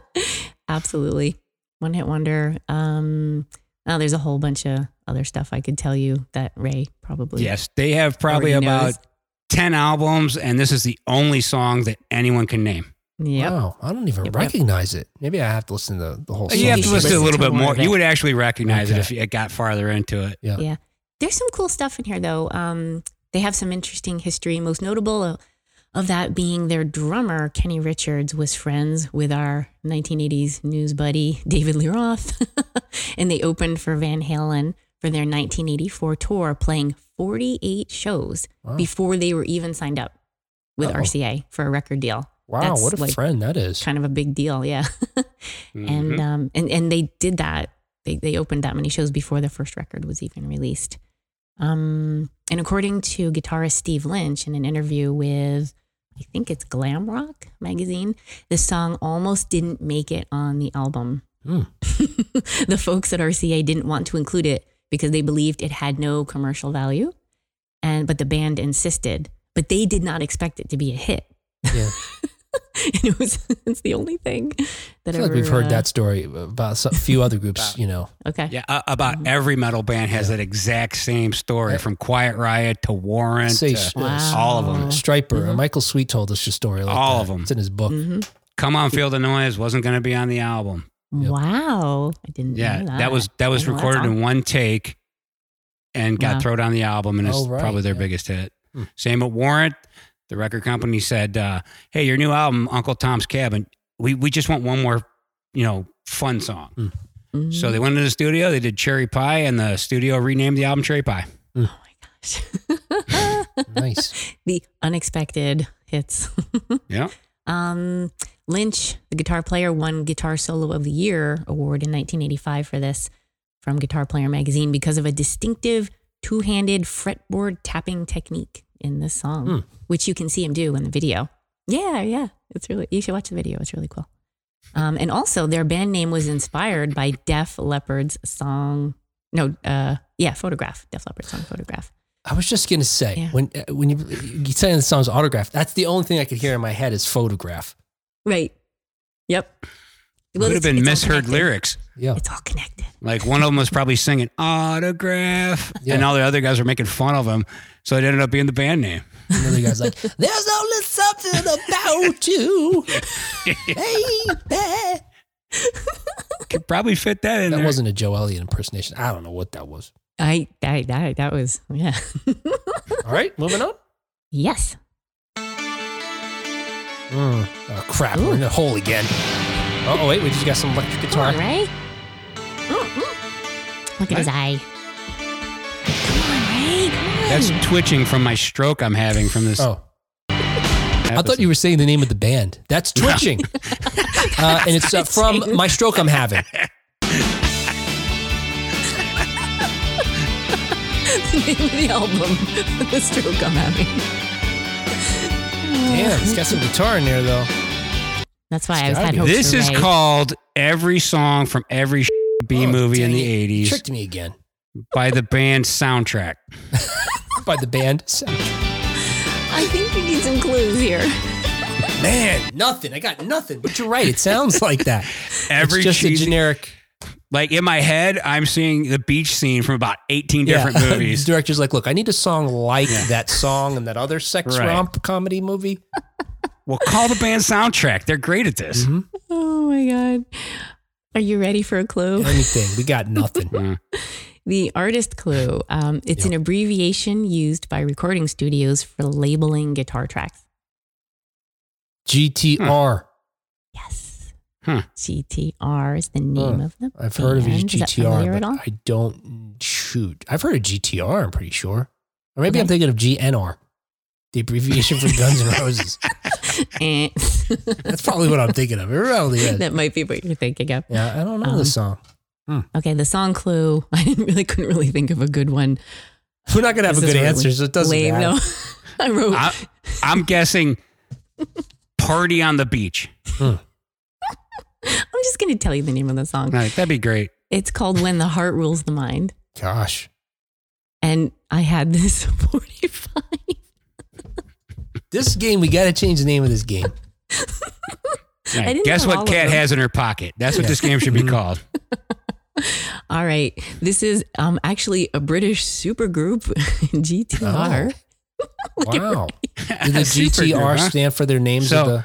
Speaker 4: <laughs> Absolutely. One hit wonder. Um, now there's a whole bunch of other stuff I could tell you that Ray probably.
Speaker 3: Yes. They have probably
Speaker 4: Already
Speaker 3: about
Speaker 4: knows.
Speaker 3: 10 albums, and this is the only song that anyone can name.
Speaker 4: Yep.
Speaker 2: Wow, I don't even
Speaker 4: Yep, yep.
Speaker 2: recognize it. Maybe I have to listen to the whole song.
Speaker 3: You have to
Speaker 4: should
Speaker 3: listen to a little
Speaker 4: listen to
Speaker 3: bit
Speaker 4: more
Speaker 3: more.
Speaker 4: of it.
Speaker 3: You would actually recognize it
Speaker 2: Okay.
Speaker 3: if you got farther into it.
Speaker 2: Yeah.
Speaker 4: Yeah. There's some cool stuff in here, though. Um, they have some interesting history, most notable of, of that being their drummer, Kenny Richards, was friends with our 1980s news buddy, David Lee Roth. <laughs> and they opened for Van Halen for their 1984 tour, playing 48 shows
Speaker 2: Wow.
Speaker 4: before they were even signed up with
Speaker 2: Oh.
Speaker 4: RCA for a record deal.
Speaker 2: Wow,
Speaker 4: That's
Speaker 2: what a
Speaker 4: like
Speaker 2: friend that is.
Speaker 4: kind of a big deal. Yeah. <laughs>
Speaker 3: Mhm.
Speaker 2: Mm-hmm.
Speaker 4: and um and and they did that they they opened that many shows before the first record was even released um and according to guitarist steve lynch in an interview with i think it's glam rock magazine the song almost didn't make it on the album
Speaker 2: Hmm.
Speaker 4: <laughs> the folks at rca didn't want to include it because they believed it had no commercial value and but the band insisted but they did not expect it to be a hit <laughs>
Speaker 2: Yeah.
Speaker 4: and it was <laughs> it's the only thing
Speaker 2: I
Speaker 4: that
Speaker 2: feel
Speaker 4: ever,
Speaker 2: like we've heard
Speaker 4: uh,
Speaker 2: that story about a few other groups, you know.
Speaker 4: okay
Speaker 3: Yeah, uh, about every metal band has that exact same story
Speaker 2: Yeah.
Speaker 3: from Quiet Riot to Warrant.
Speaker 2: Say,
Speaker 3: to
Speaker 2: uh,
Speaker 4: Wow.
Speaker 3: all of them.
Speaker 2: Striper. uh,
Speaker 4: Mhm.
Speaker 2: Michael Sweet told us a story like
Speaker 3: All
Speaker 2: that.
Speaker 3: of 'em.
Speaker 2: It's in his book.
Speaker 4: Mhm.
Speaker 3: Come on, Feel the Noise wasn't going to be on the album.
Speaker 2: Yep.
Speaker 4: Wow. I didn't
Speaker 3: Yeah,
Speaker 4: know that.
Speaker 3: that was that was
Speaker 4: I know that
Speaker 3: recorded
Speaker 4: song.
Speaker 3: in one take, and got
Speaker 4: Wow.
Speaker 3: thrown on the album, and it's
Speaker 2: Oh, right,
Speaker 3: probably their
Speaker 2: yeah.
Speaker 3: biggest hit.
Speaker 2: Hmm.
Speaker 3: Same at Warrant. The record company said, uh, "Hey, your new album, Uncle Tom's Cabin. We we just want one more, you know, fun song."
Speaker 4: Mhm.
Speaker 3: So they went to the studio. They did Cherry Pie, and the studio renamed the album Cherry Pie.
Speaker 4: Oh my gosh.
Speaker 2: Nice.
Speaker 4: <laughs> the unexpected hits.
Speaker 3: Yeah.
Speaker 4: Um, Lynch, the guitar player, won Guitar Solo of the Year award in 1985 for this from Guitar Player magazine because of a distinctive two handed fretboard tapping technique in this song,
Speaker 2: Hmm.
Speaker 4: which you can see him do in the video. Yeah, yeah. It's really, you should watch the video. It's really cool. Um, and also, their band name was inspired by Def Leppard's song. No, uh, yeah, Photograph. Def Leppard's song, Photograph.
Speaker 2: I was just gonna say
Speaker 4: Yeah.
Speaker 2: when uh, when you you saying the song's autograph. That's the only thing I could hear in my head is photograph.
Speaker 4: Right. Yep.
Speaker 3: It
Speaker 4: Well,
Speaker 3: would have
Speaker 4: it's-
Speaker 3: been
Speaker 4: it's all
Speaker 3: misheard
Speaker 4: connected.
Speaker 3: lyrics.
Speaker 2: Yeah.
Speaker 4: It's all connected.
Speaker 3: Like one of them was probably singing autograph,
Speaker 2: Yeah.
Speaker 3: and all the other guys were making fun of him. So it ended up being the band name.
Speaker 2: And the other guy's <laughs> like, "There's only something about <laughs> you, baby."
Speaker 3: Could probably fit that in
Speaker 2: That
Speaker 3: there.
Speaker 2: wasn't a Joe Elliott impersonation. I don't know what that was.
Speaker 4: I, I, I that was yeah. <laughs>
Speaker 2: All right, moving on.
Speaker 4: yes.
Speaker 2: Mm. Oh crap! We're in the hole again. Oh, oh, wait, we just got some electric
Speaker 4: Come
Speaker 2: guitar.
Speaker 4: on, Ray.
Speaker 3: Mm-hmm.
Speaker 4: Mm-mm. Look at his eye. Come on, Ray. Come on.
Speaker 3: That's twitching from my stroke I'm having from this.
Speaker 2: Oh, I thought you were saying the name of the band. That's <laughs> twitching, uh, and it's uh, from my stroke I'm having.
Speaker 4: <laughs> the name of the album. the stroke I'm having.
Speaker 2: Damn, it's got some guitar in there though.
Speaker 4: That's why I was
Speaker 2: gotta
Speaker 4: had
Speaker 2: be.
Speaker 4: hopes.
Speaker 3: This
Speaker 4: you're
Speaker 3: is
Speaker 4: right.
Speaker 3: called Every Song from Every B
Speaker 2: Oh,
Speaker 3: Movie in
Speaker 2: dang
Speaker 3: the
Speaker 2: it. You
Speaker 3: 80s
Speaker 2: Tricked me again
Speaker 3: by the band Soundtrack.
Speaker 2: by the band.
Speaker 4: I think we need some clues here.
Speaker 2: Man, nothing. I got nothing. But you're right. It sounds like that.
Speaker 3: Every
Speaker 2: it's just
Speaker 3: cheesy-
Speaker 2: a generic.
Speaker 3: like in my head, I'm seeing the beach scene from about 18 different
Speaker 2: Yeah. <laughs>
Speaker 3: movies.
Speaker 2: the director's like, look, I need a song like that song and that other sex
Speaker 3: Right.
Speaker 2: romp comedy movie.
Speaker 3: well, call the band Soundtrack. They're great at this.
Speaker 2: Mm-hmm.
Speaker 4: Oh my god. Are you ready for a clue?
Speaker 2: Anything. We got nothing.
Speaker 3: Hmm.
Speaker 4: The artist clue. Um, it's an abbreviation used by recording studios for labeling guitar tracks.
Speaker 2: GTR.
Speaker 4: Yes.
Speaker 3: Huh.
Speaker 4: GTR is the name
Speaker 2: Huh.
Speaker 4: of the.
Speaker 2: I've heard of
Speaker 4: band. Is that familiar
Speaker 2: GTR,
Speaker 4: at
Speaker 2: but
Speaker 4: all?
Speaker 2: I don't shoot. I've heard of GTR. I'm pretty sure, or maybe I'm
Speaker 4: Okay.
Speaker 2: thinking of GNR, the abbreviation for Guns N'
Speaker 4: <laughs>
Speaker 2: Roses.
Speaker 4: Eh. <laughs>
Speaker 2: That's probably what I'm thinking of. It really is.
Speaker 4: that might be what you're thinking of.
Speaker 2: Yeah, I don't know
Speaker 4: Um,
Speaker 2: the song.
Speaker 4: Okay, the song clue. <laughs> I didn't really couldn't really think of a good one.
Speaker 2: We're not gonna have a
Speaker 4: This
Speaker 2: good
Speaker 4: is really
Speaker 2: answer, so it doesn't
Speaker 4: Lame.
Speaker 2: matter.
Speaker 4: No, <laughs> I wrote.
Speaker 3: I, I'm guessing Party on the Beach.
Speaker 4: I'm just gonna tell you the name of the song.
Speaker 3: Like, that'd be great.
Speaker 4: It's called "When the Heart Rules the Mind,"
Speaker 2: Gosh,
Speaker 4: and I had this <laughs> 45.
Speaker 2: this game we gotta change the name of this
Speaker 3: <laughs>
Speaker 2: game.
Speaker 3: Like,
Speaker 4: didn't
Speaker 3: guess
Speaker 4: know all
Speaker 3: what
Speaker 4: of
Speaker 3: Kat
Speaker 4: them.
Speaker 3: has in her pocket? That's what this game should be called.
Speaker 4: All right, this is um actually a British supergroup, <laughs>
Speaker 2: Oh.
Speaker 4: GTR.
Speaker 2: Wow, did <laughs> the
Speaker 3: Super group,
Speaker 2: GTR
Speaker 3: huh?
Speaker 2: stand for their names?
Speaker 3: So-
Speaker 2: of the,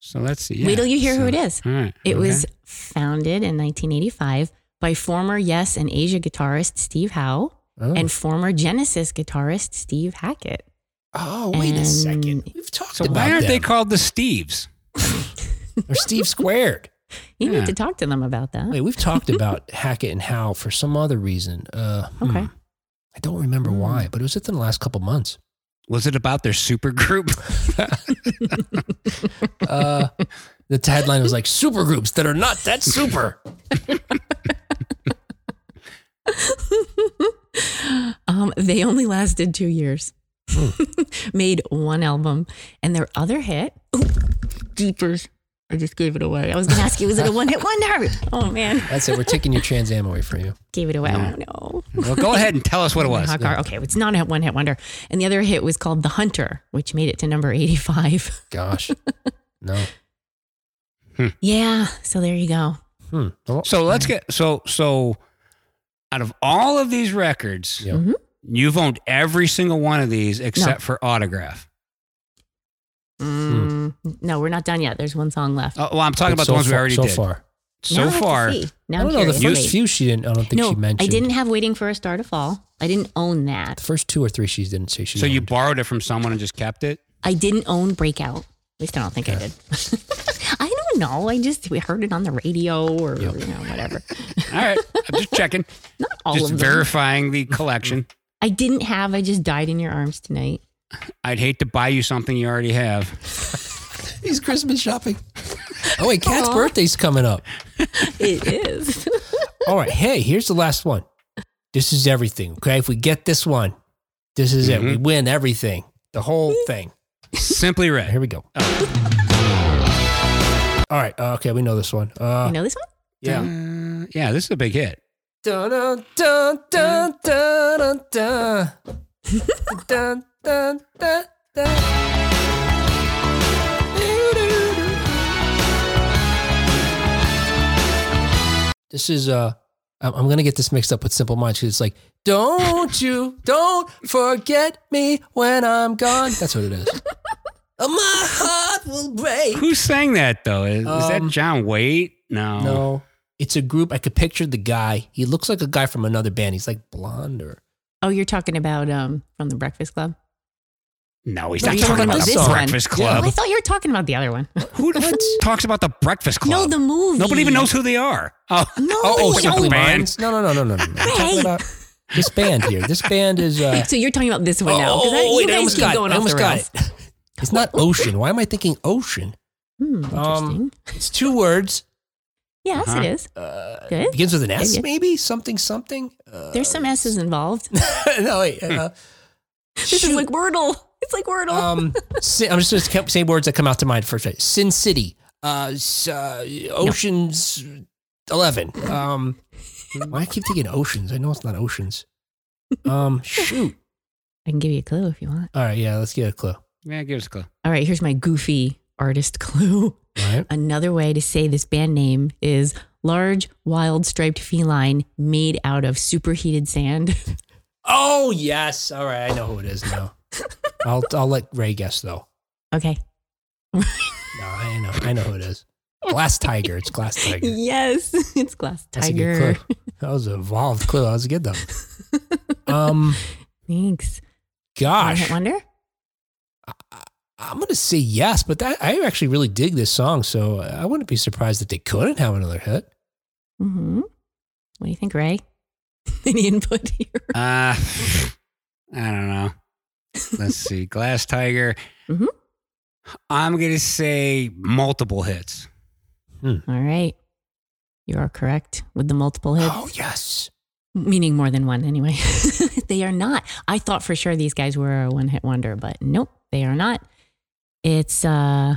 Speaker 3: So let's see.
Speaker 4: Wait till you hear who it
Speaker 3: so-
Speaker 4: is.
Speaker 3: All right.
Speaker 4: It
Speaker 3: okay.
Speaker 4: was founded in 1985 by former Yes and Asia guitarist Steve Howe
Speaker 2: oh.
Speaker 4: and former Genesis guitarist Steve Hackett.
Speaker 2: oh, wait a
Speaker 4: and-
Speaker 2: second, we've talked
Speaker 3: So
Speaker 2: about
Speaker 3: why aren't
Speaker 2: them.
Speaker 3: they called the Steves?
Speaker 2: or Steve
Speaker 3: <laughs>
Speaker 2: Squared.
Speaker 4: You
Speaker 3: Yeah.
Speaker 4: need to talk to them about that.
Speaker 2: Wait, we've talked about Hackett and Howe for some other reason. Uh,
Speaker 4: okay.
Speaker 2: hmm, I don't remember
Speaker 3: Hmm.
Speaker 2: why, but it was within the last couple months.
Speaker 3: Was it about their super group?
Speaker 4: <laughs>
Speaker 2: Uh, the headline was like supergroups that are not that super.
Speaker 4: <laughs> Um, they only lasted two years, <laughs> made one album, and their other hit, Jeepers. I just gave it away. I was going to ask you, was it a one hit wonder? Oh, man.
Speaker 2: That's it. We're taking your Trans Am away from you.
Speaker 4: Gave it away.
Speaker 3: Yeah.
Speaker 4: Oh, no.
Speaker 3: Well, go ahead and tell us what it was.
Speaker 4: Hot car. Okay, it's not a one hit wonder. And the other hit was called The Hunter, which made it to number 85.
Speaker 2: Gosh, no.
Speaker 4: yeah, so there you go.
Speaker 2: Hmm. Well,
Speaker 3: So let's get so so out of all of these records,
Speaker 2: Yeah.
Speaker 4: Mhm.
Speaker 3: you've owned every single one of these except for Autograph.
Speaker 4: Mm, No, we're not done yet. There's one song left.
Speaker 3: Oh, well, I'm talking about
Speaker 2: so
Speaker 3: the ones
Speaker 2: far,
Speaker 3: we already
Speaker 2: so
Speaker 3: did.
Speaker 2: far.
Speaker 4: Now
Speaker 3: So
Speaker 4: I have to
Speaker 3: far,
Speaker 4: see. Now
Speaker 2: I
Speaker 4: I'm
Speaker 2: don't know. The
Speaker 4: curious.
Speaker 2: first
Speaker 4: Wait.
Speaker 2: few she didn't. I don't think
Speaker 4: no,
Speaker 2: she mentioned.
Speaker 4: I didn't have Waiting for a Star to Fall. I didn't own that.
Speaker 2: The first two or three she didn't say she.
Speaker 3: so you
Speaker 2: owned.
Speaker 3: borrowed it from someone and just kept it.
Speaker 4: I didn't own Breakout. At least I don't think I did. <laughs> I don't know. I just we heard it on the radio or you know whatever.
Speaker 3: All right,
Speaker 4: <laughs>
Speaker 3: I'm just checking,
Speaker 4: Not all
Speaker 3: just
Speaker 4: of them.
Speaker 3: verifying the collection.
Speaker 4: I didn't have. I just died in your arms tonight.
Speaker 3: I'd hate to buy you something you already have.
Speaker 2: He's Christmas shopping. oh wait, Kat's
Speaker 4: Aw.
Speaker 2: birthday's coming up.
Speaker 4: <laughs> It is.
Speaker 2: All right. Hey, here's the last one. This is everything. Okay. If we get this one, this is it. We win everything. The whole thing.
Speaker 3: Simply
Speaker 2: Here
Speaker 3: Red.
Speaker 2: we go. All right. uh, okay. We know this one. Uh,
Speaker 4: you know this one?
Speaker 2: <laughs> yeah.
Speaker 3: Uh, yeah, this is a big hit.
Speaker 2: <laughs> Dun, dun, dun, dun, dun, dun, dun. Dun, dun, dun, dun. This is uh, I'm, I'm gonna get this mixed up with Simple Minds because it's like, don't you, don't forget me when I'm gone. That's what it is. <laughs> Uh, My heart will break.
Speaker 3: Who sang that though? Is, is that
Speaker 2: Um,
Speaker 3: John Waite? No.
Speaker 2: No, it's a group. I could picture the guy. He looks like a guy from another band. He's like blonde or
Speaker 4: Oh, you're talking about um from the Breakfast Club.
Speaker 3: No, he's
Speaker 2: No,
Speaker 3: not
Speaker 2: you're
Speaker 3: talking
Speaker 2: talking
Speaker 3: about
Speaker 2: about
Speaker 3: the
Speaker 2: this one.
Speaker 3: Breakfast Club.
Speaker 4: Oh, I thought you were talking about the other one.
Speaker 3: Who talks about the Breakfast
Speaker 4: no,
Speaker 3: Club?
Speaker 4: the movie.
Speaker 3: Nobody even knows who they are. Oh,
Speaker 4: No,
Speaker 2: Oh, oh,
Speaker 4: we don't.
Speaker 2: Simply
Speaker 3: band.
Speaker 2: Minds? No, no, no, no, no,
Speaker 4: <laughs>
Speaker 2: no. no. I'm talking
Speaker 4: Right.
Speaker 2: about this band here. This band is. Uh,
Speaker 4: <laughs> So you're talking about this one now? 'cause I- you guys keep
Speaker 2: got it.
Speaker 4: going
Speaker 2: Oh, I
Speaker 4: off
Speaker 2: almost
Speaker 4: the
Speaker 2: got
Speaker 4: rails.
Speaker 2: it. <laughs> It's not ocean. Why am I thinking ocean?
Speaker 4: Hmm,
Speaker 2: Um,
Speaker 4: interesting.
Speaker 2: It's two words.
Speaker 4: yes,
Speaker 3: uh-huh.
Speaker 4: it is.
Speaker 2: Uh,
Speaker 4: Good.
Speaker 2: begins with an S,
Speaker 4: Yeah.
Speaker 2: maybe something something. Uh,
Speaker 4: There's some S's involved.
Speaker 2: <laughs>
Speaker 4: Hmm.
Speaker 2: no, wait. Uh,
Speaker 4: This is
Speaker 2: shoot.
Speaker 4: like Wordle. It's like Wordle.
Speaker 2: Um, Sin- I'm just going to say words that come out to mind first. Right? Sin City, uh, s- uh, Oceans Eleven. Um, why I keep thinking Oceans? I know it's not Oceans.
Speaker 4: <laughs>
Speaker 2: Um, shoot.
Speaker 4: I can give you a clue if you want.
Speaker 2: All right, yeah, let's get a clue. All
Speaker 3: Yeah, give us a clue.
Speaker 4: All right, here's my goofy artist <laughs> clue.
Speaker 2: right.
Speaker 4: Another way to say this band name is large, wild, striped feline made out of superheated sand. <laughs>
Speaker 2: Oh yes. All right, I know who it is now. I'll I'll let Ray guess though.
Speaker 4: okay.
Speaker 2: No, I know I know who it is. Glass Tiger. It's Glass Tiger.
Speaker 4: Yes, <laughs> it's Glass
Speaker 2: That's
Speaker 4: Tiger.
Speaker 2: a good clue. That was an evolved clue. That was good though.
Speaker 4: <laughs>
Speaker 2: Um,
Speaker 4: Thanks. One
Speaker 2: gosh.
Speaker 4: hit wonder.
Speaker 2: I'm gonna say yes, but that I actually really dig this song, so I wouldn't be surprised that they couldn't have another hit.
Speaker 4: hmm What do you think, Ray? <laughs> Any input here?
Speaker 3: Uh, <sighs> I don't know. Let's see. Glass Tiger.
Speaker 4: Mhm.
Speaker 3: I'm going to say multiple hits.
Speaker 4: All right. You are correct with the multiple hits,
Speaker 2: <gasps> Oh yes,
Speaker 4: meaning more than one anyway. <laughs> they are not. I thought for sure these guys were a one hit wonder, but nope, they are not. It's, uh,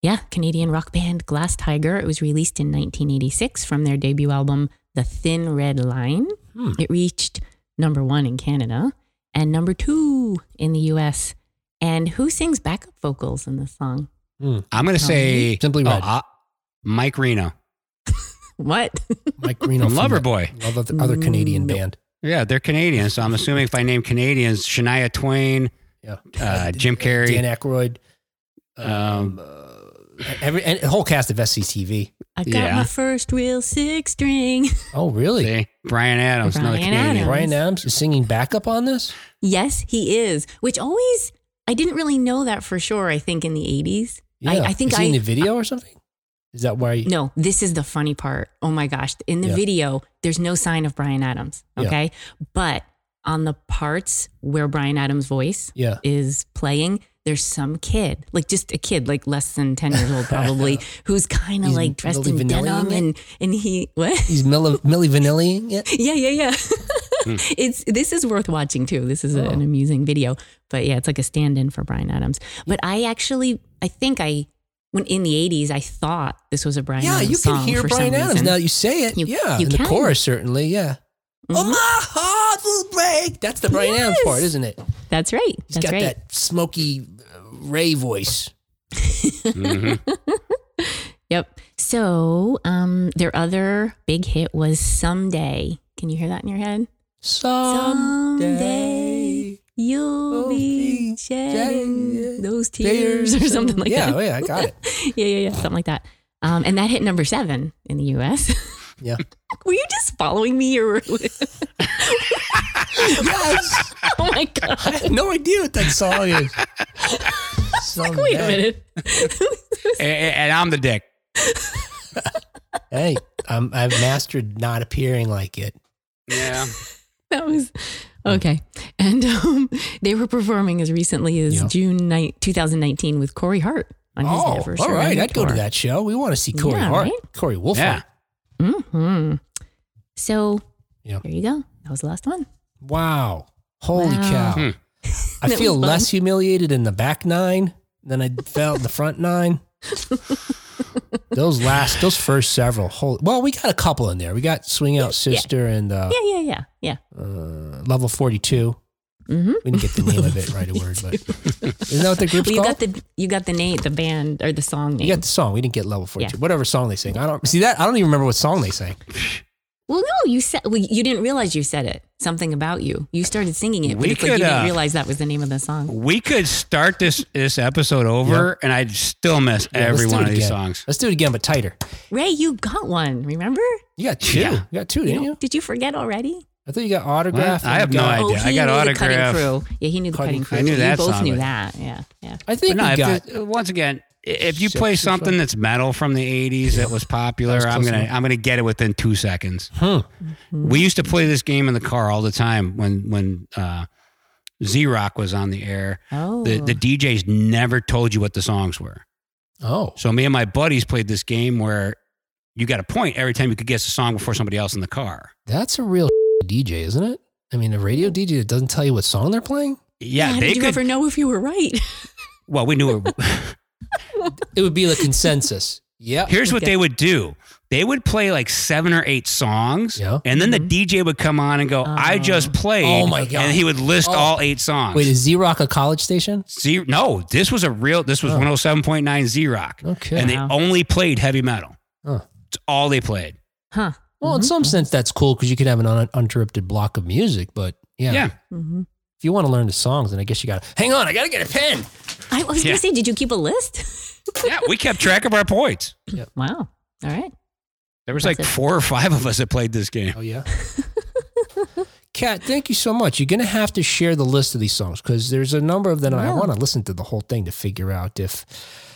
Speaker 4: yeah, Canadian rock band Glass Tiger. It was released in 1986 from their debut album, The Thin Red Line.
Speaker 2: Hmm.
Speaker 4: It reached number one in Canada and number two in the US. And who sings backup vocals in this song? <laughs>
Speaker 3: I'm going to say
Speaker 2: Simply Red.
Speaker 3: uh, Mike Reno
Speaker 4: What?
Speaker 2: Mike Reno,
Speaker 3: from
Speaker 2: from
Speaker 3: Loverboy.
Speaker 2: the other, other Canadian
Speaker 4: Nope.
Speaker 2: band.
Speaker 3: Yeah, they're Canadian. So I'm assuming if I name Canadians, Shania Twain,
Speaker 2: Yeah,
Speaker 3: uh, Jim
Speaker 2: Dan
Speaker 3: Carrey.
Speaker 2: Aykroyd, um, uh, every and the whole cast of SCTV.
Speaker 4: I got
Speaker 3: Yeah.
Speaker 4: my first real six string.
Speaker 2: Oh really?
Speaker 3: See? Brian Adams, another
Speaker 4: Bryan
Speaker 3: Canadian.
Speaker 4: Adams.
Speaker 2: Brian Adams is singing backup on this.
Speaker 4: Yes, he is, which always, I didn't really know that for sure, I think in the 80s. I- I think
Speaker 2: Is he in
Speaker 4: I-
Speaker 2: the video or something. Is that why? you
Speaker 4: No, this is the funny part. Oh my gosh. In the
Speaker 2: Yeah.
Speaker 4: video, there's no sign of Brian Adams.
Speaker 2: Yeah.
Speaker 4: Okay. But on the parts where Brian Adams' voice
Speaker 2: Yeah.
Speaker 4: is playing, there's some kid, like just a kid, like less than 10
Speaker 2: <laughs>
Speaker 4: years old probably, who's kind of
Speaker 2: He's
Speaker 4: like dressed
Speaker 2: Milli
Speaker 4: in
Speaker 2: Vanilli-ing
Speaker 4: denim
Speaker 2: it?
Speaker 4: and, and he, what?
Speaker 2: He's Milli, Milli Vanilli. Yeah.
Speaker 4: Yeah, yeah, yeah.
Speaker 2: Hmm.
Speaker 4: <laughs> it's this is worth watching too. This is a,
Speaker 2: Oh.
Speaker 4: an amusing video, but yeah, it's like a stand-in for Brian Adams. But I actually, I think I when in the '80s, I thought this was a Brian.
Speaker 2: Yeah,
Speaker 4: Adams
Speaker 2: you can
Speaker 4: song
Speaker 2: hear
Speaker 4: for
Speaker 2: Brian
Speaker 4: some
Speaker 2: Adams
Speaker 4: reason.
Speaker 2: now. that You say it.
Speaker 4: You-
Speaker 2: yeah,
Speaker 4: you
Speaker 2: in the
Speaker 4: can. Mm-hmm.
Speaker 2: chorus certainly. Yeah. Oh, my heart will break. That's the Brian Adams
Speaker 4: Yes.
Speaker 2: part, isn't it? He's
Speaker 4: That's right. That's
Speaker 2: got
Speaker 4: right.
Speaker 2: that smoky uh, Ray voice. <laughs>
Speaker 3: Mhm.
Speaker 4: Yep. So um, their other big hit was "Someday." Can you hear that in your head? Someday You'll
Speaker 2: We'll
Speaker 4: be
Speaker 2: be
Speaker 4: shedding
Speaker 2: shedding
Speaker 4: those tears, or something like
Speaker 2: yeah, oh,
Speaker 4: that.
Speaker 2: Yeah, I
Speaker 4: <laughs>
Speaker 2: got it.
Speaker 4: yeah, yeah, yeah, something like that. Um, and that hit number seven in the U.S.
Speaker 2: Yeah.
Speaker 4: <laughs> Were you just following me, or <laughs>
Speaker 2: yes.
Speaker 4: oh my
Speaker 2: I
Speaker 4: god!
Speaker 2: have no idea what that song
Speaker 4: <laughs>
Speaker 2: is. Someday.
Speaker 4: Wait a minute.
Speaker 3: and, and I'm the dick.
Speaker 2: Hey, um, I've mastered not appearing like it.
Speaker 3: Yeah.
Speaker 4: That was okay. And um, they were performing as recently as
Speaker 2: Yeah.
Speaker 4: June 9, 2019 with Corey Hart on his
Speaker 2: oh,
Speaker 4: anniversary.
Speaker 2: all right.
Speaker 4: tour.
Speaker 2: I'd go to that show. We want to see Corey
Speaker 4: Yeah,
Speaker 2: Hart,
Speaker 4: right?
Speaker 2: Corey Wolfhard.
Speaker 3: Yeah.
Speaker 4: hmm So
Speaker 2: Yeah.
Speaker 4: there you go. That was the last one.
Speaker 2: Wow. Holy
Speaker 4: Wow.
Speaker 2: cow.
Speaker 3: Hmm.
Speaker 2: I
Speaker 4: <laughs> That
Speaker 2: feel
Speaker 4: was fun.
Speaker 2: less humiliated in the back nine than I felt in the front
Speaker 4: <laughs>
Speaker 2: nine. those last, those first several. Holy, well, we got a couple in there. We got Swing Out Sister and uh,
Speaker 4: Yeah, yeah, yeah, yeah.
Speaker 2: uh, Level 42.
Speaker 4: Mm-hmm.
Speaker 2: We didn't get the name of it right away,
Speaker 4: <laughs>
Speaker 2: but isn't that what the group's
Speaker 4: Well, you
Speaker 2: called?
Speaker 4: got the you got the name, the band or the song name.
Speaker 2: you got the song. We didn't get Level 42.
Speaker 4: Yeah.
Speaker 2: Whatever song they sing. I don't see that. I don't even remember what song they sang.
Speaker 4: Well, no, you said well, you didn't realize you said it. Something about you. You started singing it, but
Speaker 3: We
Speaker 4: it's like
Speaker 3: could,
Speaker 4: you
Speaker 3: uh,
Speaker 4: didn't realize that was the name of the song.
Speaker 3: We could start this this episode over, and I'd still miss
Speaker 2: Yeah, let's
Speaker 3: every
Speaker 2: do
Speaker 3: one
Speaker 2: it
Speaker 3: of these
Speaker 2: again.
Speaker 3: songs.
Speaker 2: Let's do it again, but tighter.
Speaker 4: Ray, you got one. Remember?
Speaker 2: You got two.
Speaker 3: Yeah.
Speaker 2: You got two, didn't you?
Speaker 4: Did you forget already?
Speaker 2: I thought you got autograph.
Speaker 3: What? I
Speaker 2: and
Speaker 3: have
Speaker 2: you
Speaker 3: no
Speaker 2: got-
Speaker 3: idea.
Speaker 4: oh,
Speaker 3: did.
Speaker 4: he
Speaker 3: I got
Speaker 4: knew
Speaker 3: autograph.
Speaker 4: the cutting crew. Yeah, he knew the
Speaker 2: Cutting
Speaker 4: cutting
Speaker 2: crew.
Speaker 4: crew.
Speaker 3: I knew
Speaker 4: you
Speaker 3: that
Speaker 4: both
Speaker 3: song,
Speaker 4: knew
Speaker 3: but-
Speaker 4: that. Yeah, yeah.
Speaker 2: I think
Speaker 3: But no,
Speaker 2: we
Speaker 3: if
Speaker 2: got
Speaker 3: it- once again, i- if you
Speaker 2: Six
Speaker 3: play
Speaker 2: or
Speaker 3: something
Speaker 2: something.
Speaker 3: that's metal from the '80s that was popular,
Speaker 2: That was
Speaker 3: I'm
Speaker 2: close
Speaker 3: gonna
Speaker 2: enough.
Speaker 3: I'm gonna get it within two seconds.
Speaker 2: Huh.
Speaker 3: We used to play this game in the car all the time when when uh, Z Rock was on the air.
Speaker 4: Oh,
Speaker 3: The the DJs never told you what the songs were.
Speaker 2: Oh.
Speaker 3: So me and my buddies played this game where you got a point every time you could guess a song before somebody else in the car.
Speaker 2: <laughs> That's a real DJ, isn't it? I mean, a radio DJ that doesn't tell you what song they're playing.
Speaker 3: yeah,
Speaker 4: How
Speaker 3: they
Speaker 4: did you
Speaker 3: could.
Speaker 4: ever know if you were right? <laughs>
Speaker 3: well, we knew. It,
Speaker 2: It would be the <laughs> consensus. Yeah.
Speaker 3: here's what
Speaker 4: Oh, Okay.
Speaker 3: they would do. They would play like seven or eight songs,
Speaker 2: Yeah.
Speaker 3: and
Speaker 4: Mm-hmm.
Speaker 3: then the DJ would come on and go, "I just played."
Speaker 2: Oh my God.
Speaker 3: And he would list
Speaker 2: Oh.
Speaker 3: all eight songs.
Speaker 2: Wait, is Z Rock a college station?
Speaker 3: Ze- no, this was a real. This was
Speaker 2: Oh.
Speaker 3: 107.9 Z Rock,
Speaker 2: Okay.
Speaker 3: and they
Speaker 4: Wow.
Speaker 3: only played heavy metal.
Speaker 2: Huh.
Speaker 3: It's all they played.
Speaker 4: Huh.
Speaker 2: well, in
Speaker 3: Mhm.
Speaker 2: some sense, that's cool because you can have an un- uninterrupted block of music. But yeah,
Speaker 3: Yeah.
Speaker 4: hmm
Speaker 2: if you want to learn the songs, then I guess you got to hang on. I got to get a pen.
Speaker 4: I was
Speaker 3: Yeah.
Speaker 4: going to say, did you keep a list?
Speaker 3: yeah, we kept track of our points.
Speaker 4: Wow. All right.
Speaker 3: There was
Speaker 4: That's
Speaker 3: like
Speaker 4: it.
Speaker 3: four or five of us that played this game.
Speaker 2: Oh yeah. <laughs> Kat, thank you so much. You're gonna have to share the list of these songs because there's a number of them. and I
Speaker 4: Yeah.
Speaker 2: want to listen to the whole thing to figure out if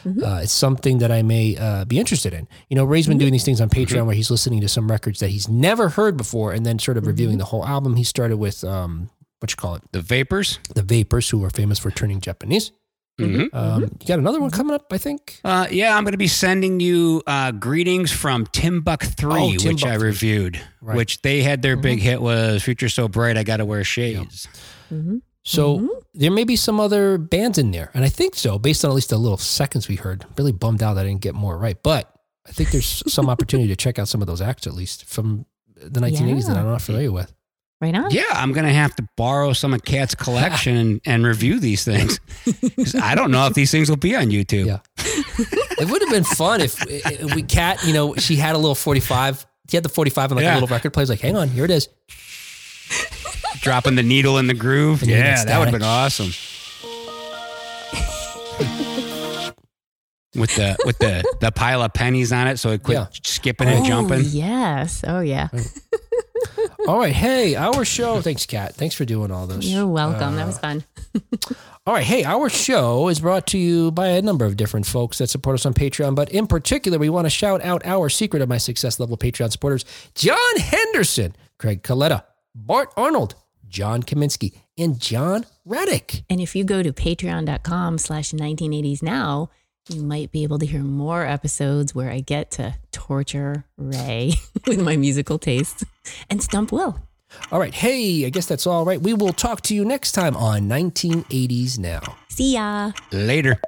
Speaker 4: Mhm.
Speaker 2: uh, it's something that I may uh, be interested in. You know, Ray's been doing these things on Patreon where he's listening to some records that he's never heard before, and then sort of reviewing the whole album. He started with um, what you call it,
Speaker 3: The Vapors.
Speaker 2: the Vapors, who are famous for turning Japanese.
Speaker 3: Mhm.
Speaker 2: Um, You got another one coming up, I think.
Speaker 3: Uh, yeah, I'm going to be sending you uh, greetings from Timbuk3,
Speaker 2: Oh,
Speaker 3: which I
Speaker 2: Timbuk3.
Speaker 3: reviewed,
Speaker 2: Right.
Speaker 3: which they had their big hit was Future So Bright, I Got to Wear Shades.
Speaker 4: hmm
Speaker 2: So there may be some other bands in there, and I think so, based on at least the little seconds we heard. Really bummed out that I didn't get more right, but I think there's
Speaker 4: <laughs>
Speaker 2: some opportunity to check out some of those acts at least from the 1980s that
Speaker 4: Yeah.
Speaker 2: I'm not familiar with.
Speaker 4: Right on.
Speaker 3: Yeah, I'm going to have to borrow some of Kat's collection and, and review these things. <laughs> 'Cause I don't know if these things will be on YouTube.
Speaker 2: Yeah. It would have been fun if, if we cat, you know, she had a little 45. She had the 45 and like
Speaker 3: Yeah.
Speaker 2: a little record player. It's Like, hang on, here it is.
Speaker 3: Dropping the needle in the groove.
Speaker 2: And you
Speaker 3: yeah,
Speaker 2: get
Speaker 3: that would have been awesome.
Speaker 2: static.
Speaker 3: With the with the the pile of pennies on it, so it quit
Speaker 2: Yeah.
Speaker 3: skipping and
Speaker 4: Oh,
Speaker 3: jumping.
Speaker 4: Yes. Oh, yeah.
Speaker 2: All right. Hey, our show. Thanks, Kat. Thanks for doing all those.
Speaker 4: You're welcome.
Speaker 2: Uh,
Speaker 4: that was fun.
Speaker 2: All right. Hey, our show is brought to you by a number of different folks that support us on Patreon, but in particular, we want to shout out our secret of my success level Patreon supporters John Henderson, Craig Coletta, Bart Arnold, John Kaminsky, and John Reddick.
Speaker 4: And if you go to patreon.com slash 1980s now, you might be able to hear more episodes where I get to torture Ray <laughs> with my musical taste and stump Will.
Speaker 2: All right. Hey, I guess that's all right. We will talk to you next time on 1980s Now.
Speaker 4: See ya.
Speaker 3: Later.